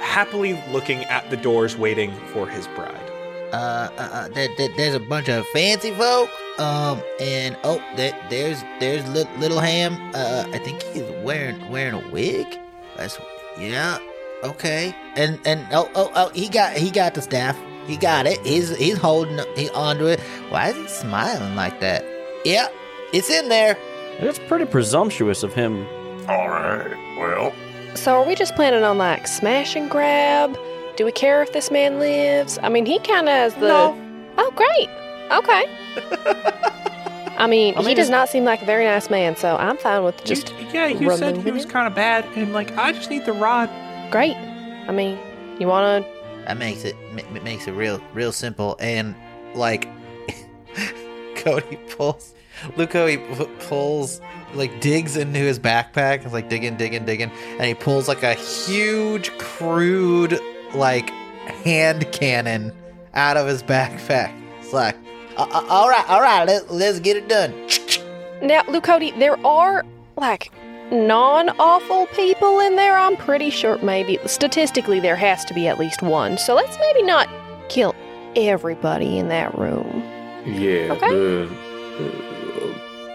Speaker 3: happily looking at the doors waiting for his bride.
Speaker 9: Uh, uh, uh there, there, there's a bunch of fancy folk. Um, and oh, there, there's there's li- little ham. Uh, I think he's wearing wearing a wig. That's yeah. Okay. And and oh oh oh, he got he got the staff. He got it. He's he's holding he onto it. Why is he smiling like that? Yeah, it's in there.
Speaker 7: It's pretty presumptuous of him.
Speaker 2: All right. Well,
Speaker 5: So, are we just planning on like smash and grab? Do we care if this man lives? I mean, he kind of has the. Oh, great. Okay. I mean, he does not seem like a very nice man, so I'm fine with just.
Speaker 3: yeah,
Speaker 5: you said rumbling he with was
Speaker 3: kind of bad, and like I just need the rod.
Speaker 5: Great. I mean, you want to.
Speaker 9: That makes it ma- ma- makes it real real simple and like
Speaker 6: <laughs> Cody pulls Luco he p- pulls like digs into his backpack. It's like digging, digging, digging, and he pulls like a huge crude like hand cannon out of his backpack. It's like
Speaker 9: "Uh, uh, all right all right let, let's get it done.
Speaker 5: Now, Lucody, there are like non awful people in there. I'm pretty sure maybe. Statistically, there has to be at least one, so let's maybe not kill everybody in that room.
Speaker 10: Yeah,
Speaker 5: Okay.
Speaker 10: the,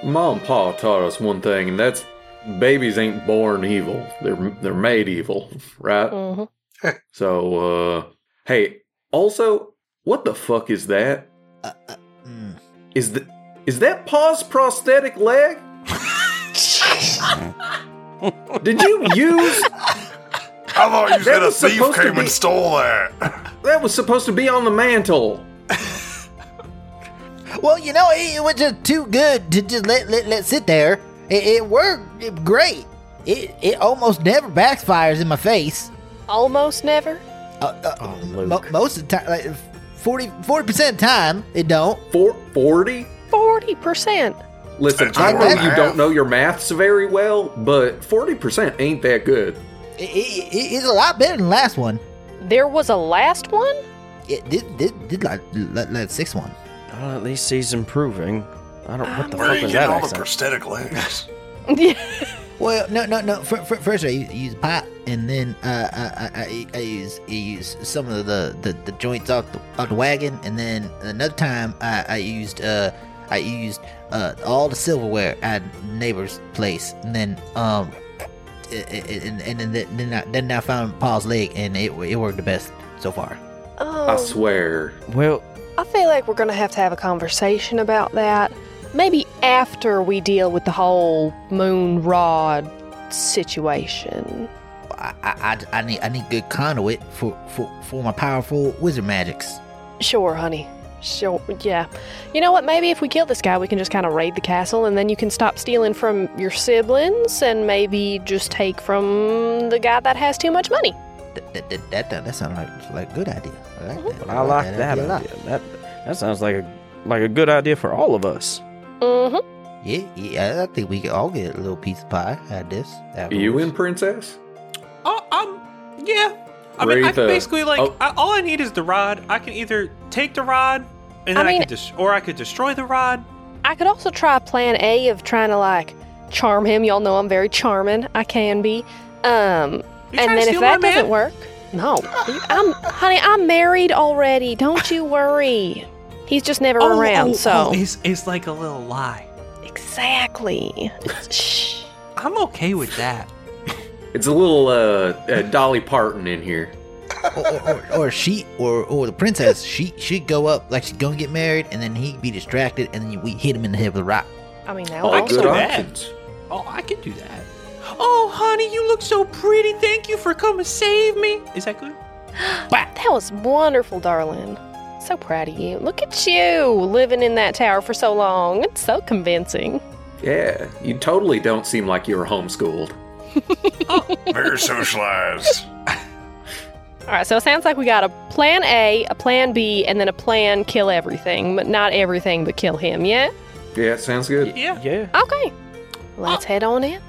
Speaker 10: uh, mom and pa taught us one thing, and that's babies ain't born evil; they're they're made evil, <laughs> right?
Speaker 5: Mm-hmm.
Speaker 2: <laughs>
Speaker 10: So, uh, hey, also, what the fuck is that?
Speaker 2: Uh,
Speaker 9: Mm.
Speaker 10: Is the is that pa's
Speaker 2: <laughs>
Speaker 10: prosthetic leg? Did you use
Speaker 2: I thought you said a
Speaker 10: was
Speaker 2: thief
Speaker 10: supposed to
Speaker 2: came
Speaker 10: be-
Speaker 2: and stole that.
Speaker 10: that was supposed to be on the mantle?
Speaker 9: Well, you know, it, it was just too good to just let let, let sit there. It, it worked it- great. It it almost never backfires in my face.
Speaker 5: Almost never.
Speaker 9: Uh, uh,
Speaker 4: Oh,
Speaker 9: mo-
Speaker 4: Luke.
Speaker 9: most of the time, like 40 percent of the time, it don't.
Speaker 10: Four forty?
Speaker 5: 40%.
Speaker 10: Listen,
Speaker 2: It's
Speaker 10: I
Speaker 2: more
Speaker 10: know
Speaker 2: than
Speaker 10: you
Speaker 2: half.
Speaker 10: don't know your maths very well, but forty percent ain't that good.
Speaker 9: It, it, it- it's a lot better than the last one.
Speaker 5: There was a last one?
Speaker 9: It did did, did like like, like six one.
Speaker 7: Well, at least he's improving. I don't. What the
Speaker 2: Ah, Where do
Speaker 7: fuck
Speaker 2: you
Speaker 7: was
Speaker 2: get
Speaker 7: that
Speaker 2: all the
Speaker 7: accent?
Speaker 2: prosthetic legs?
Speaker 5: Yeah.
Speaker 9: Well, no, no, no. Fir- fir- first, I u- use pot, and then uh, I, I, I, I use I use some of the, the, the joints off the, off the wagon, and then another time I, I used uh, I used uh, all the silverware at neighbor's place, and then um, i- i- i- and, and then th- then I, then I found Paul's leg, and it it worked the best so far.
Speaker 5: Oh,
Speaker 10: I swear.
Speaker 7: Well,
Speaker 5: I feel like we're going to have to have a conversation about that. Maybe after we deal with the whole moon rod situation.
Speaker 9: I, I, I, I need I need good conduit for, for, for my powerful wizard magics.
Speaker 5: Sure, honey. Sure. Yeah. You know what? Maybe if we kill this guy, we can just kind of raid the castle, and then you can stop stealing from your siblings, and maybe just take from the guy that has too much money.
Speaker 9: That that that, that, that sounds like like good idea. I like that.
Speaker 7: I like that
Speaker 9: a
Speaker 7: idea.
Speaker 9: lot.
Speaker 7: That that sounds like a like a good idea for all of us.
Speaker 5: Mm-hmm.
Speaker 9: Yeah, yeah, I think we could all get a little piece of pie out of this.
Speaker 4: Are you in, Princess?
Speaker 3: Oh, um, yeah. I mean, I
Speaker 4: Wraith, uh,
Speaker 3: basically like
Speaker 4: oh.
Speaker 3: I, all I need is the rod. I can either take the rod, and then I,
Speaker 5: mean-
Speaker 3: could des- or I could destroy the rod.
Speaker 5: I could also try plan A of trying to like charm him. Y'all know I'm very charming. I can be. Um,
Speaker 3: You
Speaker 5: and
Speaker 3: trying to
Speaker 5: then if
Speaker 3: steal my
Speaker 5: that doesn't
Speaker 3: man?
Speaker 5: work,
Speaker 3: <laughs>
Speaker 5: no, I'm honey. I'm married already. Don't you worry. He's just never
Speaker 3: Oh,
Speaker 5: around. so
Speaker 3: it's it's like a little lie.
Speaker 5: exactly. Shh.
Speaker 3: I'm okay with that.
Speaker 4: It's a little uh, uh Dolly Parton in here.
Speaker 9: or, or, or, or she or or the princess she she go up like she's gonna get married and then he be distracted and then we hit him in the head with a rock
Speaker 5: I mean, that
Speaker 4: All
Speaker 5: would
Speaker 4: good
Speaker 5: also work.
Speaker 3: that.
Speaker 4: options.
Speaker 3: Oh, I can do that. Oh, honey, you look so pretty. Thank you for coming save me. Is that good?
Speaker 5: That was wonderful, darling. So proud of you. Look at you living in that tower for so long. It's so convincing.
Speaker 4: Yeah, you totally don't seem like you were homeschooled.
Speaker 2: <laughs> Very socialized.
Speaker 5: All right, so it sounds like we got a plan A, a plan B, and then a plan kill everything, but not everything, but kill him. Yeah.
Speaker 4: Yeah, sounds good.
Speaker 3: Yeah.
Speaker 7: Yeah.
Speaker 5: Okay. Let's
Speaker 3: Oh.
Speaker 5: head on in.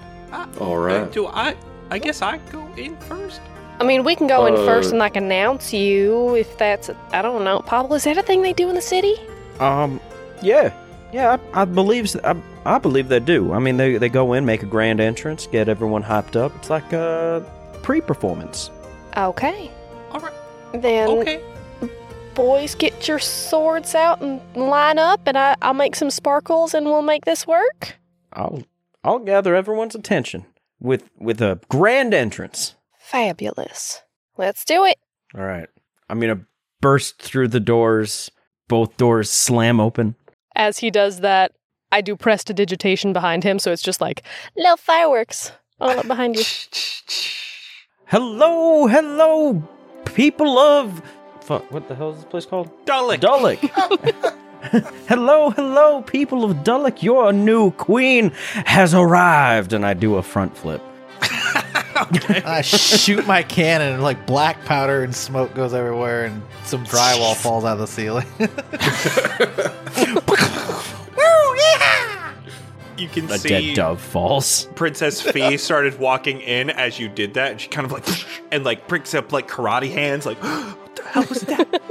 Speaker 4: All
Speaker 3: Uh,
Speaker 4: right.
Speaker 3: do I? I guess I go in first.
Speaker 5: I mean, we can go in
Speaker 4: Uh,
Speaker 5: first and like announce you if that's I don't know. Pablo, is that a thing they do in the city?
Speaker 7: Um. Yeah. Yeah. I, I believe. s- I, I believe they do. I mean, they they go in, make a grand entrance, get everyone hyped up. It's like a pre-performance.
Speaker 5: Okay.
Speaker 3: All right.
Speaker 5: Then
Speaker 3: Okay.
Speaker 5: boys, get your swords out and line up, and I, I'll make some sparkles, and we'll make this work.
Speaker 7: I'll I'll gather everyone's attention with with a grand entrance.
Speaker 5: Fabulous. Let's do it.
Speaker 7: All right. I'm gonna burst through the doors. Both doors slam open.
Speaker 5: As he does that, I do prestidigitation behind him, so it's just like little fireworks all up behind <laughs> you.
Speaker 7: Hello, hello, people of fuck. What the hell is this place called?
Speaker 3: Dalek.
Speaker 7: Dulick. <laughs> hello, hello, people of Dulick. Your new queen has arrived, and I do a front flip.
Speaker 6: I shoot my cannon and like black powder and smoke goes everywhere and some drywall falls out of the ceiling.
Speaker 3: you can
Speaker 7: A
Speaker 3: see
Speaker 7: dead dove
Speaker 3: <laughs>
Speaker 7: falls. <laughs>
Speaker 3: Princess Fee started walking in as you did that, and she kind of like <laughs> and like pricks up like karate hands, like <gasps> what the hell was
Speaker 7: <laughs>
Speaker 3: that?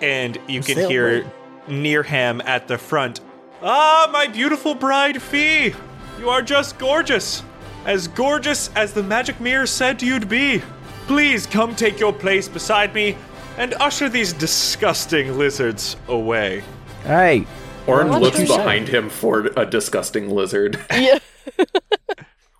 Speaker 3: and you can
Speaker 9: that
Speaker 3: hear near him at the front, Ah, my beautiful bride Fee, you are just gorgeous, as gorgeous as the magic mirror said you'd be. Please come take your place beside me and usher these disgusting lizards away.
Speaker 7: Hey,
Speaker 10: Orn
Speaker 5: What
Speaker 10: looks
Speaker 5: did you say?
Speaker 10: behind him for a disgusting lizard. <laughs>
Speaker 5: Yeah.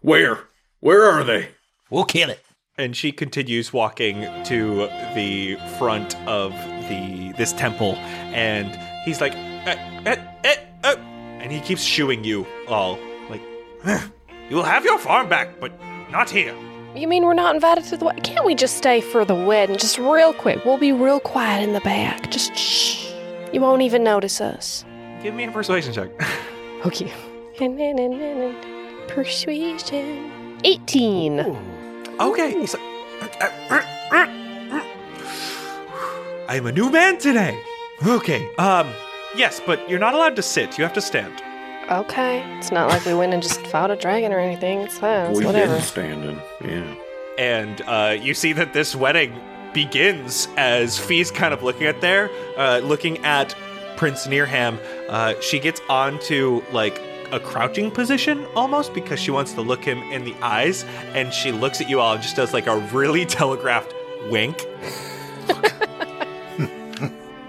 Speaker 10: Where? Where are they?
Speaker 9: we'll kill it
Speaker 3: and she continues walking to the front of the this temple and he's like eh, eh, eh, eh," and he keeps shooing you all like "Eh, you will have your farm back but not here
Speaker 5: You mean we're not invited to the wedding? Can't we just stay for the wedding? Just real quick. We'll be real quiet in the back. Just shh. You won't even notice us.
Speaker 3: give me a persuasion check <laughs>
Speaker 5: Okay. Persuasion. 18.
Speaker 3: okay he's like, "Eh, eh, eh,
Speaker 5: Ah.
Speaker 3: eh." i am a new man today okay um yes but you're not allowed to sit you have to stand
Speaker 5: Okay. It's not like we went and just fought a dragon or anything. It's fine. It's
Speaker 10: We've
Speaker 5: whatever.
Speaker 10: been standing. Yeah.
Speaker 3: and uh, you see that this wedding begins as Fee's kind of looking at there, uh, looking at Prince Nearham. Uh, she gets onto like a crouching position almost because she wants to look him in the eyes, and she looks at you all and just does like a really <laughs> telegraphed wink. <laughs>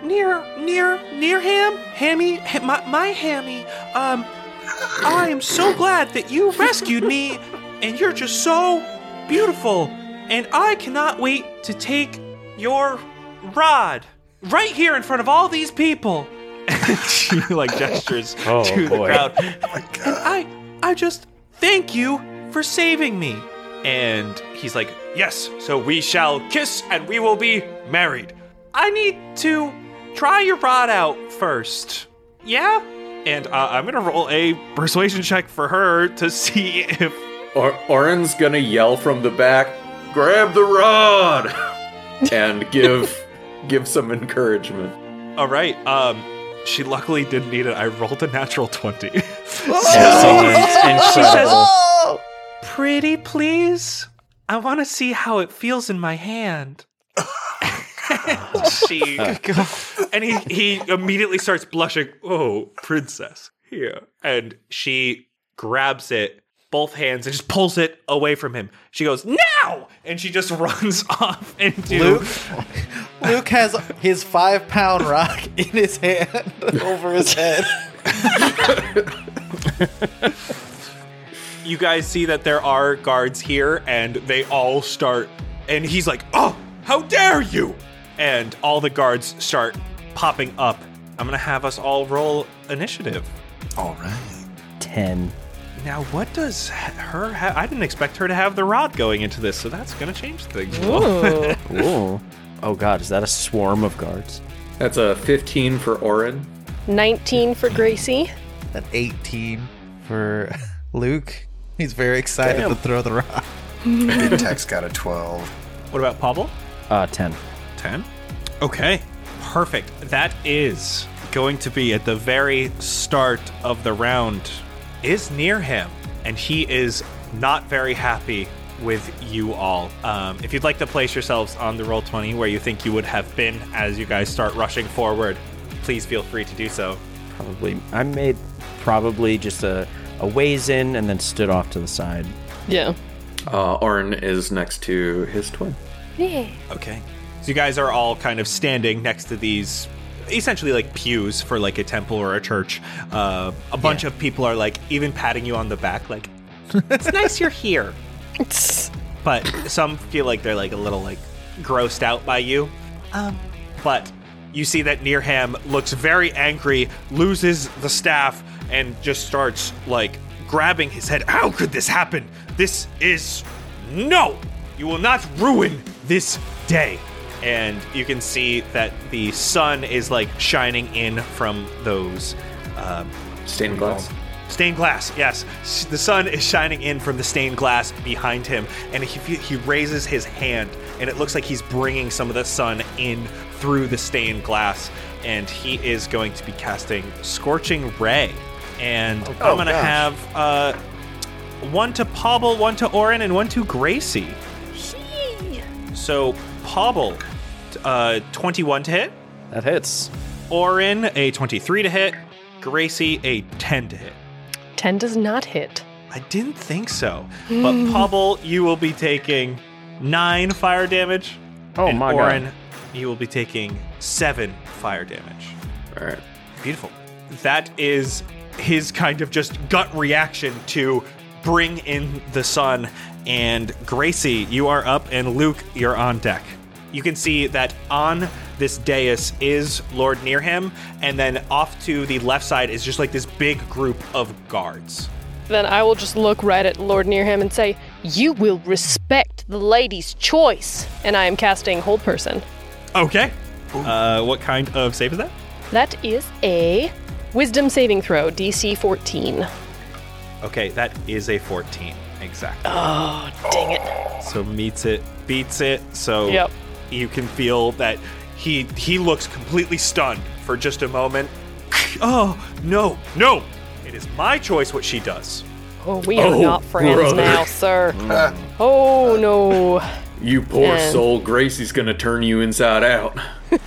Speaker 3: near, near, near him, Hammy, ha- my, my Hammy. Um, I am so glad that you rescued me, and you're just so beautiful. And I cannot wait to take your rod right here in front of all these people. And she like gestures
Speaker 7: <laughs> Oh,
Speaker 3: to the
Speaker 7: boy.
Speaker 3: crowd. And I, I just thank you for saving me. And he's like, yes. So we shall kiss, and we will be married. I need to try your rod out first. Yeah? And uh, I'm going to roll a persuasion check for her to see if.
Speaker 4: Or- Oren's gonna yell from the back, "Grab the rod!"
Speaker 7: <laughs>
Speaker 4: and give give some encouragement.
Speaker 3: All right. Um, she luckily didn't need it. I rolled a natural <laughs> 20.
Speaker 7: Excellent. Incredible.
Speaker 10: "Oh."
Speaker 3: Pretty please? I want to see how it feels in my hand. <laughs> <laughs> she. and he, he immediately starts blushing. Oh, princess, here. And she grabs it, both hands, and just pulls it away from him. She goes, now! And she just <laughs> runs off into.
Speaker 6: Luke, Luke has his five pound rock <laughs> in his hand <laughs> over his head.
Speaker 3: you guys see that there are guards here and they all start and he's like oh how dare you and all the guards start popping up i'm gonna have us all roll initiative
Speaker 8: All right.
Speaker 7: 10.
Speaker 3: now what does her ha- i didn't expect her to have the rod going into this so that's gonna change things a little.
Speaker 5: Ooh.
Speaker 7: Ooh. Oh god, is that a swarm of guards?
Speaker 4: That's a 15 for Oren.
Speaker 5: 19 for Gracie.
Speaker 6: An 18 for Luke. He's very excited to throw the rock.
Speaker 8: Big Tech's got a 12.
Speaker 3: <laughs> what about pablo
Speaker 7: Uh, 10.
Speaker 3: 10 okay perfect that is going to be at the very start of the round is near him and he is not very happy with you all um, if you'd like to place yourselves on the roll 20 where you think you would have been as you guys start rushing forward please feel free to do so
Speaker 7: Probably. I made probably just a, a ways in and then stood off to the side.
Speaker 5: Yeah.
Speaker 4: Uh, Oren is next to his twin.
Speaker 5: Yeah.
Speaker 3: Okay. So you guys are all kind of standing next to these essentially like pews for like a temple or a church. Uh, a bunch of people are like even patting you on the back, like, it's nice you're here. But some feel like they're like a little like grossed out by you. Um, but you see that Nearham looks very angry, loses the staff, and just starts like grabbing his head. How could this happen? This is no! You will not ruin this day. And you can see that the sun is like shining in from those um,
Speaker 4: Stained glass.
Speaker 3: Stained glass, yes. S- The sun is shining in from the stained glass behind him, and he, he raises his hand, and it looks like he's bringing some of the sun in through the stained glass, and he is going to be casting Scorching Ray. And
Speaker 7: Oh,
Speaker 3: I'm going to have uh, one to Pobble, one to Orin, and one to Gracie. So, Pobble, t- uh, 21 to hit,
Speaker 7: That hits.
Speaker 3: Orin, a 23 to hit, Gracie, a 10 to hit.
Speaker 5: 10 does not hit.
Speaker 3: I didn't think so. But Pobble, you will be taking nine fire damage.
Speaker 7: Oh
Speaker 3: and
Speaker 7: my
Speaker 3: Orin,
Speaker 7: god.
Speaker 3: you will be taking seven fire damage.
Speaker 4: All right.
Speaker 3: Beautiful. That is his kind of just gut reaction to bring in the sun. And Gracie, you are up, and Luke, you're on deck. You can see that on this dais is Lord near him, and then off to the left side is just like this big group of guards.
Speaker 5: Then I will just look right at Lord Nearham and say, You will respect the lady's choice. And I am casting Hold Person.
Speaker 3: Okay. Uh, what kind of save is that?
Speaker 5: That is a Wisdom saving throw, DC 14.
Speaker 3: Okay, that is a 14. Exactly.
Speaker 5: Oh, Dang it.
Speaker 3: So meets it, beats it. So
Speaker 5: Yep.
Speaker 3: you can feel that he he looks completely stunned for just a moment. <sighs> Oh, no. No. It is my choice what she does.
Speaker 5: Oh, we are
Speaker 10: Oh,
Speaker 5: not friends
Speaker 10: brother.
Speaker 5: now, sir. oh, no.
Speaker 10: You poor
Speaker 5: And-
Speaker 10: soul, Gracie's gonna turn you inside out.
Speaker 3: <laughs>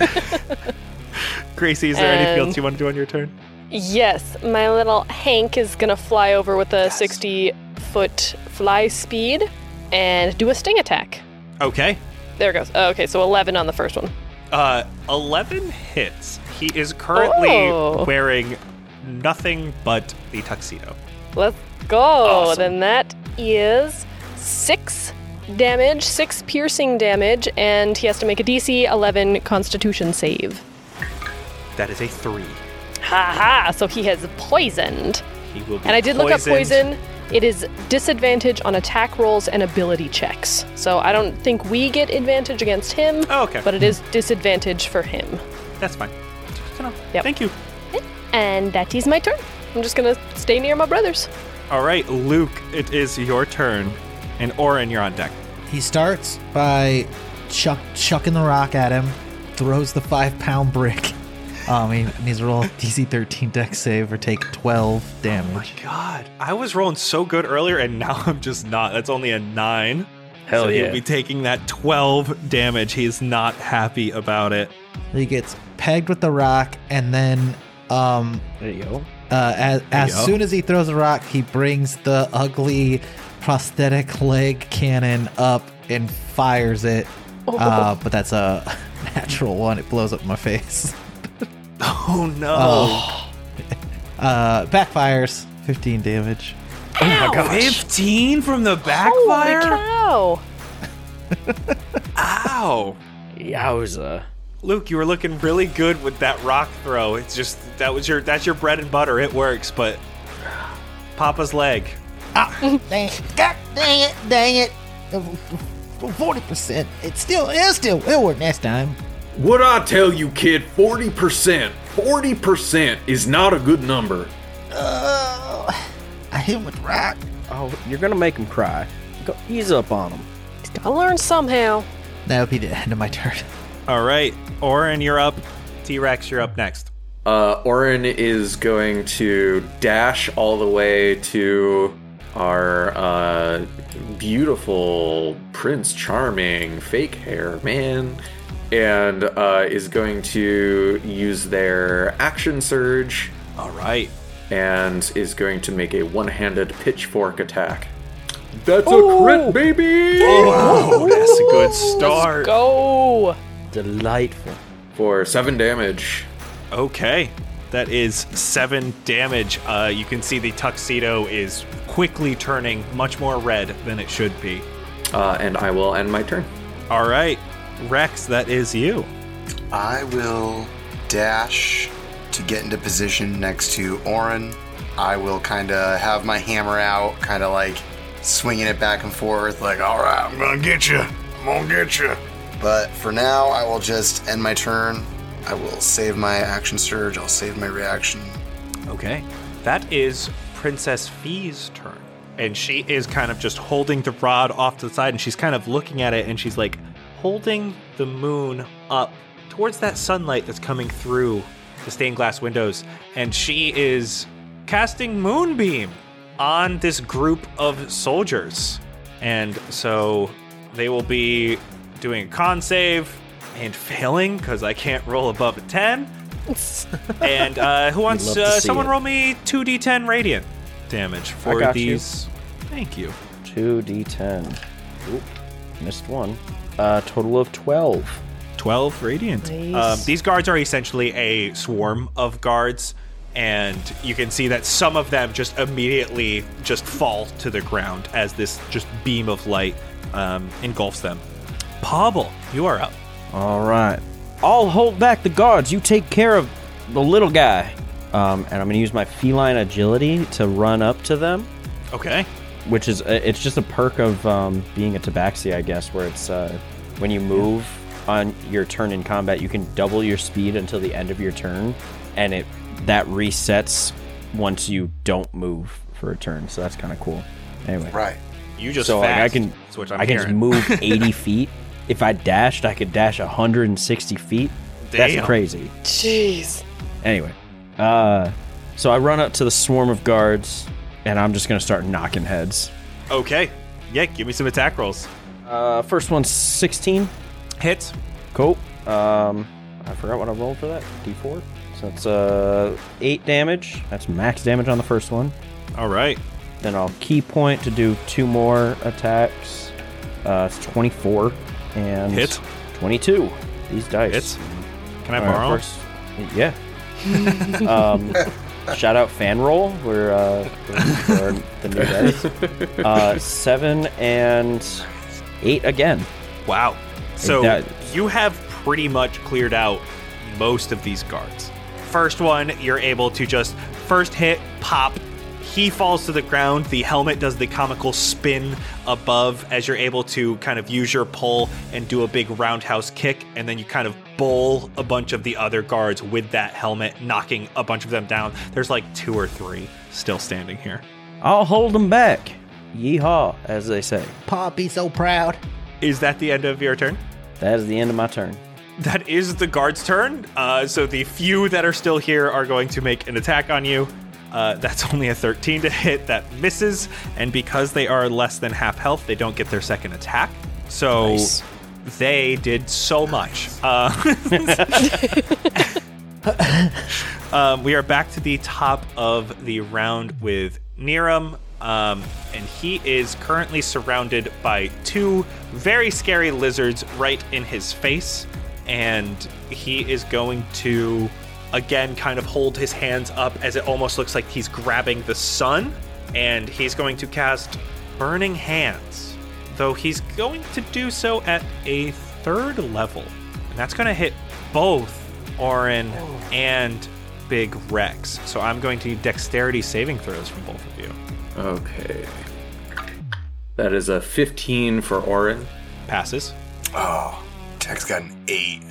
Speaker 3: Gracie, is there
Speaker 7: Uh,
Speaker 3: anything
Speaker 5: And-
Speaker 3: else you want to do on your turn?
Speaker 5: Yes, my little Hank is gonna fly over with a 60 foot fly speed and do a sting attack.
Speaker 3: Okay.
Speaker 5: There it goes. Oh, okay, so 11 on the first one.
Speaker 3: Uh 11 hits. He is currently
Speaker 5: Oh.
Speaker 3: wearing nothing but the tuxedo.
Speaker 5: Let's go. Then that is six damage, six piercing damage, and he has to make a DC 11 Constitution save.
Speaker 3: That is a 3.
Speaker 5: Haha, so he has poisoned.
Speaker 3: He will be
Speaker 5: And I did look up poison.
Speaker 3: poisoned.
Speaker 5: It is disadvantage on attack rolls and ability checks. So I don't think we get advantage against him,
Speaker 3: Oh, okay.
Speaker 5: but it is disadvantage for him.
Speaker 3: That's fine. to know.
Speaker 5: Yep.
Speaker 3: Thank you.
Speaker 5: And that is my turn. I'm just gonna stay near my brothers.
Speaker 3: All right, Luke, it is your turn. And Oren, you're on deck.
Speaker 6: He starts by chuck, chucking the rock at him, throws the five pound brick. <laughs> Um, he needs to roll a DC 13 deck save or take 12 damage.
Speaker 3: God, I was rolling so good earlier, and now <laughs> I'm just not. That's only a nine.
Speaker 7: Hell
Speaker 3: so
Speaker 7: yeah.
Speaker 3: He'll be taking that 12 damage. He's not happy about it.
Speaker 6: He gets pegged with the rock, and then um,
Speaker 7: There you go.
Speaker 6: uh, as, as
Speaker 3: go.
Speaker 6: soon as he throws a rock, he brings the ugly prosthetic leg cannon up and fires it. Uh, but that's a <laughs> natural one. It blows up in my face. <laughs>
Speaker 3: Oh, no.
Speaker 6: Uh, backfires, 15 damage.
Speaker 3: 15 from the
Speaker 5: Holy
Speaker 3: backfire?
Speaker 5: cow!
Speaker 3: Ow.
Speaker 7: Yowza.
Speaker 3: Luke, you were looking really good with that rock throw. It's just that was your that's your bread and butter. It works, but Papa's leg.
Speaker 9: Ah, Dang it. God dang it. Dang it. 40%. It still, it still will work next time.
Speaker 10: What I tell you, kid, 40%, 40% is not a good number.
Speaker 9: Uh, I hit him with rock.
Speaker 7: Oh, you're gonna make him cry. Go ease up on him.
Speaker 5: He's gotta learn somehow.
Speaker 6: That would be the end of my turn.
Speaker 3: All right, Oren, you're up. T Rex, you're up next.
Speaker 4: Uh, Orin is going to dash all the way to our uh, beautiful Prince Charming fake hair man, and uh, is going to use their action surge
Speaker 3: All right.
Speaker 4: and is going to make a one-handed pitchfork attack.
Speaker 10: That's a crit, baby!
Speaker 3: Oh, that's a good start.
Speaker 5: Go!
Speaker 7: Delightful.
Speaker 4: for seven damage.
Speaker 3: Okay. That is seven damage. Uh, you can see the tuxedo is quickly turning much more red than it should be.
Speaker 4: Uh, and I will end my turn.
Speaker 3: All right, Rex, that is you.
Speaker 8: I will dash to get into position next to Orin. I will kind of have my hammer out, kind of like swinging it back and forth, like, all right, I'm
Speaker 2: I'm gonna get you. I'm gonna get you.
Speaker 8: But for now, I will just end my turn. I will save my action surge. I'll save my reaction.
Speaker 3: Okay. That is Princess Fee's turn. And she is kind of just holding the rod off to the side and she's kind of looking at it and she's like holding the moon up towards that sunlight that's coming through the stained glass windows. And she is casting Moonbeam on this group of soldiers. And so they will be doing a con save and <laughs> failing because I can't roll above a 10. And uh, who
Speaker 7: love
Speaker 3: wants
Speaker 7: to
Speaker 3: uh,
Speaker 7: see
Speaker 3: someone
Speaker 7: it.
Speaker 3: roll me 2d10 radiant damage for
Speaker 7: got you.
Speaker 3: these? Thank you.
Speaker 7: Two d10. Oop, missed one. Uh, total of twelve.
Speaker 3: 12 radiant. Um, these guards are essentially a swarm of guards, and you can see that some of them just immediately just fall to the ground as this just beam of light um, engulfs them. Pobble, you are up.
Speaker 7: All right. I'll hold back the guards. You take care of the little guy. Um, and I'm gonna use my feline agility to run up to them.
Speaker 3: Okay.
Speaker 7: which is uh, it's just a perk of um, being a tabaxi, I guess, where it's uh, when you move on your turn in combat, you can double your speed until the end of your turn, and it that resets once you don't move for a turn. So that's kind of cool. Anyway,
Speaker 8: Right.
Speaker 3: You just
Speaker 7: so like, I
Speaker 3: fast.
Speaker 7: can
Speaker 3: That's what I'm
Speaker 7: I can just
Speaker 3: hearing.
Speaker 7: move
Speaker 3: <laughs>
Speaker 7: 80 feet. If I dashed, I could dash 160 feet.
Speaker 3: Damn.
Speaker 7: That's crazy.
Speaker 5: Jeez.
Speaker 7: Anyway, uh, so I run up to the swarm of guards, and I'm just gonna start knocking heads.
Speaker 3: Okay. Yeah, give me some attack rolls.
Speaker 7: Uh, first one's 16.
Speaker 3: Hits.
Speaker 7: Cool. Um, I forgot what I rolled for that. D4. So that's uh, 8 damage. That's max damage on the first one.
Speaker 3: All right.
Speaker 7: Then I'll key point to do two more attacks. Uh, it's 24 and
Speaker 3: Hit.
Speaker 7: 22. These dice.
Speaker 3: Hits. Can I
Speaker 7: All right,
Speaker 3: borrow?
Speaker 7: first- yeah. <laughs> um, shout out fan roll. We're uh, for the new dice.
Speaker 3: <laughs>
Speaker 7: Uh, seven and eight again.
Speaker 3: Wow. So
Speaker 7: that-
Speaker 3: you have pretty much cleared out most of these guards. First one, you're able to just first hit, pop, He falls to the ground. The helmet does the comical spin above as you're able to kind of use your pull and do a big roundhouse kick. And then you kind of bowl a bunch of the other guards with that helmet, knocking a bunch of them down. There's like two or three still standing here.
Speaker 7: I'll hold them back. Yeehaw, as they say.
Speaker 9: Pop be so proud.
Speaker 3: Is that the end of your turn?
Speaker 7: That is the end of my turn.
Speaker 3: That is the guard's turn. Uh, so the few that are still here are going to make an attack on you. Uh, that's <laughs> only a 13 to hit. That misses. And because they are less than half health, they don't get their second attack. So
Speaker 7: Nice.
Speaker 3: they did so much. Uh, <laughs> <laughs> um, we are back to the top of the round with Niram. Um, and he is currently surrounded by two very scary lizards right in his face. And he is going to, again, kind of hold his hands up as it almost looks like he's grabbing the sun. And he's going to cast Burning Hands, though he's going to do so at a third level. And that's going to hit both Orin and Big Rex. So I'm going to need dexterity saving throws from both of you.
Speaker 4: Okay. That is a 15 for Orin.
Speaker 3: Passes,
Speaker 8: Oh, Tex got an eight.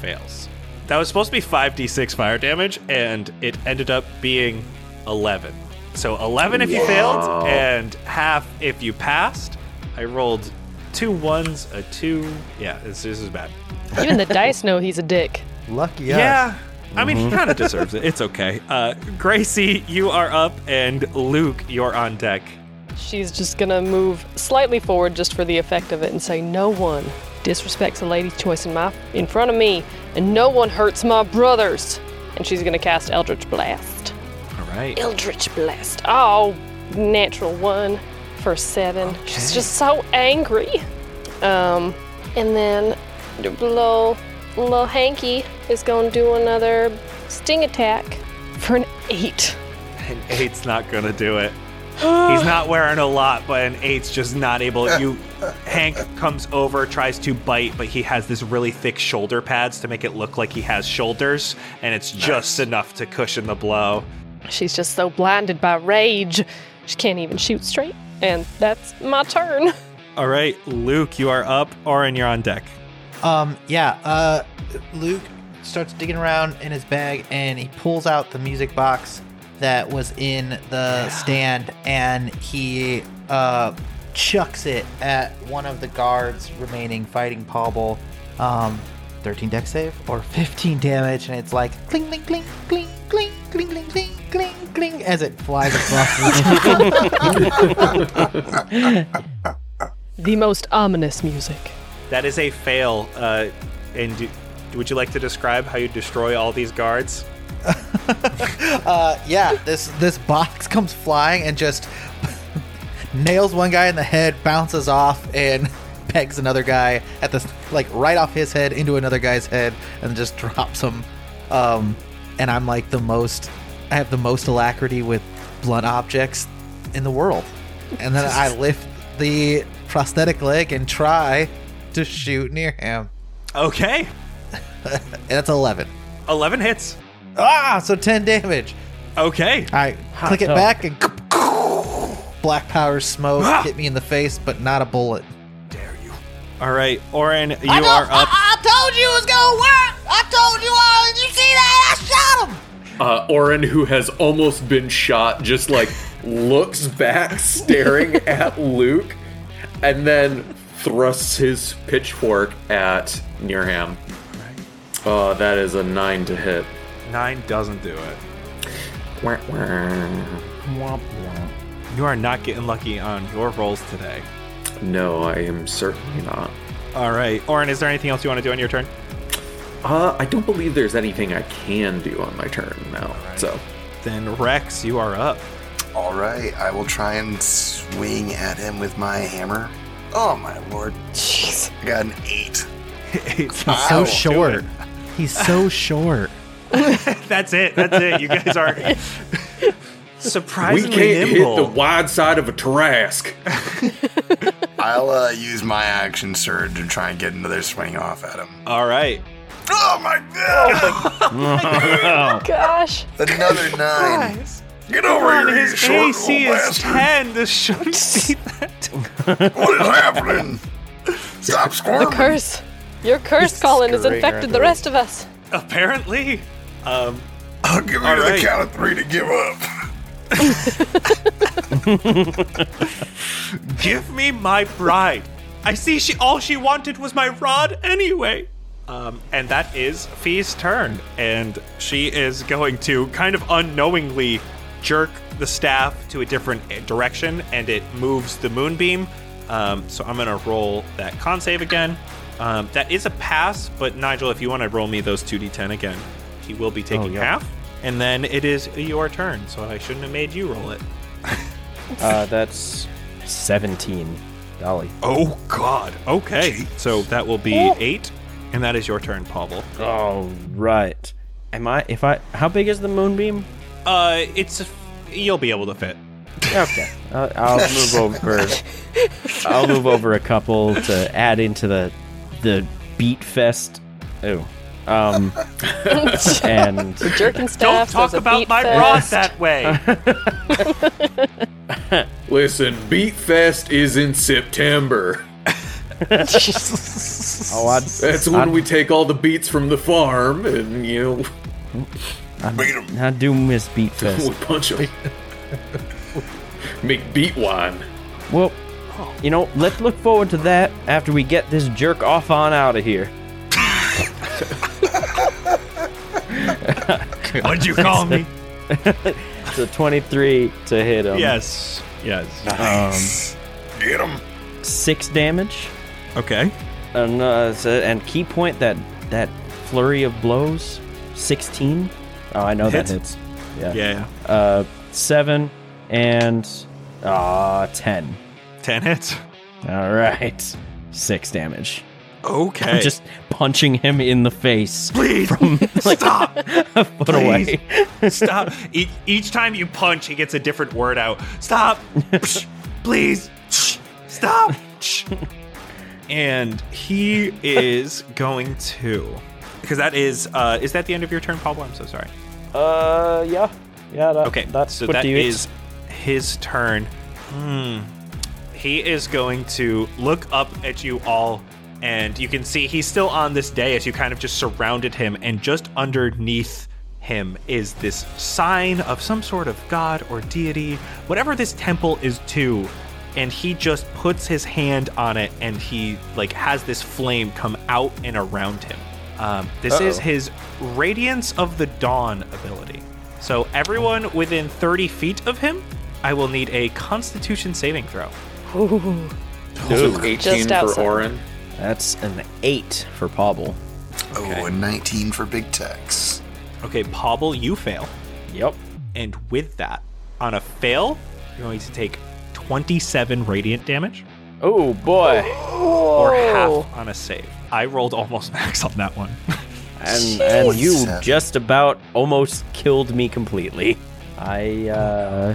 Speaker 3: fails. That was supposed to be 5d6 fire damage, and it ended up being 11. So 11 if you failed, and half if you passed. I rolled two ones, a two. Yeah, this, this is bad.
Speaker 5: Even the dice know he's a dick.
Speaker 6: Lucky us.
Speaker 3: Yeah. Mm-hmm. I mean,
Speaker 5: Mm-hmm.
Speaker 3: he kind of deserves it. It's okay. Uh, Gracie, you are up, and Luke, you're on deck.
Speaker 5: She's just gonna move slightly forward just for the effect of it and say, "No one disrespects a lady's choice in my in front of me, and no one hurts my brothers." And she's gonna cast Eldritch Blast.
Speaker 3: All right.
Speaker 5: Eldritch Blast. Oh, natural one for seven. She's just so angry. Um, and then little little Hanky is gonna do another sting attack for an eight.
Speaker 3: An eight's not gonna do it. He's not wearing a lot, but an eight's just not able. You, Hank comes over, tries to bite, but he has this really thick shoulder pads to make it look like he has shoulders, and it's just enough to cushion the blow.
Speaker 5: She's just so blinded by rage, she can't even shoot straight. And that's my turn.
Speaker 3: All right, Luke, you are up. Orin, you're on deck.
Speaker 6: Um, yeah. Uh, Luke starts digging around in his bag and he pulls out the music box that was in the stand and he uh, chucks it at one of the guards remaining fighting Pobble. Um, 13 deck save or 15 damage, and it's like cling, cling, cling, cling, cling, cling, cling, cling, cling, cling, as it flies across the
Speaker 5: <laughs>
Speaker 6: room.
Speaker 5: The most ominous music.
Speaker 3: That is a fail. Uh, and do, would you like to describe how you destroy all these guards?
Speaker 6: Uh, yeah, this this box <laughs> comes flying and just <laughs> nails one guy in the head, bounces off, and <laughs> pegs another guy at this like right off his head into another guy's head, and just <laughs> drops him. Um, and I'm like the most, I have the most alacrity with blunt objects in the world. And then I lift the prosthetic leg and try to shoot near him.
Speaker 3: Okay,
Speaker 6: <laughs> And that's 11.
Speaker 3: 11 hits.
Speaker 6: Ah, so 10 damage.
Speaker 3: Okay,
Speaker 6: All right, click it
Speaker 7: dog.
Speaker 6: back and <laughs> black power smoke
Speaker 13: Ah!
Speaker 6: hit me in the face, but not a bullet.
Speaker 3: all right, Orin, you are up.
Speaker 6: told you it was gonna work. I told you all. Did you see that? I shot him.
Speaker 4: Uh, Orin, who has almost been shot, just like looks back,
Speaker 3: <laughs>
Speaker 4: staring at Luke, and then thrusts his pitchfork at Nearham. Oh, that is a nine to hit.
Speaker 3: Nine doesn't do it.
Speaker 4: Wah, wah.
Speaker 3: You are not getting lucky on your rolls today.
Speaker 4: No, I am certainly not.
Speaker 3: All right, Orin, is there anything else you want to do on your turn?
Speaker 4: Uh, I don't believe there's anything I can do on my turn now. So,
Speaker 3: Then Rex, you <laughs> are up.
Speaker 8: All right, I will try and swing at him with my hammer. Oh my lord! Jeez, I got an
Speaker 3: <laughs>
Speaker 8: eight.
Speaker 6: He's so short. He's
Speaker 3: <laughs>
Speaker 6: so short.
Speaker 3: That's it. That's it. You guys are
Speaker 10: We
Speaker 3: surprisingly
Speaker 10: can't hit
Speaker 3: nimble.
Speaker 10: the wide side of a Tarask.
Speaker 8: I'll uh, use my action surge to try and get another swing off at him.
Speaker 3: <laughs> All right.
Speaker 8: Oh my Oh god!
Speaker 3: <laughs>
Speaker 5: Gosh.
Speaker 8: Another nine.
Speaker 2: Get over
Speaker 3: on,
Speaker 2: here, you
Speaker 3: his
Speaker 2: short
Speaker 3: AC
Speaker 2: little
Speaker 3: is
Speaker 2: bastard.
Speaker 3: 10. This shouldn't be that.
Speaker 2: What is happening?
Speaker 3: <laughs>
Speaker 2: Stop
Speaker 5: The
Speaker 2: squirming.
Speaker 5: curse. Your curse, Colin, has
Speaker 7: great,
Speaker 5: infected the
Speaker 7: right?
Speaker 5: rest of us.
Speaker 3: Apparently. Um,
Speaker 2: I'll give you
Speaker 3: All
Speaker 2: the
Speaker 3: right.
Speaker 2: count of three to give up.
Speaker 3: give me my bride. I see she all she wanted was my rod anyway. Um, and that is Fee's turn. And she is going to kind of unknowingly jerk the staff to a different direction, and it moves the moonbeam. Um, so I'm going to roll that con save again. Um, that is a pass, but Nigel, if you want to roll me those 2d10 again, he will be taking
Speaker 7: yeah.
Speaker 3: half. And then it is your turn, so I shouldn't have made you roll it.
Speaker 7: Uh, that's 17. Dolly.
Speaker 3: Oh God. Okay. So that will be
Speaker 7: Oh.
Speaker 3: eight, and that is your turn, Pavel.
Speaker 7: All right. Am I? If I? How big is the moonbeam?
Speaker 3: Uh, it's you'll be able to fit.
Speaker 7: <laughs> Okay. Uh, I'll move over. I'll move over a couple to add into the the beat fest. Ooh. Um. and
Speaker 5: Jerking
Speaker 3: Don't
Speaker 5: staff.
Speaker 3: talk
Speaker 5: there's a
Speaker 3: about
Speaker 5: beat
Speaker 3: my
Speaker 5: fest.
Speaker 3: rod that
Speaker 7: <laughs>
Speaker 3: way.
Speaker 10: <laughs> Listen, Beat Fest is in September.
Speaker 7: oh, I'd,
Speaker 10: That's when we take all the beats from the farm and, you
Speaker 2: Beat him.
Speaker 7: I do miss beat
Speaker 10: know,
Speaker 7: fest.
Speaker 10: we punch them. Make beat wine.
Speaker 7: Well, you know, let's look forward to that after we get this jerk off on out of here.
Speaker 3: <laughs> What'd you call
Speaker 7: <laughs>
Speaker 3: me?
Speaker 7: So 23 to hit Um, him.
Speaker 3: yes. Yes.
Speaker 2: Get him.
Speaker 7: Six damage.
Speaker 3: Okay.
Speaker 7: And, uh, so- and key point that that flurry of blows. 16. Oh, I know that
Speaker 3: Hits.
Speaker 7: hits. Yeah.
Speaker 3: Yeah.
Speaker 7: Uh, seven and uh, 10.
Speaker 3: Ten hits.
Speaker 7: All right. Six damage.
Speaker 3: Okay.
Speaker 7: I'm just punching him in the face.
Speaker 3: <laughs> please stop.
Speaker 7: a foot away. <laughs>
Speaker 3: <laughs> stop. E- each time you punch, he gets a different word out. Stop. Psh, please. Shh.
Speaker 7: <laughs>
Speaker 3: Stop. Shh. and he is going to, because that is, uh, is that the end of your turn, Pablo? I'm so sorry.
Speaker 7: Uh, yeah. Yeah, that,
Speaker 3: Okay,
Speaker 7: that's
Speaker 3: so
Speaker 7: what
Speaker 3: that
Speaker 7: you
Speaker 3: is his turn. Hmm. He is going to look up at you all, and you can see he's still on this day as you kind of just surrounded him, and just underneath him is this sign of some sort of god or deity, whatever this temple is to. And he just puts his hand on it, and he like has this flame come out and around him. Um, this is his Radiance of the Dawn ability. So everyone within 30 feet of him, I will need a Constitution saving throw.
Speaker 10: Ooh, 18
Speaker 5: outside.
Speaker 10: for Orin.
Speaker 7: That's an eight for Pobble.
Speaker 8: Oh, and 19 for Big Tex.
Speaker 3: Okay, Pobble, you fail.
Speaker 7: Yep.
Speaker 3: And with that, on a fail, you're going to take 27 radiant damage
Speaker 7: Oh boy.
Speaker 3: or half on a save. I rolled almost <laughs> max on that one.
Speaker 7: And, and you
Speaker 8: Jesus.
Speaker 7: just about almost killed me completely. I uh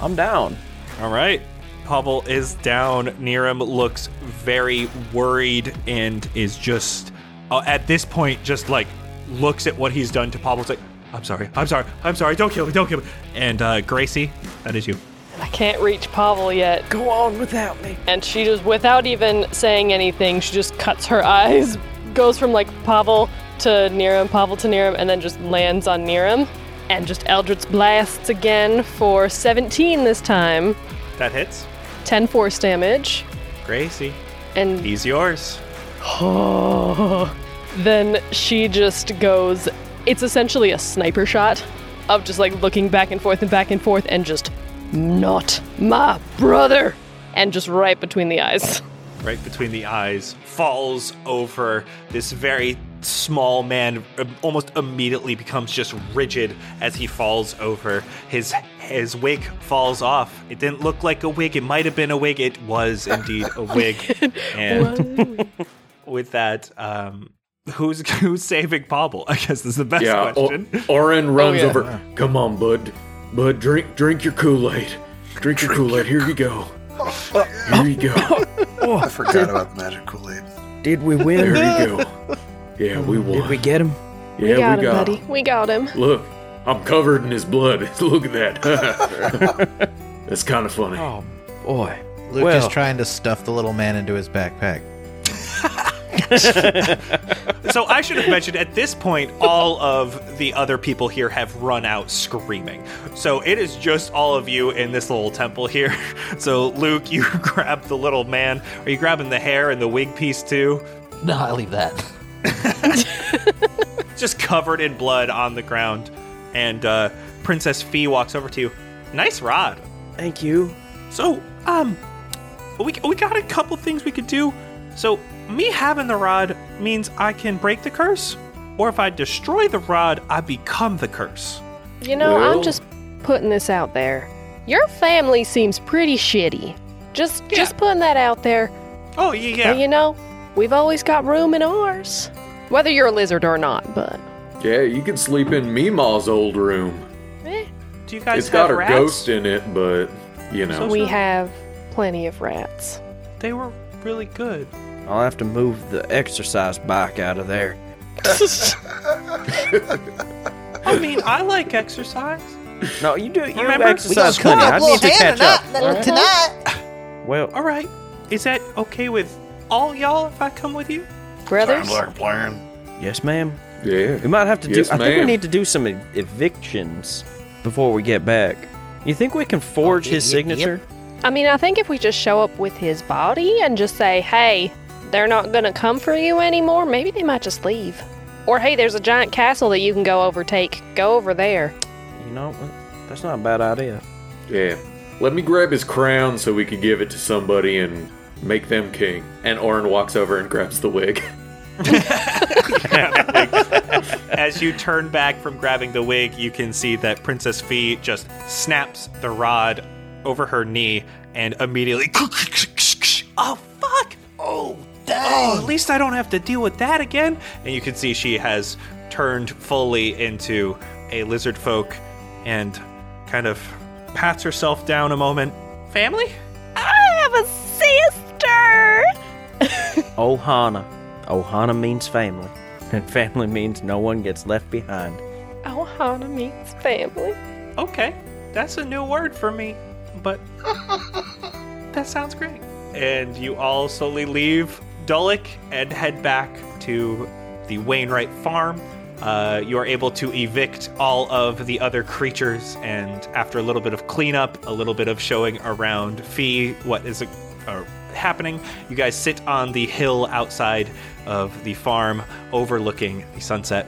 Speaker 7: I'm down.
Speaker 3: All right. Pavel is down. Niram looks very worried and is just, uh, at this point, just like looks at what he's done to Pavel's like, I'm sorry, I'm sorry, I'm sorry, don't kill me, don't kill me. And uh, Gracie, that is you.
Speaker 5: I can't reach Pavel yet. Go on without me. And she just, without even saying anything, she just cuts her eyes, goes from like Pavel to Niram, Pavel to Niram, and then just lands on Niram. And just Eldritch blasts again for 17 this time.
Speaker 3: That hits.
Speaker 5: 10 force damage.
Speaker 3: Gracie,
Speaker 5: And
Speaker 3: he's yours.
Speaker 5: Oh. then she just goes it's essentially a sniper shot of just like looking back and forth and back and forth and just not my brother and just right between the eyes <laughs>
Speaker 3: right between the eyes, falls over. This very small man uh, almost immediately becomes just rigid as he falls over. His his wig falls off. It didn't look like a wig. It might have been a wig. It was indeed a wig. and <laughs> with that, um, who's <laughs> who's saving Pobble? I guess is the best
Speaker 10: Yeah,
Speaker 4: oh,
Speaker 3: question.
Speaker 10: <laughs> o-
Speaker 8: Oh,
Speaker 10: Orin runs
Speaker 5: yeah.
Speaker 10: over. Come on, bud. Bud, drink drink your Kool-Aid. Drink your Kool-Aid. Here you go. Here you go.
Speaker 8: I <laughs> forgot about the magic Kool-Aid.
Speaker 7: Did we
Speaker 10: There
Speaker 7: win?
Speaker 8: <laughs>
Speaker 10: you go. Yeah, we won.
Speaker 7: Did we get him?
Speaker 10: yeah, we got.
Speaker 5: we got him
Speaker 10: Look,
Speaker 4: I'm covered in his
Speaker 10: <laughs>
Speaker 4: blood. Look at that. That's kind of funny.
Speaker 7: Oh, boy.
Speaker 6: Luke
Speaker 7: well,
Speaker 6: is trying to stuff the little man into his backpack.
Speaker 3: <laughs> So I should have mentioned at this point, all of the other people here have run out screaming. So it is just all of you in this little temple here. <laughs> So Luke, you <laughs> grab the little man. Are you grabbing the hair and the wig piece too?
Speaker 13: No, I leave that.
Speaker 3: Just covered in blood on the ground. And uh, Princess Fee walks over to you. Nice rod.
Speaker 7: thank you.
Speaker 3: So, um, we, we got a couple things we could do. So, me having the rod means I can break the curse, or if I destroy the rod, I become the curse.
Speaker 5: You know,
Speaker 4: Well-
Speaker 5: I'm just putting this out there. Your family seems pretty shitty. Just just putting that out there.
Speaker 3: Oh, yeah, yeah.
Speaker 5: And you know, we've always got room in ours. Whether you're a lizard or not, but
Speaker 4: Yeah, you can sleep in Meemaw's old room.
Speaker 5: eh,
Speaker 3: Do you guys
Speaker 4: It's got
Speaker 3: have
Speaker 4: a
Speaker 3: rats?
Speaker 4: ghost in it, but you know.
Speaker 5: we have plenty of rats.
Speaker 3: They were really good.
Speaker 7: I'll have to move the exercise bike out of
Speaker 3: <laughs>
Speaker 7: there.
Speaker 3: I mean, I like exercise.
Speaker 7: No, you do. You
Speaker 3: Remember? We
Speaker 7: exercise, honey. I need to catch up. Well,
Speaker 3: All right. Is that okay with all y'all if I come with you?
Speaker 5: Brothers?
Speaker 10: like playing.
Speaker 7: yes, ma'am. We
Speaker 4: yeah.
Speaker 7: might have to do.
Speaker 4: Yes,
Speaker 7: I think we
Speaker 4: ma'am.
Speaker 7: need to do some ev- evictions before we get back. You think we can forge
Speaker 13: Oh,
Speaker 7: his
Speaker 13: yep, yep,
Speaker 7: signature?
Speaker 5: I mean, I think if we just show up with his body and just say, hey, they're not going to come for you anymore, maybe they might just leave. Or, hey, there's a giant castle that you can go overtake. Go over there.
Speaker 7: You know, what? that's not a bad idea. <laughs>
Speaker 4: Yeah. Let me grab his crown so we can give it to somebody and make them king. And Orin walks over and grabs the wig. <laughs>
Speaker 3: As you turn back from grabbing the wig, you can see that Princess Fee just snaps the rod over her knee and immediately. Oh, fuck! Oh, Oh, at least I don't have to deal with that again. And you can see she has turned fully into a lizard folk and kind of pats herself down a moment. Family?
Speaker 7: Ohana. Ohana means family, and family means no one gets left behind.
Speaker 5: Oh, Hana meets family.
Speaker 3: Okay, that's a new word for me, <laughs> but that sounds great. And you all slowly leave Dulick and head back to the Wainwright farm. Uh, you are able to evict all of the other creatures, and after a little bit of cleanup, a little bit of showing around Fee what is uh, happening, you guys sit on the hill outside of the farm overlooking the sunset.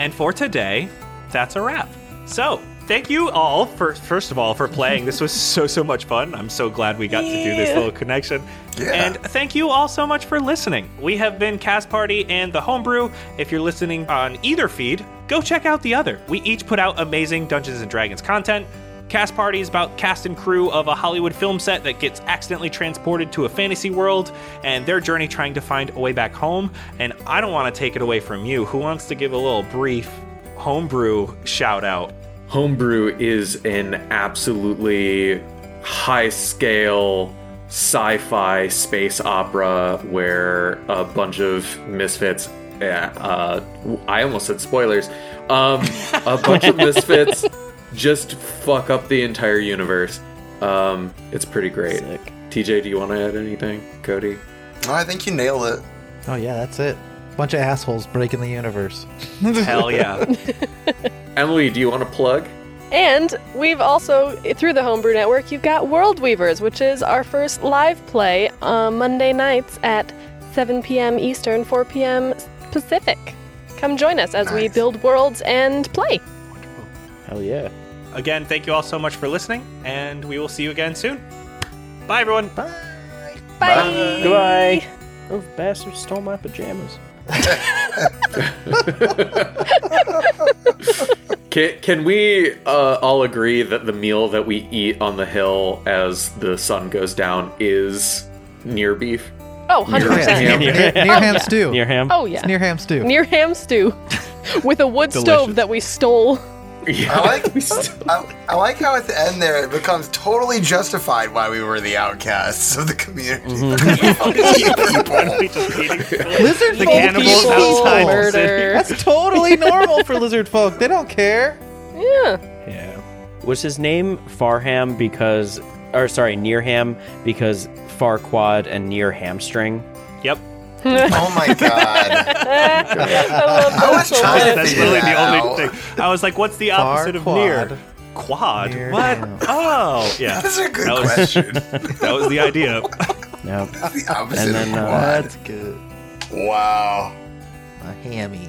Speaker 3: And for today, that's a wrap. So, thank you all for first of all for playing. This was so so much fun. I'm so glad we got to do this little connection. And thank you all so much for listening. We have been Cast Party and the Homebrew. If you're listening on either feed, go check out the other. We each put out amazing Dungeons and Dragons content. Cast Party is about cast and crew of a Hollywood film set that gets accidentally transported to a fantasy world and their journey trying to find a way back home. And I don't want to take it away from you. Who wants to give a little brief homebrew shout out?
Speaker 4: Homebrew is an absolutely high scale sci fi space opera where a bunch of misfits. Yeah, uh, I almost said spoilers. Um, a bunch of misfits just fuck up the entire universe. Um, it's pretty great.
Speaker 7: Sick.
Speaker 4: TJ, do you want to add anything? Cody?
Speaker 8: Oh, I think you nailed it.
Speaker 6: Oh yeah, that's it. Bunch of assholes breaking the universe.
Speaker 3: Hell yeah.
Speaker 4: <laughs> Emily, do you want to plug?
Speaker 5: And we've also, through the Homebrew Network, you've got World Weavers, which is our first live play on Monday nights at 7 p.m. Eastern, 4 p.m. Pacific. Come join us as we build worlds and play.
Speaker 7: Hell yeah.
Speaker 3: again, thank you all so much for listening, and we will see you again soon. Bye, everyone.
Speaker 5: Bye.
Speaker 7: Goodbye. Those bastards stole my pajamas.
Speaker 4: Can, can we uh, all agree that the meal that we eat on the hill as the sun goes down is near beef?
Speaker 5: Oh, 100%.
Speaker 6: near, near, near ham stew.
Speaker 7: Near him.
Speaker 5: Oh, yeah.
Speaker 6: It's near ham stew.
Speaker 5: Near ham stew <laughs> with a wood stove that we stole. <laughs>
Speaker 4: Yeah.
Speaker 8: I like, I, I like how at the end there it becomes totally justified why we were the outcasts of the community.
Speaker 7: Mm-hmm.
Speaker 8: <laughs> We fucking eat people.
Speaker 3: We <laughs> just eating
Speaker 6: Lizard
Speaker 3: the
Speaker 6: folk
Speaker 3: cannibals
Speaker 6: eat people.
Speaker 3: outside the
Speaker 5: murder.
Speaker 3: city. <laughs>
Speaker 6: That's totally normal for lizard folk. They don't care.
Speaker 5: Yeah.
Speaker 3: Yeah.
Speaker 7: Was his name Farham because, or sorry, Nearham because Farquad and Near Hamstring?
Speaker 3: Yep.
Speaker 8: Oh my
Speaker 5: <laughs>
Speaker 8: god.
Speaker 5: I love
Speaker 8: I
Speaker 5: that
Speaker 8: was
Speaker 5: so
Speaker 8: trying
Speaker 5: much.
Speaker 8: to
Speaker 3: That's
Speaker 8: figure
Speaker 3: literally
Speaker 8: that
Speaker 3: the
Speaker 8: out.
Speaker 3: only thing. I was like, what's the opposite of
Speaker 6: Farquad.
Speaker 3: near? Quad.
Speaker 6: Near
Speaker 3: what?
Speaker 6: ham.
Speaker 8: <laughs>
Speaker 3: Oh, yeah.
Speaker 8: That's a good
Speaker 3: That was-
Speaker 8: question.
Speaker 3: <laughs> that was
Speaker 8: <laughs>
Speaker 3: the idea.
Speaker 7: No.
Speaker 8: the opposite
Speaker 7: And then,
Speaker 8: of
Speaker 7: uh,
Speaker 8: quad.
Speaker 6: That's good.
Speaker 8: Wow.
Speaker 6: A hammy.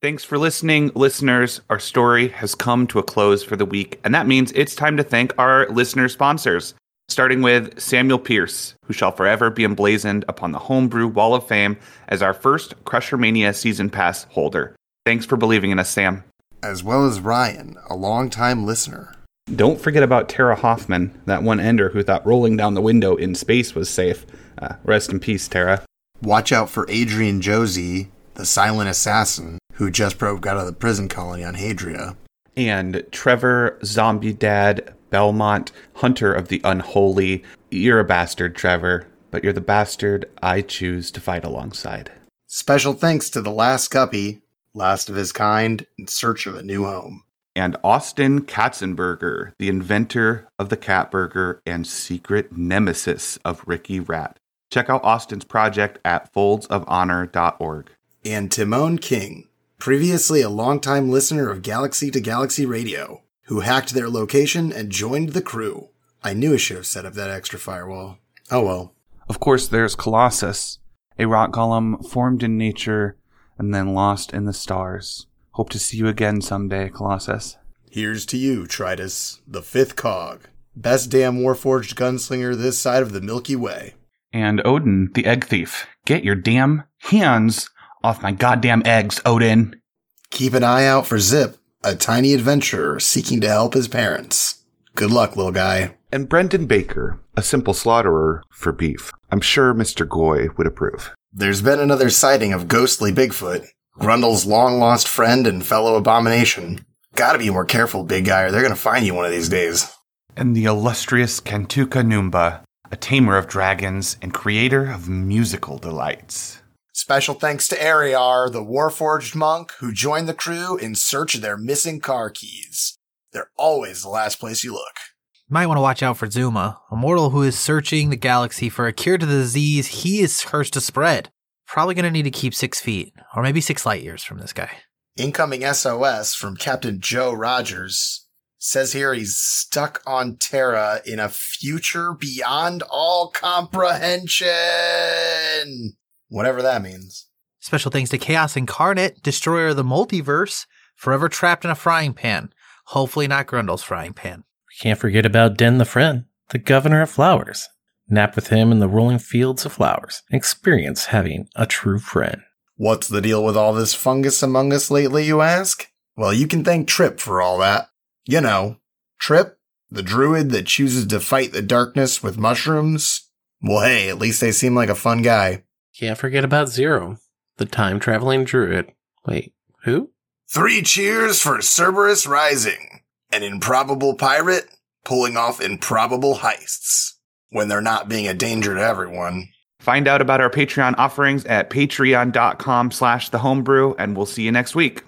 Speaker 14: Thanks for listening, listeners. Our story has come to a close for the week, and that means it's time to thank our listener sponsors, starting with Samuel Pierce, who shall forever be emblazoned upon the Homebrew Wall of Fame as our first Crusher Mania season pass holder. Thanks for believing in us, Sam.
Speaker 8: As well as Ryan, a longtime listener.
Speaker 14: Don't forget about Tara Hoffman, that one ender who thought rolling down the window in space was safe. Uh, rest in peace, Tara.
Speaker 8: Watch out for Adrian Josie, the silent assassin who just broke out of the prison colony on Hadria.
Speaker 14: and Trevor, Zombie Dad, Belmont, Hunter of the Unholy. You're a bastard, Trevor, but you're the bastard I choose to fight alongside.
Speaker 8: Special thanks to the last guppy, last of his kind, in search of a new home.
Speaker 14: And Austin Katzenberger, the inventor of the cat burger and secret nemesis of Ricky Rat. Check out Austin's project at foldsofhonor.org.
Speaker 8: And Timon King, previously a longtime listener of Galaxy to Galaxy Radio, who hacked their location and joined the crew. I knew I should have set up that extra firewall. Oh well.
Speaker 14: Of course, there's Colossus, a rock golem formed in nature and then lost in the stars. Hope to see you again someday, Colossus.
Speaker 8: Here's to you, Tritus, the fifth cog. Best damn warforged gunslinger this side of the Milky Way.
Speaker 14: And Odin, the egg thief, get your damn hands off my goddamn eggs, Odin.
Speaker 8: Keep an eye out for Zip, a tiny adventurer seeking to help his parents. Good luck, little guy.
Speaker 14: And Brendan Baker, a simple slaughterer for beef. I'm sure Mr. Goy would approve.
Speaker 8: There's been another sighting of ghostly Bigfoot, Grundle's long lost friend and fellow abomination. Gotta be more careful, big guy, or they're gonna find you one of these days.
Speaker 14: And the illustrious Kantuka Numba, a tamer of dragons and creator of musical delights.
Speaker 8: Special thanks to Ariar, the Warforged monk, who joined the crew in search of their missing car keys. They're always the last place you look.
Speaker 6: Might want to watch out for Zuma, a mortal who is searching the galaxy for a cure to the disease he is cursed to spread. Probably going to need to keep six feet, or maybe six light years from this guy.
Speaker 8: Incoming SOS from Captain Joe Rogers says here he's stuck on Terra in a future beyond all comprehension. Whatever that means.
Speaker 6: Special thanks to Chaos Incarnate, Destroyer of the Multiverse, forever trapped in a frying pan. Hopefully not Grundle's frying pan.
Speaker 15: Can't forget about Den the Friend, the governor of flowers. Nap with him in the rolling fields of flowers. Experience having a true friend.
Speaker 8: What's the deal with all this fungus among us lately, you ask? Well, you can thank Trip for all that. You know, Trip, the druid that chooses to fight the darkness with mushrooms. Well, hey, at least they seem like a fun guy.
Speaker 15: Can't forget about Zero, the time traveling druid. Wait, who?
Speaker 8: Three cheers for Cerberus Rising, an improbable pirate pulling off improbable heists when they're not being a danger to everyone.
Speaker 14: Find out about our Patreon offerings at patreon.com slash thehomebrew, and we'll see you next week.